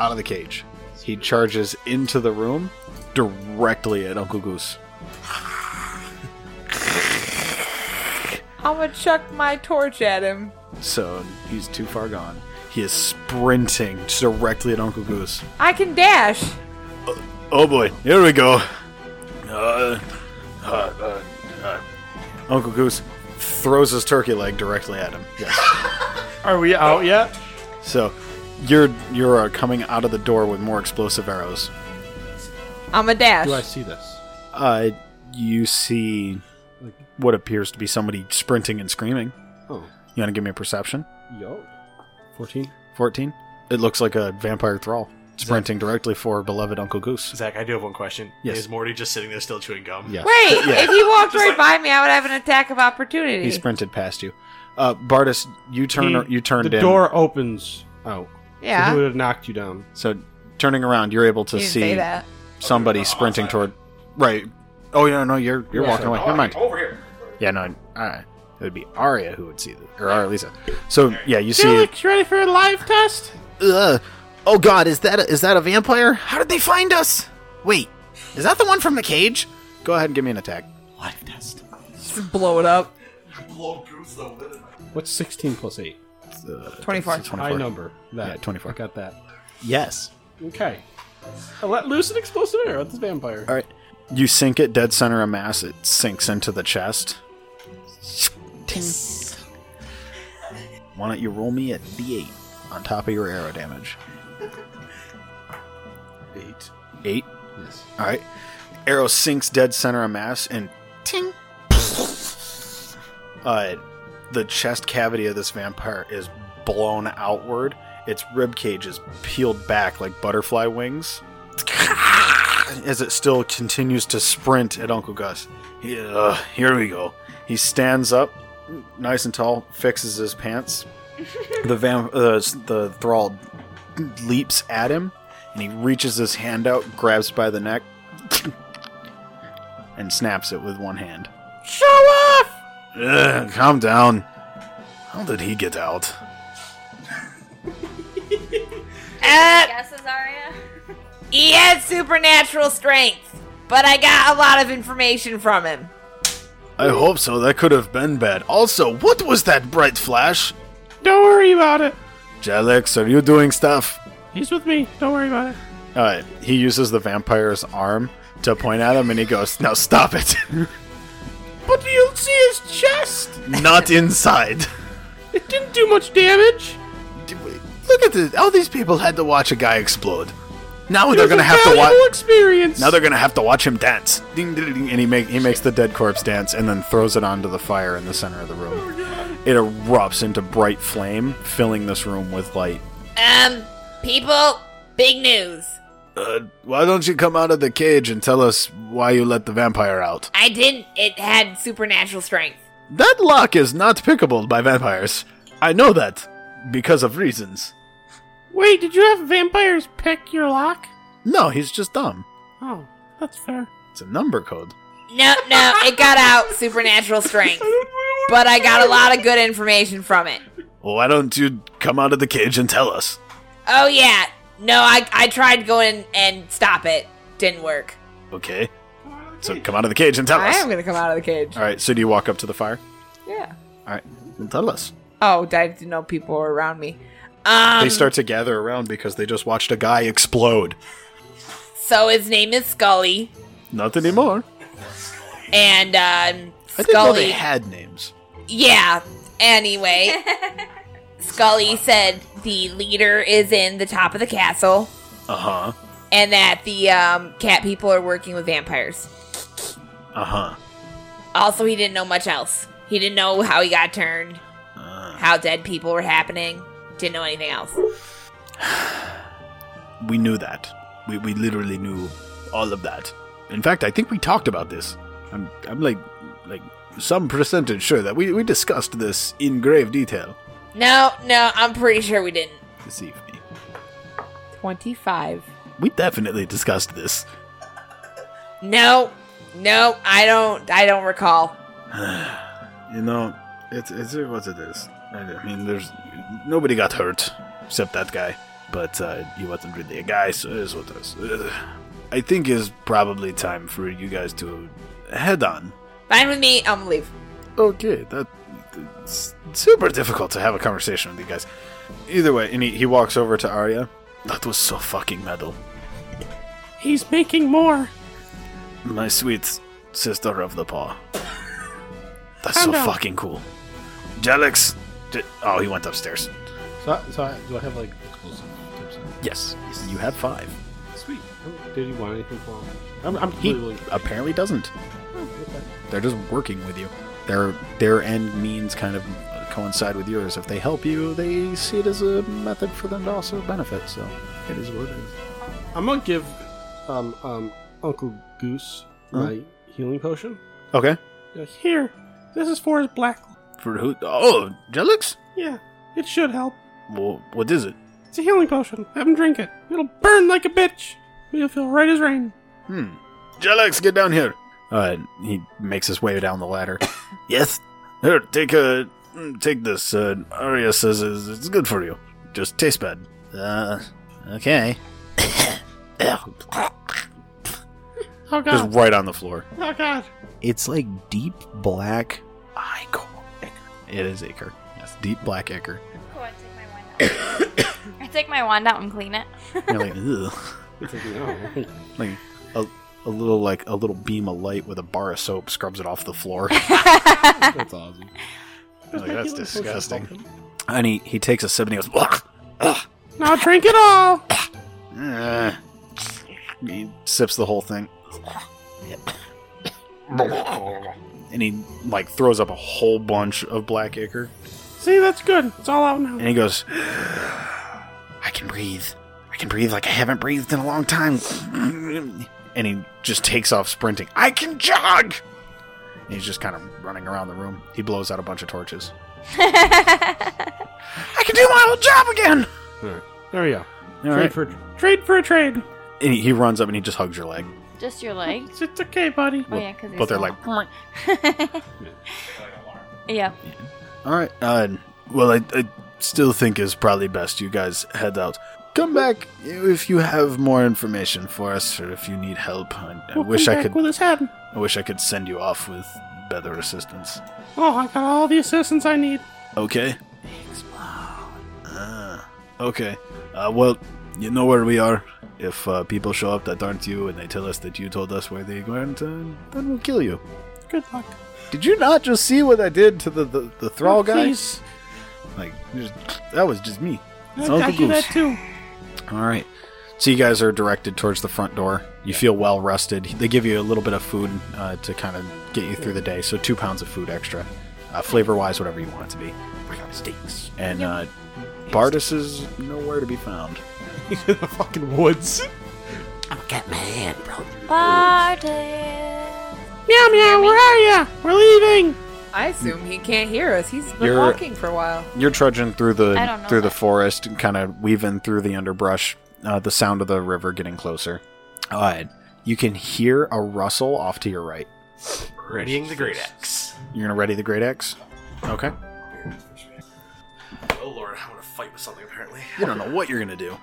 [SPEAKER 3] out of the cage. He charges into the room directly at Uncle Goose.
[SPEAKER 4] I'm gonna chuck my torch at him.
[SPEAKER 3] So he's too far gone. He is sprinting directly at Uncle Goose.
[SPEAKER 4] I can dash.
[SPEAKER 3] Oh boy, here we go. Uh, uh, uh, uh. Uncle Goose throws his turkey leg directly at him. Yes.
[SPEAKER 8] Are we out yet?
[SPEAKER 3] so you're you're uh, coming out of the door with more explosive arrows.
[SPEAKER 4] I'm a dash.
[SPEAKER 1] Do I see this?
[SPEAKER 3] Uh, you see what appears to be somebody sprinting and screaming.
[SPEAKER 1] Oh.
[SPEAKER 3] You want to give me a perception?
[SPEAKER 1] Yo. 14?
[SPEAKER 3] 14. It looks like a vampire thrall sprinting directly for beloved Uncle Goose.
[SPEAKER 5] Zach, I do have one question.
[SPEAKER 3] Yes.
[SPEAKER 5] Is Morty just sitting there still chewing gum?
[SPEAKER 3] Yes.
[SPEAKER 4] Wait,
[SPEAKER 3] Yeah.
[SPEAKER 4] if he walked right by me, I would have an attack of opportunity.
[SPEAKER 3] He sprinted past you. Uh, Bartis, you turn
[SPEAKER 8] He-
[SPEAKER 3] you turned
[SPEAKER 8] the
[SPEAKER 3] in.
[SPEAKER 8] door opens
[SPEAKER 1] Oh.
[SPEAKER 8] out.
[SPEAKER 4] yeah.
[SPEAKER 8] He would have knocked you down.
[SPEAKER 3] So turning around, you're able to
[SPEAKER 4] You didn't
[SPEAKER 3] see
[SPEAKER 4] say that.
[SPEAKER 3] somebody
[SPEAKER 5] Oh,
[SPEAKER 3] sprinting
[SPEAKER 5] outside.
[SPEAKER 3] toward. Right. Oh yeah, no, you're you're
[SPEAKER 1] Yeah.
[SPEAKER 3] walking away. Never mind.
[SPEAKER 5] Over here.
[SPEAKER 3] Yeah, no. Uh, it would be Arya who would see this, or Arya So yeah, you see.
[SPEAKER 1] Felix, you ready for a live test?
[SPEAKER 3] Ugh. Oh God, is that a, is that a vampire? How did they find us? Wait, is that the one from the cage? Go ahead and give me an attack.
[SPEAKER 5] Life test.
[SPEAKER 4] Just blow it up.
[SPEAKER 5] Blow goose though.
[SPEAKER 1] What's 16 plus 8?
[SPEAKER 3] Uh,
[SPEAKER 4] 24.
[SPEAKER 3] it's a
[SPEAKER 1] High number. That.
[SPEAKER 3] Yeah, 24.
[SPEAKER 1] I got that.
[SPEAKER 3] Yes.
[SPEAKER 1] Okay. I let loose an explosive arrow at this vampire.
[SPEAKER 3] All right. You sink it dead center of mass. It sinks into the chest. Ting. Why don't you roll me a d8 on top of your arrow damage?
[SPEAKER 1] Eight.
[SPEAKER 3] Eight.
[SPEAKER 1] Yes.
[SPEAKER 3] All right. Arrow sinks dead center of mass and ting. Uh, the chest cavity of this vampire is blown outward. Its rib cage is peeled back like butterfly wings. As it still continues to sprint at Uncle Gus. He- uh, here we go. He stands up, nice and tall, fixes his pants. the vamp, uh, the thrall leaps at him and he reaches his hand out, grabs by the neck, and snaps it with one hand.
[SPEAKER 4] Show off!
[SPEAKER 3] Ugh, calm down. How did he get out?
[SPEAKER 6] Guesses, Aria?
[SPEAKER 4] He had supernatural strength, but I got a lot of information from him.
[SPEAKER 3] I hope so. That could have been bad. Also, what was that bright flash?
[SPEAKER 1] Don't worry about it.
[SPEAKER 3] Jalex, are you doing stuff?
[SPEAKER 1] He's with me. Don't worry about it.
[SPEAKER 3] Uh, he uses the vampire's arm to point at him, and he goes, "Now stop it!
[SPEAKER 1] But do you see his chest?
[SPEAKER 3] Not inside."
[SPEAKER 1] It didn't do much damage.
[SPEAKER 3] Look at this. All these people had to watch a guy explode. Now
[SPEAKER 1] It
[SPEAKER 3] they're
[SPEAKER 1] was
[SPEAKER 3] gonna
[SPEAKER 1] a
[SPEAKER 3] have to watch.
[SPEAKER 1] valuable experience.
[SPEAKER 3] Now they're gonna have to watch him dance. Ding, ding, ding, and he make, he makes the dead corpse dance and then throws it onto the fire in the center of the room. it erupts into bright flame, filling this room with light.
[SPEAKER 2] Um, people, big news.
[SPEAKER 3] Uh, why don't you come out of the cage and tell us why you let the vampire out?
[SPEAKER 2] I didn't. It had supernatural strength.
[SPEAKER 3] That lock is not pickable by vampires. I know that because of reasons.
[SPEAKER 1] Wait, did you have vampires pick your lock?
[SPEAKER 3] No, he's just dumb.
[SPEAKER 1] Oh, that's fair.
[SPEAKER 3] It's a number code.
[SPEAKER 2] No, no, it got out supernatural strength.
[SPEAKER 4] But I got a lot of good information from it.
[SPEAKER 3] Why don't you come out of the cage and tell us?
[SPEAKER 2] Oh yeah. No, I I tried going and stop it. Didn't work.
[SPEAKER 3] Okay. So come out of the cage and tell
[SPEAKER 4] I am
[SPEAKER 3] us.
[SPEAKER 4] gonna come out of the cage.
[SPEAKER 3] All right. So do you walk up to the fire?
[SPEAKER 4] Yeah.
[SPEAKER 3] All right. Then tell us.
[SPEAKER 4] Oh, I didn't know people were around me. Um,
[SPEAKER 3] they start to gather around because they just watched a guy explode.
[SPEAKER 2] So his name is Scully,
[SPEAKER 3] Not anymore.
[SPEAKER 2] and um,
[SPEAKER 3] I didn't know they
[SPEAKER 2] Scully.
[SPEAKER 3] had names.
[SPEAKER 2] yeah. Anyway, Scully said the leader is in the top of the castle,
[SPEAKER 3] Uh huh.
[SPEAKER 2] and that the um, cat people are working with vampires.
[SPEAKER 3] Uh huh.
[SPEAKER 2] Also, he didn't know much else. He didn't know how he got turned, how dead people were happening. Didn't know anything else.
[SPEAKER 3] We knew that. We, we literally knew all of that. In fact, I think we talked about this. I'm I'm like like some percentage sure that we, we discussed this in grave detail
[SPEAKER 2] No, no, I'm pretty sure we didn't.
[SPEAKER 3] this evening.
[SPEAKER 4] twenty-five.
[SPEAKER 3] We definitely discussed this.
[SPEAKER 4] No, no, I don't. I don't recall.
[SPEAKER 3] You know, it's it's what it is. I I mean, there's nobody got hurt except that guy, but uh, he wasn't really a guy, so it is what it is. Ugh. I think it's probably time for you guys to head on.
[SPEAKER 4] Fine with me. I'm gonna leave.
[SPEAKER 3] Okay, that it's super difficult to have a conversation with you guys. Either way, and he, he walks over to Arya. That was so fucking metal.
[SPEAKER 1] He's making more.
[SPEAKER 3] My sweet sister of the paw. That's
[SPEAKER 1] I
[SPEAKER 3] so
[SPEAKER 1] know.
[SPEAKER 3] fucking cool. Jalex. d- Oh, he went upstairs.
[SPEAKER 8] So, so I, do I have like exclusive tips?
[SPEAKER 3] Yes, you have five.
[SPEAKER 8] Sweet.
[SPEAKER 1] Oh,
[SPEAKER 8] Did he want anything for him? I'm, I'm
[SPEAKER 3] He
[SPEAKER 8] completely willing.
[SPEAKER 3] apparently doesn't.
[SPEAKER 8] okay.
[SPEAKER 3] They're just working with you. Their their end means kind of coincide with yours. If they help you, they see it as a method for them to also benefit. So it is what it is.
[SPEAKER 8] I'm gonna give um, um, Uncle Goose my healing potion.
[SPEAKER 3] Okay.
[SPEAKER 1] Like, Here, this is for his black.
[SPEAKER 3] For who? Oh, Jelix.
[SPEAKER 1] Yeah, it should help.
[SPEAKER 3] Well, what is it?
[SPEAKER 1] It's a healing potion. Have him drink it. It'll burn like a bitch. but You'll feel right as rain.
[SPEAKER 3] Hmm. Jelix, get down here. Uh, he makes his way down the ladder. yes. Here, take a mm, take this. Uh, Arya says it's it's good for you. Just taste bad. Uh, okay.
[SPEAKER 1] Oh god.
[SPEAKER 3] Just right on the floor.
[SPEAKER 1] Oh god.
[SPEAKER 10] It's like deep black ichor. It is ichor.
[SPEAKER 3] Yes, deep black ichor.
[SPEAKER 6] Go on, take my wand out. I take my wand out and clean it.
[SPEAKER 3] You're like, Ugh.
[SPEAKER 8] It's like, no.
[SPEAKER 3] like a, a little like a little beam of light with a bar of soap scrubs it off the floor.
[SPEAKER 8] That's awesome.
[SPEAKER 3] Like, that's disgusting.
[SPEAKER 8] Potion.
[SPEAKER 3] And he, he takes a sip and he goes, "Ugh,
[SPEAKER 1] Now drink it all.
[SPEAKER 3] eh." he sips the whole thing, and he like throws up a whole bunch of black ichor,
[SPEAKER 1] See, that's good. It's all out now.
[SPEAKER 3] and he goes, "I can breathe, I can breathe like I haven't breathed in a long time," and he just takes off sprinting. I can jog. And he's just kind of running around the room. He blows out a bunch of torches. I can do my old job again.
[SPEAKER 8] There we go.
[SPEAKER 3] All
[SPEAKER 8] Trade
[SPEAKER 3] right.
[SPEAKER 8] for
[SPEAKER 1] Trade for a trade.
[SPEAKER 3] And he, he runs up and he just hugs your leg.
[SPEAKER 6] Just your leg.
[SPEAKER 1] It's, it's okay, buddy.
[SPEAKER 6] Oh yeah, because
[SPEAKER 3] But they're like,
[SPEAKER 6] yeah.
[SPEAKER 3] all right. Uh, well, I, I still think it's probably best you guys head out. Come back if you have more information for us, or if you need help. I, I
[SPEAKER 1] We'll
[SPEAKER 3] wish
[SPEAKER 1] come
[SPEAKER 3] I
[SPEAKER 1] back
[SPEAKER 3] could.
[SPEAKER 1] With his head.
[SPEAKER 3] I wish I could send you off with better assistance.
[SPEAKER 1] Oh, I got all the assistance I need.
[SPEAKER 3] Okay. Ah, okay. Uh, well, you know where we are. If uh, people show up that aren't you and they tell us that you told us where they went, uh, then we'll kill you.
[SPEAKER 1] Good luck. Oh,
[SPEAKER 3] Did you not just see what I did to the the, the thrall guy?
[SPEAKER 1] Please.
[SPEAKER 3] Like just, that was just me.
[SPEAKER 1] I
[SPEAKER 3] Uncle
[SPEAKER 1] got you that
[SPEAKER 3] Goose.
[SPEAKER 1] too.
[SPEAKER 3] All right. So you guys are directed towards the front door. You feel well rested. They give you a little bit of food uh, to kind of get you through the day. So two pounds of food extra, uh, flavor wise, whatever you want it to be. Steaks. And uh, Bardus is nowhere to be found.
[SPEAKER 23] He's in the fucking woods.
[SPEAKER 6] Bardus.
[SPEAKER 24] Meow meow, where are ya? We're leaving.
[SPEAKER 4] I assume he can't hear us. He's been
[SPEAKER 3] You're-
[SPEAKER 4] walking for a while.
[SPEAKER 3] You're trudging through
[SPEAKER 6] I
[SPEAKER 3] the
[SPEAKER 6] don't know
[SPEAKER 3] through the
[SPEAKER 6] that.
[SPEAKER 3] forest and kind of weaving through the underbrush. Uh, the sound of the river getting closer. Uh, you can hear a rustle off to your right.
[SPEAKER 5] Readying the great axe.
[SPEAKER 3] You're gonna ready the great axe. Okay.
[SPEAKER 5] Oh lord, I'm gonna fight with something apparently.
[SPEAKER 3] You don't know what you're gonna do.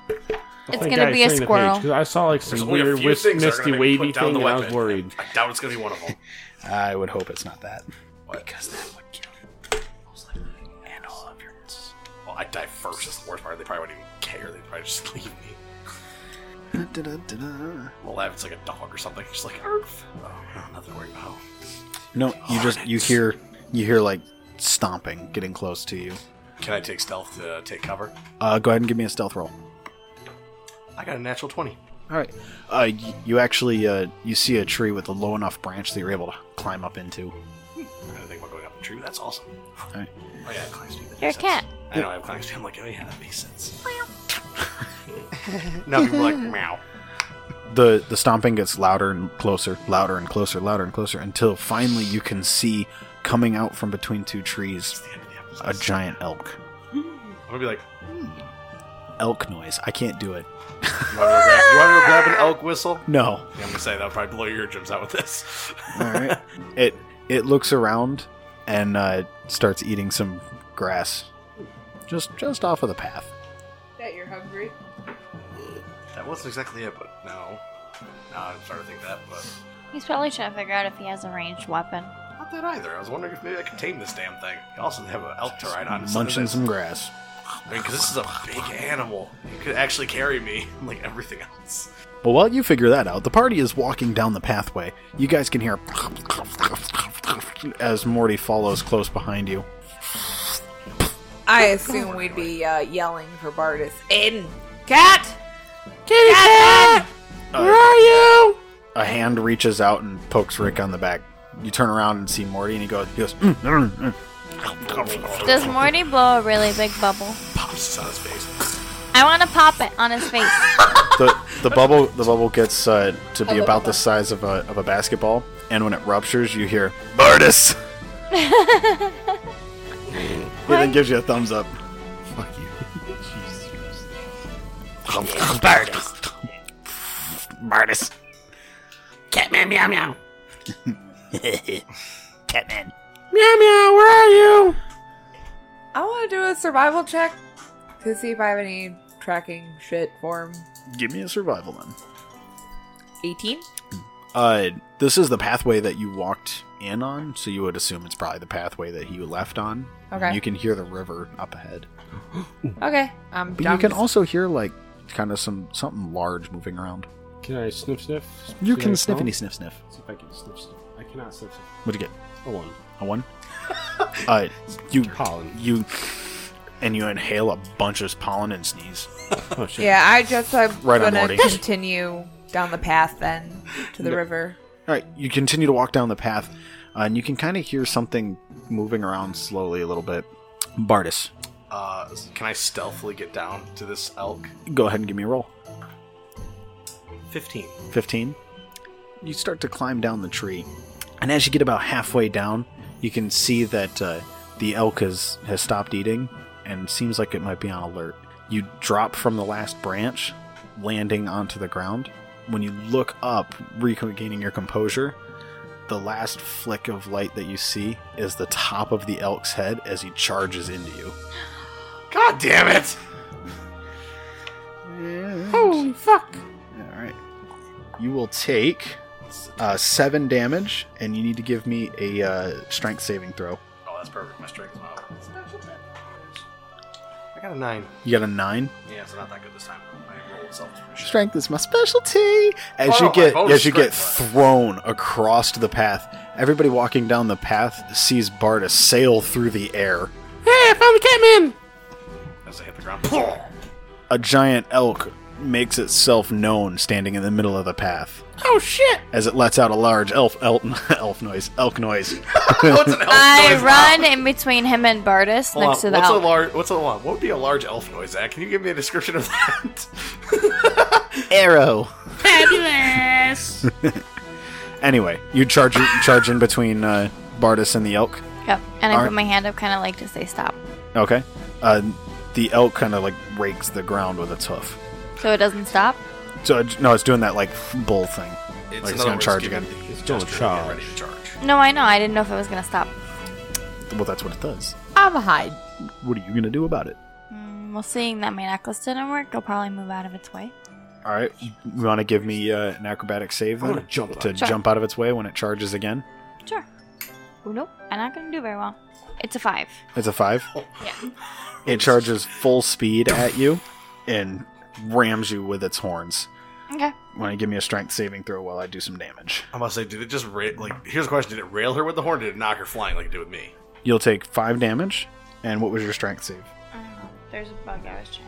[SPEAKER 6] It's gonna be a squirrel.
[SPEAKER 23] I saw like some
[SPEAKER 5] There's only a
[SPEAKER 23] weird
[SPEAKER 5] few
[SPEAKER 23] wis-
[SPEAKER 5] things that are
[SPEAKER 23] misty
[SPEAKER 5] gonna make me
[SPEAKER 23] wavy
[SPEAKER 5] put down
[SPEAKER 23] thing,
[SPEAKER 5] the
[SPEAKER 23] and I was
[SPEAKER 5] weapon.
[SPEAKER 23] worried.
[SPEAKER 5] I doubt it's gonna be one of them.
[SPEAKER 3] I would hope it's not that.
[SPEAKER 5] Because that would kill And all of your. Well, I'd die first, is the worst part. They probably wouldn't even care. They'd probably just leave me. Well, if it's like a dog or something, just like, Arf. Oh, nothing to worry about.
[SPEAKER 3] No, you just you hear you hear like stomping getting close to you.
[SPEAKER 5] Can I take stealth to take cover?
[SPEAKER 3] Uh, go ahead and give me a stealth roll.
[SPEAKER 5] I got a natural 20.
[SPEAKER 3] All right. Uh, y- you actually uh, you see a tree with a low enough branch that you're able to climb up into.
[SPEAKER 5] I didn't think about going up the tree, but that's awesome.
[SPEAKER 3] Alright.
[SPEAKER 5] Oh, yeah, I have climbing speed. that
[SPEAKER 6] You're a
[SPEAKER 5] makes sense.
[SPEAKER 6] cat.
[SPEAKER 5] I know, I have climbing speed. I'm like, oh, yeah, that makes sense. now people are like, meow.
[SPEAKER 3] The the stomping gets louder and closer, louder and closer, louder and closer, until finally you can see coming out from between two trees
[SPEAKER 5] It's the end of the episode.
[SPEAKER 3] a giant elk.
[SPEAKER 5] I'm gonna be like,
[SPEAKER 3] Elk noise. I can't do it.
[SPEAKER 5] you wanna go grab, you wanna go grab an elk whistle?
[SPEAKER 3] No.
[SPEAKER 5] Yeah, I'm gonna say that'll probably blow your eardrums out with this.
[SPEAKER 3] All right. it it looks around and uh, starts eating some grass, just just off of the path.
[SPEAKER 4] That you're hungry.
[SPEAKER 5] that wasn't exactly it, but no. No, I'm starting to think that, but
[SPEAKER 6] He's probably trying to figure out if he has a ranged weapon.
[SPEAKER 5] not that either. I was wondering if maybe I could tame this damn thing. I also have an elk to ride on. It's something
[SPEAKER 3] Munching
[SPEAKER 5] that's-
[SPEAKER 3] some grass.
[SPEAKER 5] I mean, because this is a big animal. It could actually carry me, like everything else.
[SPEAKER 3] But while you figure that out, the party is walking down the pathway. You guys can hear as Morty follows close behind you.
[SPEAKER 4] I assume we'd be uh, yelling for Bardus. In cat,
[SPEAKER 24] Kitty cat, where are you?
[SPEAKER 3] A hand reaches out and pokes Rick on the back. You turn around and see Morty, and he goes, he goes "Mm, mm, mm."
[SPEAKER 6] Does Morty blow a really big bubble?
[SPEAKER 5] Pops this on his face.
[SPEAKER 6] I want to pop it on his face.
[SPEAKER 3] the the bubble the bubble gets uh, to be about the size of a of a basketball, and when it ruptures, you hear Bardus. he then gives you a thumbs up.
[SPEAKER 23] Fuck you. Jesus.
[SPEAKER 24] Bardus. Bardus. Catman meow meow.
[SPEAKER 25] Catman.
[SPEAKER 24] Meow meow, where are you?
[SPEAKER 4] I want to do a survival check to see if I have any tracking shit for him.
[SPEAKER 3] Give me a survival then.
[SPEAKER 4] 18.
[SPEAKER 3] Uh, this is the pathway that you walked in on, so you would assume it's probably the pathway that you left on.
[SPEAKER 4] Okay.
[SPEAKER 3] You can hear the river up ahead,
[SPEAKER 4] Okay. I'm
[SPEAKER 3] but
[SPEAKER 4] down.
[SPEAKER 3] you can also hear like kind of some something large moving around.
[SPEAKER 8] Can I sniff sniff?
[SPEAKER 3] You
[SPEAKER 8] See
[SPEAKER 3] can
[SPEAKER 8] I
[SPEAKER 3] sniffity
[SPEAKER 8] smell?
[SPEAKER 3] sniff sniff.
[SPEAKER 8] See if I can sniff sniff. I cannot sniff sniff.
[SPEAKER 3] What'd you get?
[SPEAKER 8] A one.
[SPEAKER 3] A one. uh, you
[SPEAKER 8] Pollen.
[SPEAKER 3] you and you inhale a bunch of pollen and sneeze.
[SPEAKER 23] Oh shit.
[SPEAKER 4] yeah, I just I'm
[SPEAKER 3] Right on,
[SPEAKER 4] gonna
[SPEAKER 3] Morty.
[SPEAKER 4] continue down the path then to the river.
[SPEAKER 3] All right, you continue to walk down the path, uh, and you can kind of hear something moving around slowly a little bit. Bardis,
[SPEAKER 5] Uh, can I stealthily get down to this elk?
[SPEAKER 3] go ahead and give me a roll.
[SPEAKER 5] 15.
[SPEAKER 3] 15. You start to climb down the tree, and as you get about halfway down, you can see that uh, the elk has, has stopped eating and seems like it might be on alert. You drop from the last branch, landing onto the ground. When you look up, regaining your composure, the last flick of light that you see is the top of the elk's head as he charges into you.
[SPEAKER 5] God damn it!
[SPEAKER 24] Holy fuck.
[SPEAKER 3] All right. You will take uh, seven damage, and you need to give me a uh, strength saving throw.
[SPEAKER 5] Oh, that's perfect. My strength is not. It's not so bad. I got a 9.
[SPEAKER 3] You got a nine.
[SPEAKER 5] Yeah, so not that good this time. My roll itself is pretty shit.
[SPEAKER 3] Strength is my specialty. As
[SPEAKER 5] Oh,
[SPEAKER 3] you
[SPEAKER 5] no,
[SPEAKER 3] get
[SPEAKER 5] my bonus
[SPEAKER 3] as you get
[SPEAKER 5] strength was.
[SPEAKER 3] thrown across the path, everybody walking down the path sees Barda sail through the air.
[SPEAKER 24] Hey, I found the Catman.
[SPEAKER 5] Oh, As I hit the ground.
[SPEAKER 3] A giant elk makes itself known standing in the middle of the path
[SPEAKER 26] Oh shit!
[SPEAKER 3] as it lets out a large elf elf, elf noise elk noise.
[SPEAKER 6] I run in between him and Bartis
[SPEAKER 5] Hold on,
[SPEAKER 6] next to the
[SPEAKER 5] what's
[SPEAKER 6] elk.
[SPEAKER 5] a large? What's a hold on, What would be a large elf noise? Zach, can you give me a description of that?
[SPEAKER 3] Arrow.
[SPEAKER 26] Fabulous.
[SPEAKER 3] Anyway, you charge you charge in between uh, Bartis and the elk.
[SPEAKER 6] Yep. And I
[SPEAKER 3] Alright.
[SPEAKER 6] put my hand up, kind of like to say stop,
[SPEAKER 3] Okay. Uh, the elk kind of like rakes the ground with its hoof.
[SPEAKER 6] so it doesn't stop.
[SPEAKER 3] So it- no, it's doing that like bull thing.
[SPEAKER 5] It's,
[SPEAKER 3] gonna
[SPEAKER 5] another
[SPEAKER 3] charge
[SPEAKER 5] giving
[SPEAKER 3] again.
[SPEAKER 5] the
[SPEAKER 8] It's gonna
[SPEAKER 5] gesture to get ready
[SPEAKER 8] charge.
[SPEAKER 5] to charge.
[SPEAKER 6] No, I know. I didn't know if it was gonna stop.
[SPEAKER 3] Well, that's what it does.
[SPEAKER 4] I'm a hide.
[SPEAKER 3] What are you gonna do about it?
[SPEAKER 6] Mm, well, seeing that my necklace didn't work, it'll probably move out of its way.
[SPEAKER 3] All right. You want to give me uh, an acrobatic save
[SPEAKER 8] I'm
[SPEAKER 3] then
[SPEAKER 8] gonna jump
[SPEAKER 3] to
[SPEAKER 6] Sure.
[SPEAKER 3] jump out of its way when it charges again?
[SPEAKER 6] Sure. Ooh, nope. I'm not gonna do very well. It's a five.
[SPEAKER 3] It's a five.
[SPEAKER 8] Oh.
[SPEAKER 6] Yeah.
[SPEAKER 3] It charges full speed at you and rams you with its horns.
[SPEAKER 6] Okay.
[SPEAKER 3] Want to give me a strength saving throw while I do some damage?
[SPEAKER 5] I'm about to say, did it just ra- like? Here's a question: Did it rail her with the horn? Or did it knock her flying like it did with me?
[SPEAKER 3] You'll take five damage. And what was your strength save?
[SPEAKER 6] I don't know. There's a bug I was trying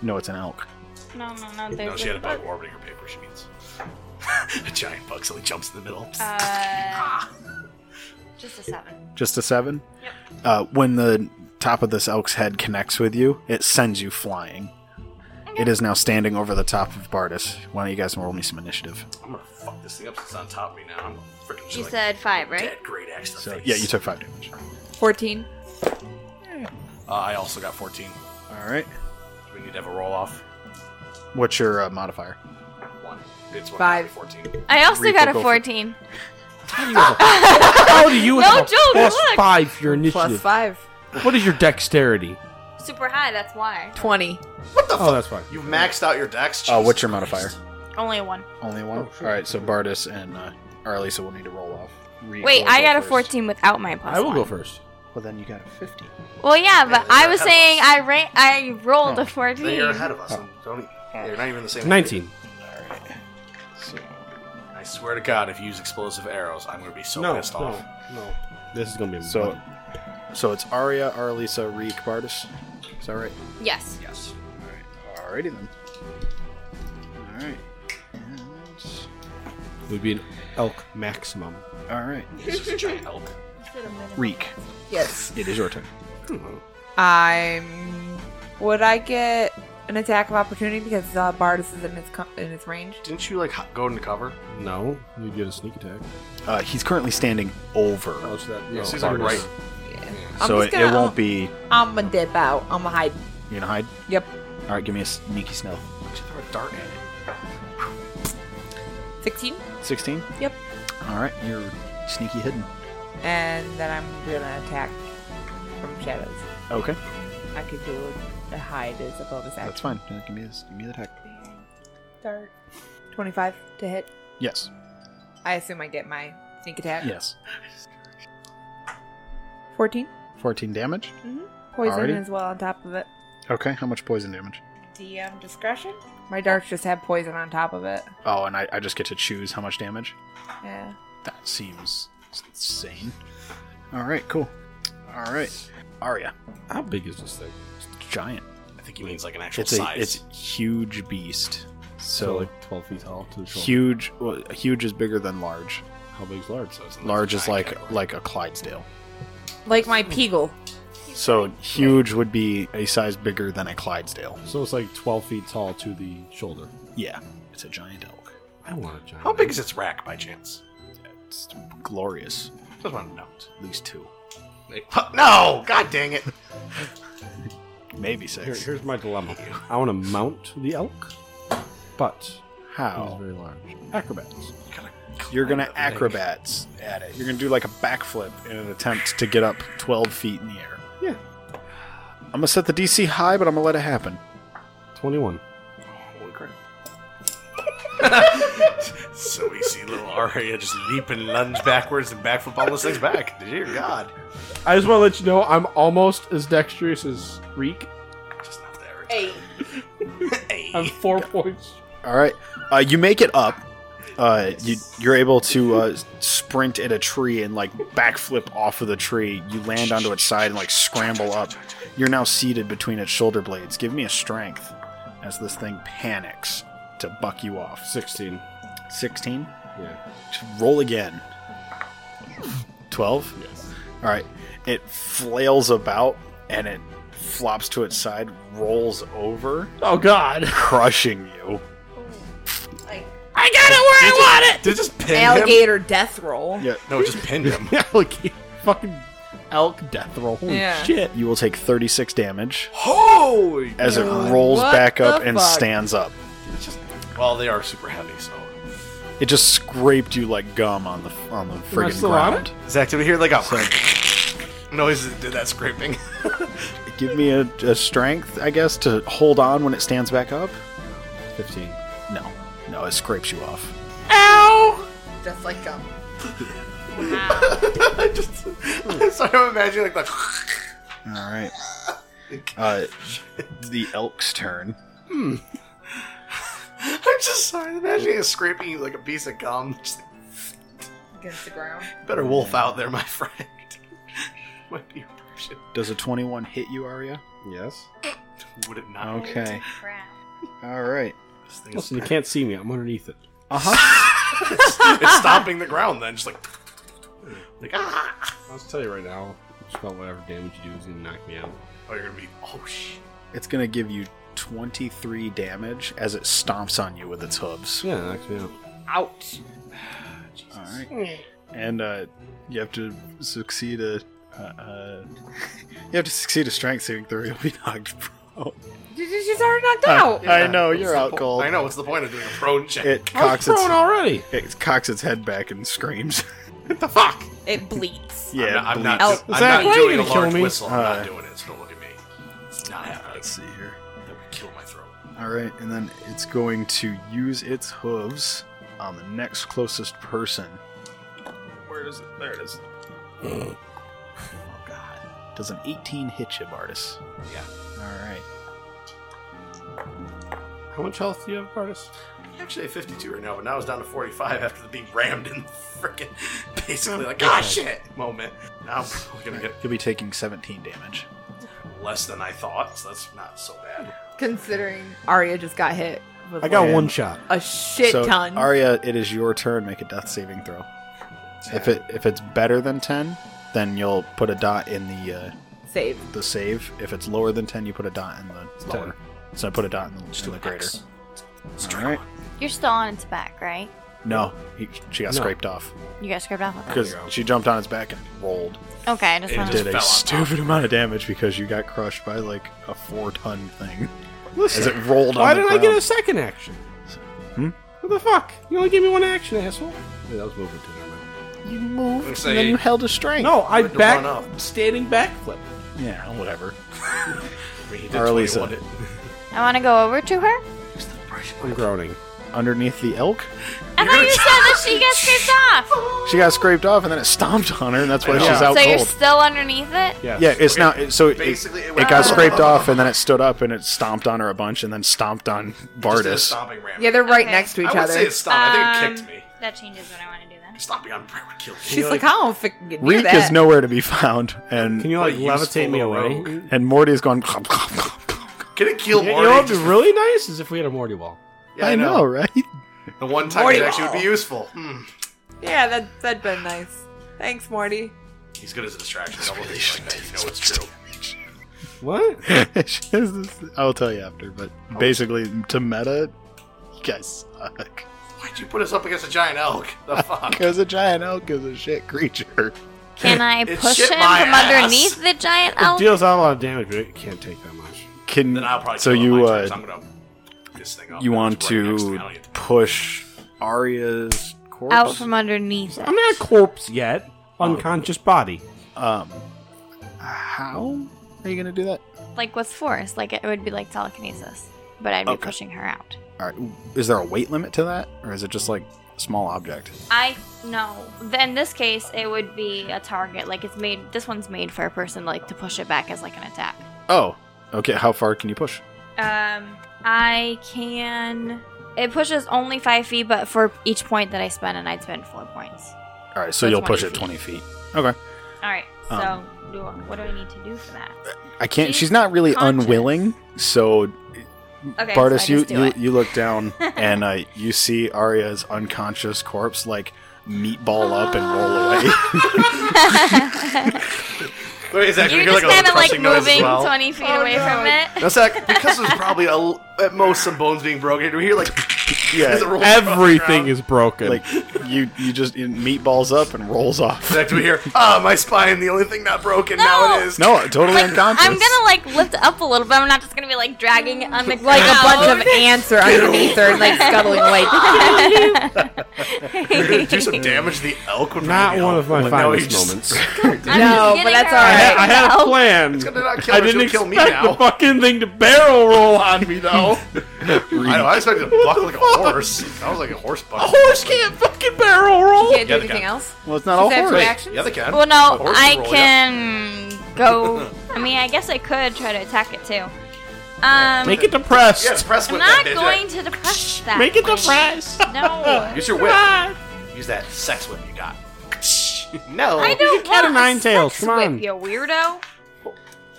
[SPEAKER 6] to
[SPEAKER 3] No, it's an elk.
[SPEAKER 6] get. No, no, no.
[SPEAKER 5] no, she had a bug orbiting her paper. She means a giant bug suddenly jumps in the middle.
[SPEAKER 6] Uh, just a seven.
[SPEAKER 3] Just a seven. Uh, when the top of this elk's head connects with you, it sends you flying. It is now standing over the top of Bardis. Why don't you guys roll me some initiative?
[SPEAKER 5] I'm gonna fuck this thing up since it's on top of me now. I'm gonna freaking just
[SPEAKER 6] You
[SPEAKER 5] like,
[SPEAKER 6] said five, right?
[SPEAKER 5] dead great axe to the
[SPEAKER 3] So
[SPEAKER 5] face.
[SPEAKER 3] yeah, you took five damage.
[SPEAKER 4] 14.
[SPEAKER 5] uh, I also got 14.
[SPEAKER 3] All right.
[SPEAKER 5] We need to have a roll off.
[SPEAKER 3] What's your uh, modifier?
[SPEAKER 5] One. It's one
[SPEAKER 4] Five.
[SPEAKER 5] 14.
[SPEAKER 6] I also
[SPEAKER 3] Rico,
[SPEAKER 6] got a
[SPEAKER 3] go for it.
[SPEAKER 6] fourteen.
[SPEAKER 8] How do you
[SPEAKER 6] No
[SPEAKER 8] have
[SPEAKER 6] joke,
[SPEAKER 8] a plus
[SPEAKER 6] look.
[SPEAKER 8] five for your
[SPEAKER 4] Plus
[SPEAKER 8] initiative?
[SPEAKER 4] 5.
[SPEAKER 8] What is your dexterity?
[SPEAKER 6] Super high. That's why.
[SPEAKER 4] 20.
[SPEAKER 8] Oh, that's fine.
[SPEAKER 5] You've maxed out your dex.
[SPEAKER 3] Uh, what's
[SPEAKER 5] Jesus
[SPEAKER 3] your modifier?
[SPEAKER 5] Christ.
[SPEAKER 6] Only a one.
[SPEAKER 3] Only one.
[SPEAKER 8] Oh,
[SPEAKER 3] All right. So Bardis and uh, or Lisa will need to roll off. Rico
[SPEAKER 6] Wait,
[SPEAKER 3] will
[SPEAKER 6] I
[SPEAKER 3] go
[SPEAKER 6] got a
[SPEAKER 3] first.
[SPEAKER 6] fourteen without my plus.
[SPEAKER 8] I will
[SPEAKER 6] one.
[SPEAKER 8] go first.
[SPEAKER 3] Well, then you got a fifty.
[SPEAKER 6] Well, yeah, but
[SPEAKER 5] they're
[SPEAKER 6] I
[SPEAKER 5] ahead
[SPEAKER 6] was
[SPEAKER 5] of us.
[SPEAKER 6] saying I ra- I rolled a
[SPEAKER 5] They
[SPEAKER 6] fourteen.
[SPEAKER 5] are ahead of us.
[SPEAKER 3] Oh.
[SPEAKER 5] and Don't, e- they're not even the same.
[SPEAKER 8] Nineteen.
[SPEAKER 5] I swear to God, if you use explosive arrows, I'm gonna be so
[SPEAKER 27] No,
[SPEAKER 5] pissed off.
[SPEAKER 27] no, no.
[SPEAKER 8] This is gonna be
[SPEAKER 3] So, so it's Aria, Arlisa, Reek, Bardis. Is that right?
[SPEAKER 6] Yes.
[SPEAKER 5] Yes.
[SPEAKER 3] Alrighty then. All right. And-
[SPEAKER 8] it would be an elk maximum.
[SPEAKER 3] All right.
[SPEAKER 5] It's just a giant elk.
[SPEAKER 3] Reek,
[SPEAKER 4] Yes.
[SPEAKER 3] it is your turn.
[SPEAKER 4] I'm. Would I get an attack of opportunity because uh, Bardis is in its, co- in its range?
[SPEAKER 5] Didn't you like h- go into cover?
[SPEAKER 8] No, you get a sneak attack.
[SPEAKER 3] Uh, he's currently standing over,
[SPEAKER 8] Oh, so that
[SPEAKER 5] It seems like right.
[SPEAKER 4] I'm
[SPEAKER 3] so
[SPEAKER 4] just
[SPEAKER 3] it,
[SPEAKER 4] gonna-
[SPEAKER 3] it won't be.
[SPEAKER 4] I'm gonna dip out. I'm gonna hide.
[SPEAKER 3] You know, hide.
[SPEAKER 4] Yep.
[SPEAKER 3] All right, give me a sneaky snow.
[SPEAKER 5] Throw a dart at it.
[SPEAKER 4] 16.
[SPEAKER 3] Sixteen.
[SPEAKER 4] Yep.
[SPEAKER 3] All right, you're sneaky hidden.
[SPEAKER 4] And then I'm gonna attack from shadows.
[SPEAKER 3] Okay,
[SPEAKER 4] I could do a hide as a bonus action.
[SPEAKER 3] that's fine. Yeah, give me this. Give me the attack.
[SPEAKER 4] Dart. 25 to hit.
[SPEAKER 3] Yes.
[SPEAKER 4] I assume I get my sneak attack.
[SPEAKER 3] Yes.
[SPEAKER 4] 14.
[SPEAKER 3] Fourteen damage.
[SPEAKER 4] Poison
[SPEAKER 3] Alrighty.
[SPEAKER 4] as well on top of it.
[SPEAKER 3] Okay. How much poison damage?
[SPEAKER 4] DM discretion? My darts just have poison on top of it.
[SPEAKER 3] Oh, and I, I just get to choose how much damage.
[SPEAKER 4] Yeah.
[SPEAKER 3] That seems insane. All right. Cool. All right. Aria,
[SPEAKER 8] How big is this thing?
[SPEAKER 3] giant.
[SPEAKER 5] I think he means like an actual
[SPEAKER 3] it's a
[SPEAKER 5] size.
[SPEAKER 3] it's a huge beast.
[SPEAKER 8] So
[SPEAKER 3] So
[SPEAKER 8] like twelve feet tall to the shoulder.
[SPEAKER 3] huge. Well, huge is bigger than large.
[SPEAKER 8] How big is large?
[SPEAKER 5] so it's in the
[SPEAKER 3] Large is
[SPEAKER 5] giant
[SPEAKER 3] like
[SPEAKER 5] category.
[SPEAKER 3] like a Clydesdale.
[SPEAKER 4] Like
[SPEAKER 3] Hmm.
[SPEAKER 4] my Peagle.
[SPEAKER 3] So huge would be a size bigger than a Clydesdale.
[SPEAKER 8] So it's like twelve feet tall to the shoulder.
[SPEAKER 3] Yeah, it's a giant elk.
[SPEAKER 8] I want a giant.
[SPEAKER 5] How big is its rack by chance?
[SPEAKER 3] It's glorious.
[SPEAKER 5] Just want to note.
[SPEAKER 3] At least two,
[SPEAKER 5] Like, huh, no! God dang it!
[SPEAKER 3] maybe
[SPEAKER 8] Here,
[SPEAKER 3] six.
[SPEAKER 8] here's my dilemma. I want to mount the elk, but it's
[SPEAKER 3] How
[SPEAKER 8] very large. Acrobats.
[SPEAKER 3] you're gonna
[SPEAKER 5] Climb the thing.
[SPEAKER 3] acrobats at it? You're gonna do like a backflip in an attempt to get up 12 feet in the air.
[SPEAKER 8] Yeah.
[SPEAKER 3] I'm gonna set the DC high, but I'm gonna let it happen.
[SPEAKER 8] Twenty-one.
[SPEAKER 5] Holy crap. so we see little Arya just leap and lunge backwards and backflip all those things back. Dear God.
[SPEAKER 27] I just want to let you know I'm almost as dexterous as Reek.
[SPEAKER 5] Just not there.
[SPEAKER 27] I'm four points.
[SPEAKER 3] All right, uh, you make it up. Uh, you, you're able to uh, sprint at a tree and like backflip off of the tree. You land onto its side and like scramble up. You're now seated between its shoulder blades. Give me a strength as this thing panics to buck you off.
[SPEAKER 8] 16.
[SPEAKER 3] 16.
[SPEAKER 8] Yeah.
[SPEAKER 3] Roll again. 12?
[SPEAKER 8] Yes.
[SPEAKER 3] All right. It flails about and it flops to its side, rolls over,
[SPEAKER 28] Oh God!
[SPEAKER 3] crushing you.
[SPEAKER 2] I got it where I want it.
[SPEAKER 5] Did it just pin him?
[SPEAKER 4] Alligator death roll.
[SPEAKER 3] Yeah.
[SPEAKER 5] No, it just pinned him.
[SPEAKER 28] Alligator, fucking elk death roll. Holy
[SPEAKER 4] Yeah.
[SPEAKER 28] shit!
[SPEAKER 3] You will take 36 damage
[SPEAKER 5] Holy!
[SPEAKER 3] as it rolls
[SPEAKER 4] What
[SPEAKER 3] back
[SPEAKER 4] the
[SPEAKER 3] up and
[SPEAKER 4] fuck?
[SPEAKER 3] stands up.
[SPEAKER 5] It's just, well, they are super heavy, so.
[SPEAKER 3] It just scraped you like gum on the on the
[SPEAKER 8] I
[SPEAKER 3] friggin'
[SPEAKER 8] still on
[SPEAKER 3] ground.
[SPEAKER 5] Zach, did we hear like a noise that did that scraping?
[SPEAKER 3] Give me a, a strength, I guess, to hold on when it stands back up.
[SPEAKER 8] 15.
[SPEAKER 3] No, no, it scrapes you off.
[SPEAKER 4] Just like um, gum.
[SPEAKER 5] I just, I'm sorry, I'm imagining like the.
[SPEAKER 3] All right. Uh, the elk's turn.
[SPEAKER 5] I'm just sorry, imagining it scraping like a piece of gum. Just,
[SPEAKER 4] Against the ground.
[SPEAKER 5] better wolf out there, my friend. Might be your option.
[SPEAKER 3] Does a 21 hit you, Arya?
[SPEAKER 8] Yes.
[SPEAKER 5] Would it not?
[SPEAKER 3] Okay. All right.
[SPEAKER 5] This thing is-
[SPEAKER 8] Listen, you can't see me. I'm underneath it.
[SPEAKER 3] Uh-huh.
[SPEAKER 5] it's stomping the ground then, just like. Like, ah!
[SPEAKER 8] I'll just tell you right now, just about whatever damage you do is going to knock me out.
[SPEAKER 5] Oh, you're gonna be. Oh, shit.
[SPEAKER 3] It's going to give you 23 damage as it stomps on you with its hooves.
[SPEAKER 8] Yeah, it knocks me out.
[SPEAKER 4] Ouch.
[SPEAKER 3] All right. And uh, you have to succeed a. Uh, uh, you have to succeed a strength saving throw. You'll be knocked prone.
[SPEAKER 4] You just, you just already knocked out.
[SPEAKER 3] I know
[SPEAKER 5] What's
[SPEAKER 3] you're
[SPEAKER 5] the
[SPEAKER 3] out
[SPEAKER 5] po-
[SPEAKER 3] cold.
[SPEAKER 5] I know, what's the point of doing a prone check?
[SPEAKER 3] It
[SPEAKER 8] I was
[SPEAKER 3] cocks its
[SPEAKER 8] prone already.
[SPEAKER 3] it cocks its head back and screams.
[SPEAKER 4] It bleeds.
[SPEAKER 5] I'm
[SPEAKER 3] yeah,
[SPEAKER 5] not, I'm
[SPEAKER 3] bleeds.
[SPEAKER 5] not,
[SPEAKER 4] Oh.
[SPEAKER 5] I'm
[SPEAKER 8] Zach, why
[SPEAKER 5] not
[SPEAKER 8] are you
[SPEAKER 5] doing a
[SPEAKER 8] gonna kill
[SPEAKER 5] large
[SPEAKER 8] me?
[SPEAKER 5] whistle. I'm
[SPEAKER 3] Uh,
[SPEAKER 5] not doing it, so don't look at me. It's not happening.
[SPEAKER 3] Let's see here.
[SPEAKER 5] That would kill my throat.
[SPEAKER 3] All right, and then it's going to use its hooves on the next closest person. Where is it? There it is. oh God! Does an 18 hit you, Bartis?
[SPEAKER 5] Yeah.
[SPEAKER 3] All right.
[SPEAKER 8] How much health do you have, Bartis?
[SPEAKER 5] Actually, at 52 right now, but now I was down to 45 after being rammed in the frickin'
[SPEAKER 3] Oh,
[SPEAKER 5] basically like, ah, shit moment. Now I'm probably gonna get
[SPEAKER 3] You'll be taking 17 damage.
[SPEAKER 5] less than I thought, so that's not so bad.
[SPEAKER 4] Considering Arya just got hit with
[SPEAKER 29] I
[SPEAKER 8] Oh,
[SPEAKER 29] got
[SPEAKER 4] like
[SPEAKER 29] one shot.
[SPEAKER 4] a shit
[SPEAKER 3] so,
[SPEAKER 4] ton.
[SPEAKER 3] Arya, it is your turn. Make a death saving throw. If it if it's better than 10, then you'll put a dot in the uh,
[SPEAKER 4] Save.
[SPEAKER 3] the save. If it's lower than 10, you put a dot in the lower. So I put a dot in the, in the greater. All right.
[SPEAKER 6] You're still on its back, right?
[SPEAKER 3] No, he, she got scraped off
[SPEAKER 6] You got scraped off. of it.
[SPEAKER 3] because she jumped on its back and rolled.
[SPEAKER 6] Okay, I just
[SPEAKER 5] It
[SPEAKER 6] want
[SPEAKER 5] just
[SPEAKER 3] Did
[SPEAKER 6] to.
[SPEAKER 3] a
[SPEAKER 5] fell off.
[SPEAKER 3] stupid amount of damage because you got crushed by like a four-ton thing as it rolled.
[SPEAKER 8] Why
[SPEAKER 3] on the
[SPEAKER 8] didn't I get a
[SPEAKER 3] ground.
[SPEAKER 8] second action? What the fuck? You only gave me one action, asshole. Wait, that was moving too. Never mind.
[SPEAKER 3] You moved,
[SPEAKER 5] Looks
[SPEAKER 3] and
[SPEAKER 5] like-
[SPEAKER 3] then you held a strength.
[SPEAKER 8] No, I
[SPEAKER 5] Went to
[SPEAKER 8] back
[SPEAKER 5] one up.
[SPEAKER 8] standing backflip.
[SPEAKER 3] Yeah, whatever.
[SPEAKER 5] I mean, he did
[SPEAKER 3] Arlisa.
[SPEAKER 5] 21 it-
[SPEAKER 6] I want to go over to her.
[SPEAKER 8] I'm groaning.
[SPEAKER 3] Underneath the elk,
[SPEAKER 6] I thought you said that she got scraped off.
[SPEAKER 3] she got scraped off, and then it stomped on her, and that's why
[SPEAKER 5] I know.
[SPEAKER 3] she's out
[SPEAKER 6] So you're
[SPEAKER 3] cold.
[SPEAKER 6] still underneath it.
[SPEAKER 8] Yes.
[SPEAKER 3] Yeah, it's now it- so it,
[SPEAKER 5] Basically, it
[SPEAKER 3] it,
[SPEAKER 5] went-
[SPEAKER 3] got scraped off, and then it stood up, and it stomped on her a bunch, and then stomped on
[SPEAKER 5] just did a
[SPEAKER 3] Bardis.
[SPEAKER 5] stomping ram.
[SPEAKER 4] Yeah, they're right
[SPEAKER 6] Okay.
[SPEAKER 4] next to
[SPEAKER 5] I
[SPEAKER 4] each
[SPEAKER 5] would
[SPEAKER 4] other.
[SPEAKER 5] say it stomped. I think it
[SPEAKER 6] Um,
[SPEAKER 5] kicked me.
[SPEAKER 6] That changes what I want to do then.
[SPEAKER 5] Stomping on prayer would kill me.
[SPEAKER 4] She's like, I don't fucking get near
[SPEAKER 3] Reek
[SPEAKER 4] that.
[SPEAKER 3] is nowhere to be found,
[SPEAKER 8] Can
[SPEAKER 3] and
[SPEAKER 8] you
[SPEAKER 5] What
[SPEAKER 8] like
[SPEAKER 5] a useful
[SPEAKER 8] levitate me
[SPEAKER 5] little
[SPEAKER 8] away?
[SPEAKER 5] rogue.
[SPEAKER 3] and Morty's going. "Clomp, clomp, clomp, clomp."
[SPEAKER 5] Can it kill
[SPEAKER 8] You
[SPEAKER 5] Morty?
[SPEAKER 8] know what would be
[SPEAKER 5] Just-
[SPEAKER 8] really nice is if we had a Morty wall.
[SPEAKER 5] yeah,
[SPEAKER 3] I know, right?
[SPEAKER 5] The one time
[SPEAKER 4] Morty
[SPEAKER 5] it actually would be
[SPEAKER 4] wall.
[SPEAKER 5] useful. Hmm.
[SPEAKER 4] yeah, that that'd been nice. Thanks, Morty.
[SPEAKER 5] He's good as a distraction. Don't look at me like that. You know it's true.
[SPEAKER 8] What?
[SPEAKER 3] It's just- I'll tell you after, but basically, to meta, you guys suck.
[SPEAKER 5] Why'd you put us up against a giant elk? The fuck?
[SPEAKER 3] Because a giant elk is a shit creature.
[SPEAKER 6] Can I
[SPEAKER 5] It
[SPEAKER 6] push
[SPEAKER 5] shit
[SPEAKER 6] him from
[SPEAKER 5] my ass.
[SPEAKER 6] underneath the giant
[SPEAKER 8] It
[SPEAKER 6] elk?
[SPEAKER 8] deals out a lot of damage, but it can't take that much.
[SPEAKER 3] Can
[SPEAKER 5] Then I'll probably
[SPEAKER 3] so
[SPEAKER 5] kill it on
[SPEAKER 3] you
[SPEAKER 5] my turn, so
[SPEAKER 3] uh,
[SPEAKER 5] I'm gonna this thing up.
[SPEAKER 3] you
[SPEAKER 5] It's
[SPEAKER 3] want
[SPEAKER 5] right next me.
[SPEAKER 3] to
[SPEAKER 5] I don't get to-
[SPEAKER 3] push Arya's corpse?
[SPEAKER 6] Out from underneath it.
[SPEAKER 8] I'm not a corpse yet. Unconscious body.
[SPEAKER 3] um, how are you gonna do that?
[SPEAKER 6] Like with force, like it would be like telekinesis, but I'd be
[SPEAKER 3] Okay.
[SPEAKER 6] pushing her out.
[SPEAKER 3] All right, is there a weight limit to that, or is it just like a small object?
[SPEAKER 6] I no. Th- In this case, it would be a target. Like it's made. This one's made for a person, like to push it back as like an attack.
[SPEAKER 3] Oh, okay. How far can you push?
[SPEAKER 6] Um, I can. It pushes only five feet, but for each point that I spend, and I'd spend four points.
[SPEAKER 3] All right, so
[SPEAKER 6] So
[SPEAKER 3] you'll
[SPEAKER 6] 20
[SPEAKER 3] push it
[SPEAKER 6] feet.
[SPEAKER 3] twenty feet. Okay.
[SPEAKER 6] All right. So,
[SPEAKER 3] Um,
[SPEAKER 6] do, what do I need to do for that?
[SPEAKER 3] I can't.
[SPEAKER 6] She's
[SPEAKER 3] She's not really
[SPEAKER 6] conscious.
[SPEAKER 3] unwilling, so
[SPEAKER 6] Okay,
[SPEAKER 3] Bartis,
[SPEAKER 6] so I
[SPEAKER 3] you,
[SPEAKER 6] just do
[SPEAKER 3] you,
[SPEAKER 6] it.
[SPEAKER 3] you look down and uh, you see Arya's unconscious corpse like meatball up and roll away.
[SPEAKER 6] Ah.
[SPEAKER 5] Wait, is that
[SPEAKER 6] You're
[SPEAKER 5] gonna
[SPEAKER 6] just
[SPEAKER 5] be like
[SPEAKER 6] kind
[SPEAKER 5] a
[SPEAKER 6] of like
[SPEAKER 5] crushing noise as
[SPEAKER 6] moving
[SPEAKER 5] well?
[SPEAKER 6] 20 feet away from it.
[SPEAKER 5] That's like, because there's probably a l at most some bones being broken. Do we hear like
[SPEAKER 3] yeah,
[SPEAKER 5] as it rolls across the
[SPEAKER 8] Everything
[SPEAKER 5] ground?
[SPEAKER 8] is broken.
[SPEAKER 3] like you you just it meatballs up and rolls off.
[SPEAKER 5] Next we hear, ah, my spine, the only thing not broken, now
[SPEAKER 6] No.
[SPEAKER 5] it is.
[SPEAKER 3] No, totally
[SPEAKER 6] Like,
[SPEAKER 3] unconscious.
[SPEAKER 6] I'm gonna like lift up a little bit. I'm not just gonna be like dragging it on the ground.
[SPEAKER 4] Like a bunch of ants are underneath her and like scuttling away.
[SPEAKER 5] You're gonna do some damage to the elk when
[SPEAKER 2] Not
[SPEAKER 5] we get
[SPEAKER 2] one
[SPEAKER 5] home.
[SPEAKER 2] of my
[SPEAKER 5] No,
[SPEAKER 2] finest
[SPEAKER 5] you just-
[SPEAKER 2] moments.
[SPEAKER 6] I'm
[SPEAKER 4] No,
[SPEAKER 6] just
[SPEAKER 4] but
[SPEAKER 6] getting
[SPEAKER 4] that's
[SPEAKER 6] her
[SPEAKER 4] all
[SPEAKER 2] I
[SPEAKER 4] right.
[SPEAKER 2] had, I had a
[SPEAKER 6] out.
[SPEAKER 2] plan.
[SPEAKER 5] It's gonna not kill
[SPEAKER 2] I
[SPEAKER 5] her, she'll
[SPEAKER 2] didn't
[SPEAKER 5] kill me
[SPEAKER 2] expect the
[SPEAKER 5] now.
[SPEAKER 2] fucking thing to barrel roll on me though.
[SPEAKER 5] I know, I expected to buck like a horse. I was like a horse buck.
[SPEAKER 2] a horse can't fucking barrel roll.
[SPEAKER 4] Can't do
[SPEAKER 5] Yeah, they
[SPEAKER 4] anything
[SPEAKER 5] can.
[SPEAKER 4] else.
[SPEAKER 3] well, it's not all
[SPEAKER 4] She's had two
[SPEAKER 3] horse.
[SPEAKER 4] actions.
[SPEAKER 5] Yeah, they can.
[SPEAKER 6] Well,
[SPEAKER 5] A
[SPEAKER 6] no,
[SPEAKER 5] horse
[SPEAKER 6] I
[SPEAKER 5] roll, yeah.
[SPEAKER 6] can go. I mean, I guess I could try to attack it too. Um,
[SPEAKER 8] Make it depressed.
[SPEAKER 5] Yeah, it's press
[SPEAKER 6] I'm
[SPEAKER 5] whip
[SPEAKER 6] not
[SPEAKER 5] that bitch.
[SPEAKER 6] going to depress that.
[SPEAKER 8] Make it
[SPEAKER 6] one.
[SPEAKER 8] depressed.
[SPEAKER 6] No,
[SPEAKER 5] Use your whip. Use that sex whip you got. no.
[SPEAKER 6] I don't
[SPEAKER 8] Cat
[SPEAKER 6] want
[SPEAKER 8] of nine tails.
[SPEAKER 6] sex
[SPEAKER 8] Come
[SPEAKER 6] whip,
[SPEAKER 8] on.
[SPEAKER 6] you weirdo.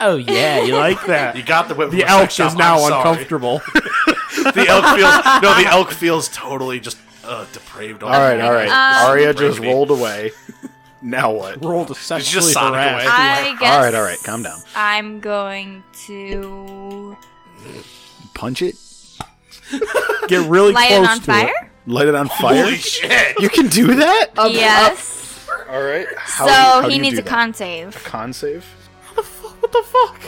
[SPEAKER 8] Oh yeah, you like that?
[SPEAKER 5] You got the whip. from
[SPEAKER 8] the
[SPEAKER 5] a
[SPEAKER 8] elk
[SPEAKER 5] sex shop,
[SPEAKER 8] is now
[SPEAKER 5] I'm sorry.
[SPEAKER 8] uncomfortable.
[SPEAKER 5] The elk feels no. The elk feels totally just uh, depraved.
[SPEAKER 3] All right, all right.
[SPEAKER 6] Um,
[SPEAKER 3] Arya just
[SPEAKER 5] Brave me.
[SPEAKER 3] rolled away. Now what?
[SPEAKER 8] Rolled a
[SPEAKER 5] just
[SPEAKER 8] sexually
[SPEAKER 5] Sonic
[SPEAKER 8] harassed.
[SPEAKER 5] away.
[SPEAKER 6] I guess.
[SPEAKER 3] All right, all right, calm down.
[SPEAKER 6] I'm going to
[SPEAKER 3] Punch it,
[SPEAKER 8] Get really
[SPEAKER 6] light
[SPEAKER 8] close
[SPEAKER 6] it on
[SPEAKER 8] to
[SPEAKER 6] fire.
[SPEAKER 3] light it on fire.
[SPEAKER 5] Holy shit!
[SPEAKER 3] you can do that.
[SPEAKER 6] Yes.
[SPEAKER 3] All right. How
[SPEAKER 6] so
[SPEAKER 3] do you- how do
[SPEAKER 6] he
[SPEAKER 3] you
[SPEAKER 6] needs
[SPEAKER 3] do
[SPEAKER 6] a
[SPEAKER 3] that?
[SPEAKER 6] con save.
[SPEAKER 3] con save.
[SPEAKER 8] What the fuck?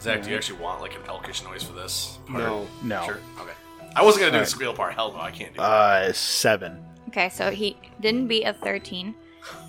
[SPEAKER 5] Zach, do you actually want like an elkish noise for this? part?
[SPEAKER 2] No.
[SPEAKER 3] No.
[SPEAKER 5] Sure. Okay. I wasn't gonna do the squeal part. Hell no, I can't do that.
[SPEAKER 3] Uh, seven.
[SPEAKER 6] Okay, so he didn't beat a 13.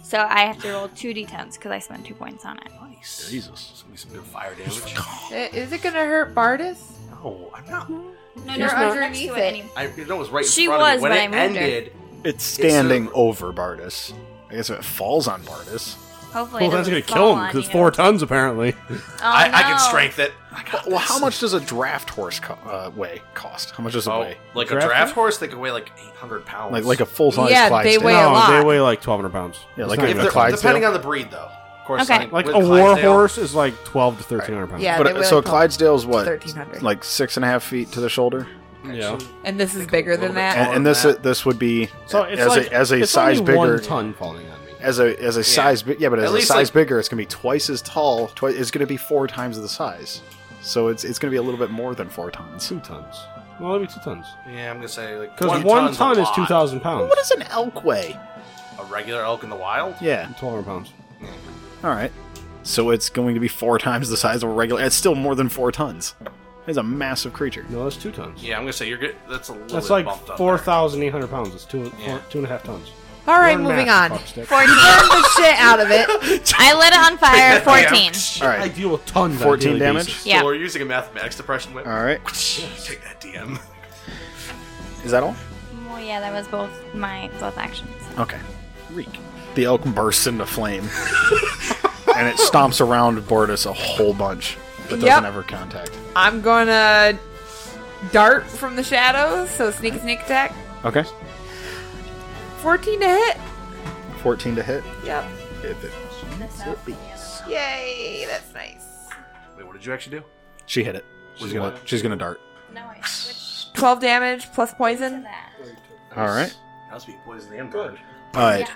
[SPEAKER 6] So I have to roll two d10s because I spent two points on it.
[SPEAKER 5] Nice. Jesus. It's gonna be some good fire damage.
[SPEAKER 4] Is it gonna hurt Bardis?
[SPEAKER 5] No, I'm not.
[SPEAKER 6] No,
[SPEAKER 4] You're underneath it.
[SPEAKER 5] I you know it was right. In
[SPEAKER 6] She
[SPEAKER 5] front
[SPEAKER 6] was
[SPEAKER 5] of me. when
[SPEAKER 6] when I
[SPEAKER 5] it
[SPEAKER 6] moved her.
[SPEAKER 5] ended.
[SPEAKER 3] It's standing
[SPEAKER 5] over.
[SPEAKER 3] over Bartis. I guess if it falls on Bartis.
[SPEAKER 6] Hopefully,
[SPEAKER 8] Well,
[SPEAKER 6] it
[SPEAKER 8] that's gonna
[SPEAKER 6] doesn't
[SPEAKER 8] kill
[SPEAKER 6] fall
[SPEAKER 8] him
[SPEAKER 6] on
[SPEAKER 8] because
[SPEAKER 6] you.
[SPEAKER 8] four tons apparently.
[SPEAKER 6] Oh,
[SPEAKER 5] I, I can
[SPEAKER 6] no.
[SPEAKER 5] strength it. Oh. I got
[SPEAKER 3] Well, how
[SPEAKER 5] this.
[SPEAKER 3] much does a draft horse co- uh, weigh cost? How much does it
[SPEAKER 5] Oh,
[SPEAKER 3] weigh?
[SPEAKER 5] like
[SPEAKER 8] Draft
[SPEAKER 5] a draft horse, they could weigh like 800 pounds.
[SPEAKER 3] Like like a full size
[SPEAKER 4] Yeah, they
[SPEAKER 3] Clydesdale.
[SPEAKER 4] weigh a
[SPEAKER 8] no,
[SPEAKER 4] lot.
[SPEAKER 8] they weigh like twelve hundred pounds.
[SPEAKER 3] Yeah,
[SPEAKER 8] It's
[SPEAKER 3] like
[SPEAKER 8] not
[SPEAKER 3] a-
[SPEAKER 5] if
[SPEAKER 8] even
[SPEAKER 3] the
[SPEAKER 5] they're-
[SPEAKER 3] Clydesdale?
[SPEAKER 5] depending on the breed, though. Of course,
[SPEAKER 6] Okay.
[SPEAKER 5] like,
[SPEAKER 8] like
[SPEAKER 5] with
[SPEAKER 8] a war
[SPEAKER 5] Clydesdale-
[SPEAKER 8] horse is like twelve to thirteen hundred pounds.
[SPEAKER 4] Yeah,
[SPEAKER 3] But
[SPEAKER 4] they
[SPEAKER 3] uh,
[SPEAKER 4] weigh
[SPEAKER 3] so
[SPEAKER 4] like
[SPEAKER 3] Clydesdale's what,
[SPEAKER 4] 1300.
[SPEAKER 3] like six and a half feet to the shoulder,
[SPEAKER 8] yeah.
[SPEAKER 4] and this is bigger than that.
[SPEAKER 3] and, and this this would be
[SPEAKER 8] So it's
[SPEAKER 3] as
[SPEAKER 8] like
[SPEAKER 3] a, as a
[SPEAKER 8] it's
[SPEAKER 3] size
[SPEAKER 8] only
[SPEAKER 3] bigger
[SPEAKER 8] one ton falling on me.
[SPEAKER 3] as a as a size bi- yeah, but
[SPEAKER 5] At
[SPEAKER 3] as a
[SPEAKER 5] least,
[SPEAKER 3] size
[SPEAKER 5] like-
[SPEAKER 3] bigger, it's gonna be twice as tall. Twi- it's gonna be four times the size, so it's it's gonna be a little bit more than four tons.
[SPEAKER 8] Two tons. Well, maybe two tons.
[SPEAKER 5] Yeah, I'm gonna say like
[SPEAKER 8] Because one,
[SPEAKER 5] ton's
[SPEAKER 8] ton
[SPEAKER 5] a
[SPEAKER 8] is
[SPEAKER 5] lot.
[SPEAKER 8] two thousand pounds.
[SPEAKER 3] What does an elk weigh?
[SPEAKER 5] A regular elk in the wild.
[SPEAKER 3] Yeah,
[SPEAKER 8] Twelve hundred pounds.
[SPEAKER 3] all right. So it's going to be four times the size of a regular. It's still more than four tons. It's a massive creature.
[SPEAKER 8] No, that's two tons.
[SPEAKER 5] Yeah, I'm gonna say you're good. That's a little.
[SPEAKER 8] That's
[SPEAKER 5] bit
[SPEAKER 8] like
[SPEAKER 5] bumped up
[SPEAKER 8] four
[SPEAKER 5] there.
[SPEAKER 8] thousand eight hundred pounds. It's two
[SPEAKER 5] Yeah.
[SPEAKER 8] four- two and a half tons.
[SPEAKER 4] All right,
[SPEAKER 8] Learn
[SPEAKER 4] moving
[SPEAKER 8] math,
[SPEAKER 4] on.
[SPEAKER 8] fuckstick.
[SPEAKER 6] 14.
[SPEAKER 4] Burn the shit out of it.
[SPEAKER 6] I lit it on fire. 14.
[SPEAKER 3] All
[SPEAKER 8] I
[SPEAKER 3] right,
[SPEAKER 8] deal with tons. on a
[SPEAKER 3] fourteen
[SPEAKER 8] daily
[SPEAKER 3] damage.
[SPEAKER 8] basis.
[SPEAKER 5] So
[SPEAKER 6] Yeah.
[SPEAKER 5] we're using a mathematics depression whip.
[SPEAKER 3] All right,
[SPEAKER 5] Take that DM.
[SPEAKER 3] is that all?
[SPEAKER 6] Well, yeah, that was both my both actions.
[SPEAKER 3] Okay. Reek. The elk bursts into flame. and it stomps around Bortus a whole bunch, but doesn't
[SPEAKER 4] Yep.
[SPEAKER 3] ever contact.
[SPEAKER 4] I'm gonna dart from the shadows. So sneak, sneak attack.
[SPEAKER 3] Okay.
[SPEAKER 4] 14 to hit.
[SPEAKER 3] 14 to hit.
[SPEAKER 4] Yep.
[SPEAKER 3] If it-
[SPEAKER 4] Yay, that's nice.
[SPEAKER 5] Wait, what did you actually do?
[SPEAKER 3] She hit it. She's gonna, she's gonna dart.
[SPEAKER 6] No, I switched
[SPEAKER 4] 12 damage plus poison.
[SPEAKER 6] that.
[SPEAKER 3] All right.
[SPEAKER 5] That must be poison and good.
[SPEAKER 3] All right.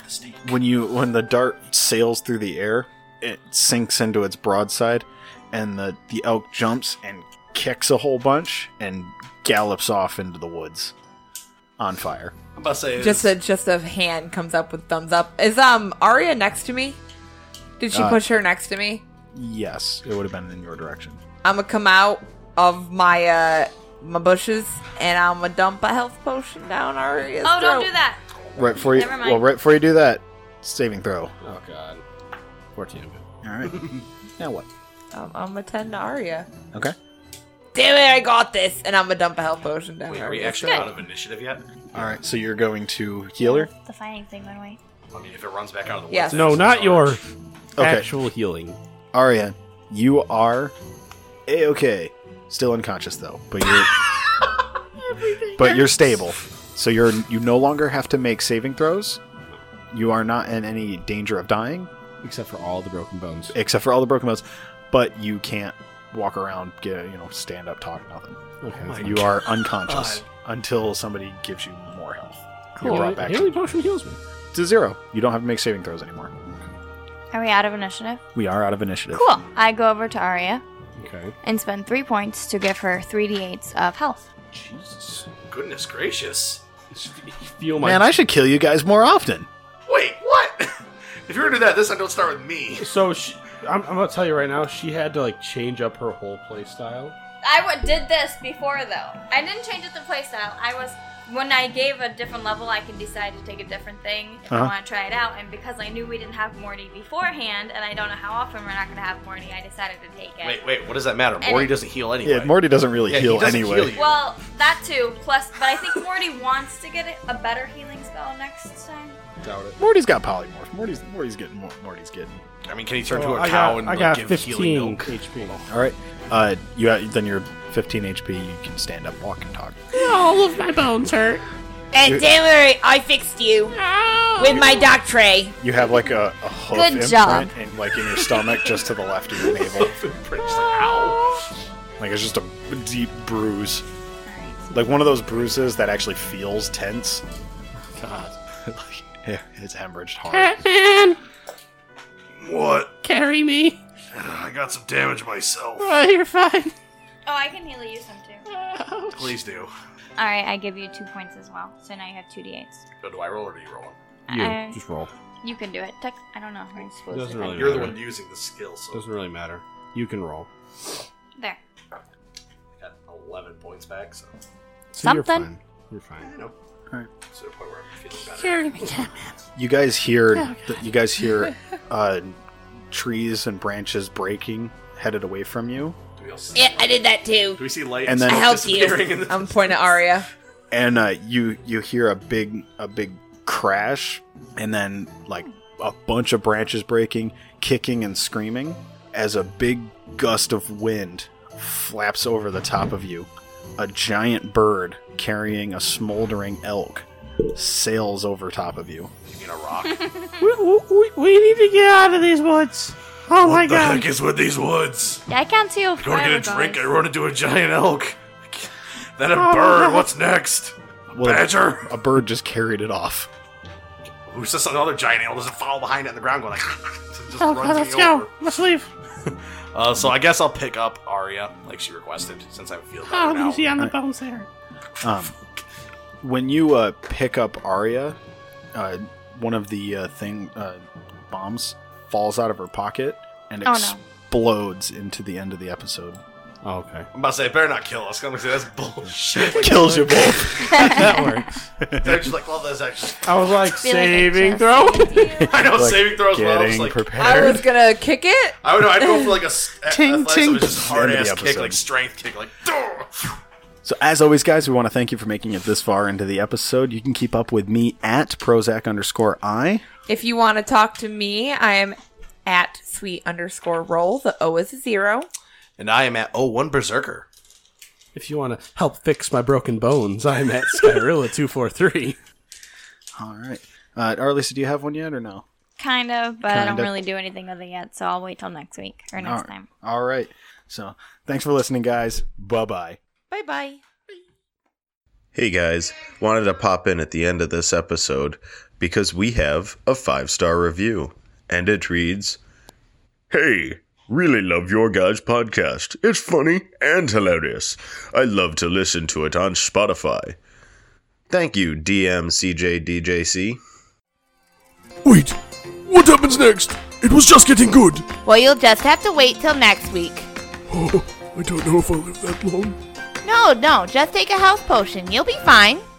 [SPEAKER 3] When you when the dart sails through the air, it sinks into its broadside, and the the elk jumps and kicks a whole bunch and gallops off into the woods, on fire.
[SPEAKER 5] I'm about to say
[SPEAKER 4] Just
[SPEAKER 5] it's-
[SPEAKER 4] a just a hand comes up with thumbs up. Is um Arya next to me? Did she
[SPEAKER 3] Uh,
[SPEAKER 4] push her next to me?
[SPEAKER 3] Yes, it would have been in your direction.
[SPEAKER 4] I'm gonna come out of my uh my bushes and I'm gonna dump a health potion down Arya's
[SPEAKER 6] Oh, don't
[SPEAKER 4] throat.
[SPEAKER 6] do that.
[SPEAKER 3] Right before you,
[SPEAKER 6] Never mind.
[SPEAKER 3] well, right before you do that, saving throw.
[SPEAKER 8] Oh god. Fourteen.
[SPEAKER 3] All right. now what?
[SPEAKER 4] Um, I'm gonna tend to Arya.
[SPEAKER 3] Okay.
[SPEAKER 4] Damn it! I got this, and I'm gonna dump a health potion down.
[SPEAKER 5] Wait, are we
[SPEAKER 4] Arya.
[SPEAKER 5] actually
[SPEAKER 6] Good.
[SPEAKER 5] out of initiative yet?
[SPEAKER 3] All right. So you're going to heal her.
[SPEAKER 6] The fighting thing went away.
[SPEAKER 5] I mean, if it runs back out of the woods.
[SPEAKER 4] Yes.
[SPEAKER 8] No,
[SPEAKER 5] it's orange.
[SPEAKER 8] not your
[SPEAKER 3] Okay.
[SPEAKER 8] actual healing.
[SPEAKER 3] Arya, you are a okay. Still unconscious though, but you're but you're stable. So you're you no longer have to make saving throws. You are not in any danger of dying,
[SPEAKER 8] Except for all the broken bones.
[SPEAKER 3] except for all the broken bones. But you can't walk around, get you know, stand up, talk, nothing.
[SPEAKER 5] Oh
[SPEAKER 8] Okay.
[SPEAKER 3] you are unconscious until somebody gives you more health. You're
[SPEAKER 8] Cool.
[SPEAKER 3] brought back
[SPEAKER 8] Healing potion heals me.
[SPEAKER 3] to zero. You don't have to make saving throws anymore.
[SPEAKER 6] Are we out of initiative?
[SPEAKER 3] We are out of initiative.
[SPEAKER 6] Cool. I go over to Arya
[SPEAKER 30] Okay.
[SPEAKER 6] and spend three points to give her 3d8s of health.
[SPEAKER 5] Jesus. Goodness gracious.
[SPEAKER 8] Feel my
[SPEAKER 3] Man, I should kill you guys more often.
[SPEAKER 5] Wait, what? if you're gonna do that, this time don't start with me.
[SPEAKER 30] So she, I'm, I'm gonna tell you right now, she had to like change up her whole play style.
[SPEAKER 6] I w- did this before though. I didn't change up the playstyle. I was when I gave a different level, I could decide to take a different thing if I
[SPEAKER 3] Uh-huh.
[SPEAKER 6] want to try it out. And because I knew we didn't have Morty beforehand, and I don't know how often we're not going to have Morty, I decided to take it.
[SPEAKER 5] Wait, wait, what does that matter?
[SPEAKER 6] And-
[SPEAKER 5] Morty doesn't heal anyway.
[SPEAKER 3] Yeah, Morty doesn't really
[SPEAKER 5] Yeah, he
[SPEAKER 3] heal
[SPEAKER 5] doesn't
[SPEAKER 3] anyway.
[SPEAKER 5] heal you.
[SPEAKER 6] Well, that too. Plus, but I think Morty wants to get a better healing spell next time.
[SPEAKER 30] Doubt it.
[SPEAKER 3] Morty's got polymorph. Morty's Morty's getting more. Morty's getting.
[SPEAKER 5] I mean, can he turn
[SPEAKER 1] Oh,
[SPEAKER 5] to a
[SPEAKER 1] I
[SPEAKER 5] cow
[SPEAKER 1] got,
[SPEAKER 5] and
[SPEAKER 1] I
[SPEAKER 5] like,
[SPEAKER 1] got
[SPEAKER 5] give healing
[SPEAKER 1] 15
[SPEAKER 5] milk?
[SPEAKER 1] HP.
[SPEAKER 3] All right. Uh, you then you're 15 HP. You can stand up, walk, and talk.
[SPEAKER 1] All of my bones hurt.
[SPEAKER 2] And don't worry, I fixed you with my doc tray.
[SPEAKER 3] You have like a, a hoof
[SPEAKER 6] Good
[SPEAKER 3] imprint
[SPEAKER 6] job.
[SPEAKER 3] in, like in your stomach, just to the left of your navel. Like it's just a deep bruise, like one of those bruises that actually feels tense. God, like, yeah, it's hemorrhaged hard.
[SPEAKER 1] Batman,
[SPEAKER 5] What?
[SPEAKER 1] carry me.
[SPEAKER 5] I got some damage myself.
[SPEAKER 1] Oh, you're fine.
[SPEAKER 6] Oh, I can heal you some too.
[SPEAKER 5] Please do.
[SPEAKER 6] All right, I give you two points as well. So now you have two d8s.
[SPEAKER 5] So do I roll or do you roll?
[SPEAKER 8] you
[SPEAKER 6] I-
[SPEAKER 8] just roll.
[SPEAKER 6] You can do it. Tech, I don't know.
[SPEAKER 8] Doesn't really
[SPEAKER 5] You're the
[SPEAKER 8] matter.
[SPEAKER 5] one using the skill, so
[SPEAKER 8] Doesn't really matter. You can roll.
[SPEAKER 6] There.
[SPEAKER 5] I got 11 points back, so.
[SPEAKER 8] So
[SPEAKER 6] Something.
[SPEAKER 8] You're fine. You're fine.
[SPEAKER 5] It's to the point where I'm feeling better.
[SPEAKER 1] Carry me, Batman.
[SPEAKER 3] You guys hear,
[SPEAKER 6] Oh,
[SPEAKER 3] th- you guys hear, uh, trees and branches breaking, headed away from you,
[SPEAKER 5] Do we, all see,
[SPEAKER 2] Yeah, I did that too.
[SPEAKER 5] do we see light
[SPEAKER 3] And then- I
[SPEAKER 2] helped you.
[SPEAKER 5] disappearing in the-
[SPEAKER 4] I'm pointing at Arya.
[SPEAKER 3] and uh, you you hear a big a big crash, and then like a bunch of branches breaking, kicking and screaming, as a big gust of wind flaps over the top of you. A giant bird carrying a smoldering elk sails over top of you.
[SPEAKER 5] You mean a rock?
[SPEAKER 1] We, we, we need to get out of these woods. Oh my
[SPEAKER 5] what the
[SPEAKER 1] god.
[SPEAKER 5] heck is with these woods?
[SPEAKER 6] Yeah, I can't see you.
[SPEAKER 5] I go to get a drink, I run into a giant elk. I can't- Then a bird, what's next? A
[SPEAKER 3] Well,
[SPEAKER 5] badger?
[SPEAKER 3] A bird just carried it off.
[SPEAKER 5] Who's this another giant animal doesn't follow behind it on the ground going like so it just
[SPEAKER 1] Oh,
[SPEAKER 5] runs
[SPEAKER 1] let's
[SPEAKER 5] me
[SPEAKER 1] go.
[SPEAKER 5] over.
[SPEAKER 1] Let's leave.
[SPEAKER 5] Uh, so I guess I'll pick up Arya like she requested since I feel better
[SPEAKER 1] Oh,
[SPEAKER 5] now.
[SPEAKER 1] Lucy on the bones there.
[SPEAKER 3] Um, when you uh, pick up Arya, uh, one of the uh, thing uh, bombs falls out of her pocket and
[SPEAKER 6] Oh, no.
[SPEAKER 3] explodes into the end of the episode.
[SPEAKER 8] Oh, okay.
[SPEAKER 5] I'm about to say, better not kill us. I'm gonna say that's bullshit.
[SPEAKER 3] Kills you both.
[SPEAKER 8] That works.
[SPEAKER 5] They're just like, well, that's actually.
[SPEAKER 8] I was like, saving throw.
[SPEAKER 6] throw.
[SPEAKER 5] I know
[SPEAKER 3] Like,
[SPEAKER 5] saving throws. Well, I was
[SPEAKER 3] Getting
[SPEAKER 5] like,
[SPEAKER 4] I
[SPEAKER 3] prepared.
[SPEAKER 4] was gonna kick it.
[SPEAKER 5] I would know. I'd go for like a, s- a-
[SPEAKER 3] Ting,
[SPEAKER 5] athletics,
[SPEAKER 3] ting.
[SPEAKER 5] which is just hard
[SPEAKER 3] End of the
[SPEAKER 5] ass kick,
[SPEAKER 3] episode.
[SPEAKER 5] like strength kick, like. "Durr!"
[SPEAKER 3] So, as always, guys, we want to thank you for making it this far into the episode. You can keep up with me at Prozac underscore I.
[SPEAKER 4] If you want to talk to me, I am at sweet underscore roll. The O is a zero.
[SPEAKER 5] And I am at oh one berserker.
[SPEAKER 8] If you want to help fix my broken bones, I'm at Skyrilla243.
[SPEAKER 3] All right. Uh, Arlisa, do you have one yet or no?
[SPEAKER 6] Kind of, but I don't
[SPEAKER 3] Kinda.
[SPEAKER 6] really do anything with it yet, so I'll wait till next week or next
[SPEAKER 3] All right.
[SPEAKER 6] time.
[SPEAKER 3] All right. So, thanks for listening, guys. Bye bye.
[SPEAKER 4] Bye bye.
[SPEAKER 31] Hey guys, wanted to pop in at the end of this episode because we have a five star review. And it reads Hey, really love your guys' podcast. It's funny and hilarious. I love to listen to it on Spotify. Thank you, DMCJDJC.
[SPEAKER 1] Wait. What happens next? It was just getting good.
[SPEAKER 2] Well, you'll just have to wait till next week.
[SPEAKER 1] Oh, I don't know if I'll live that long.
[SPEAKER 2] No, no, just take a health potion. You'll be fine.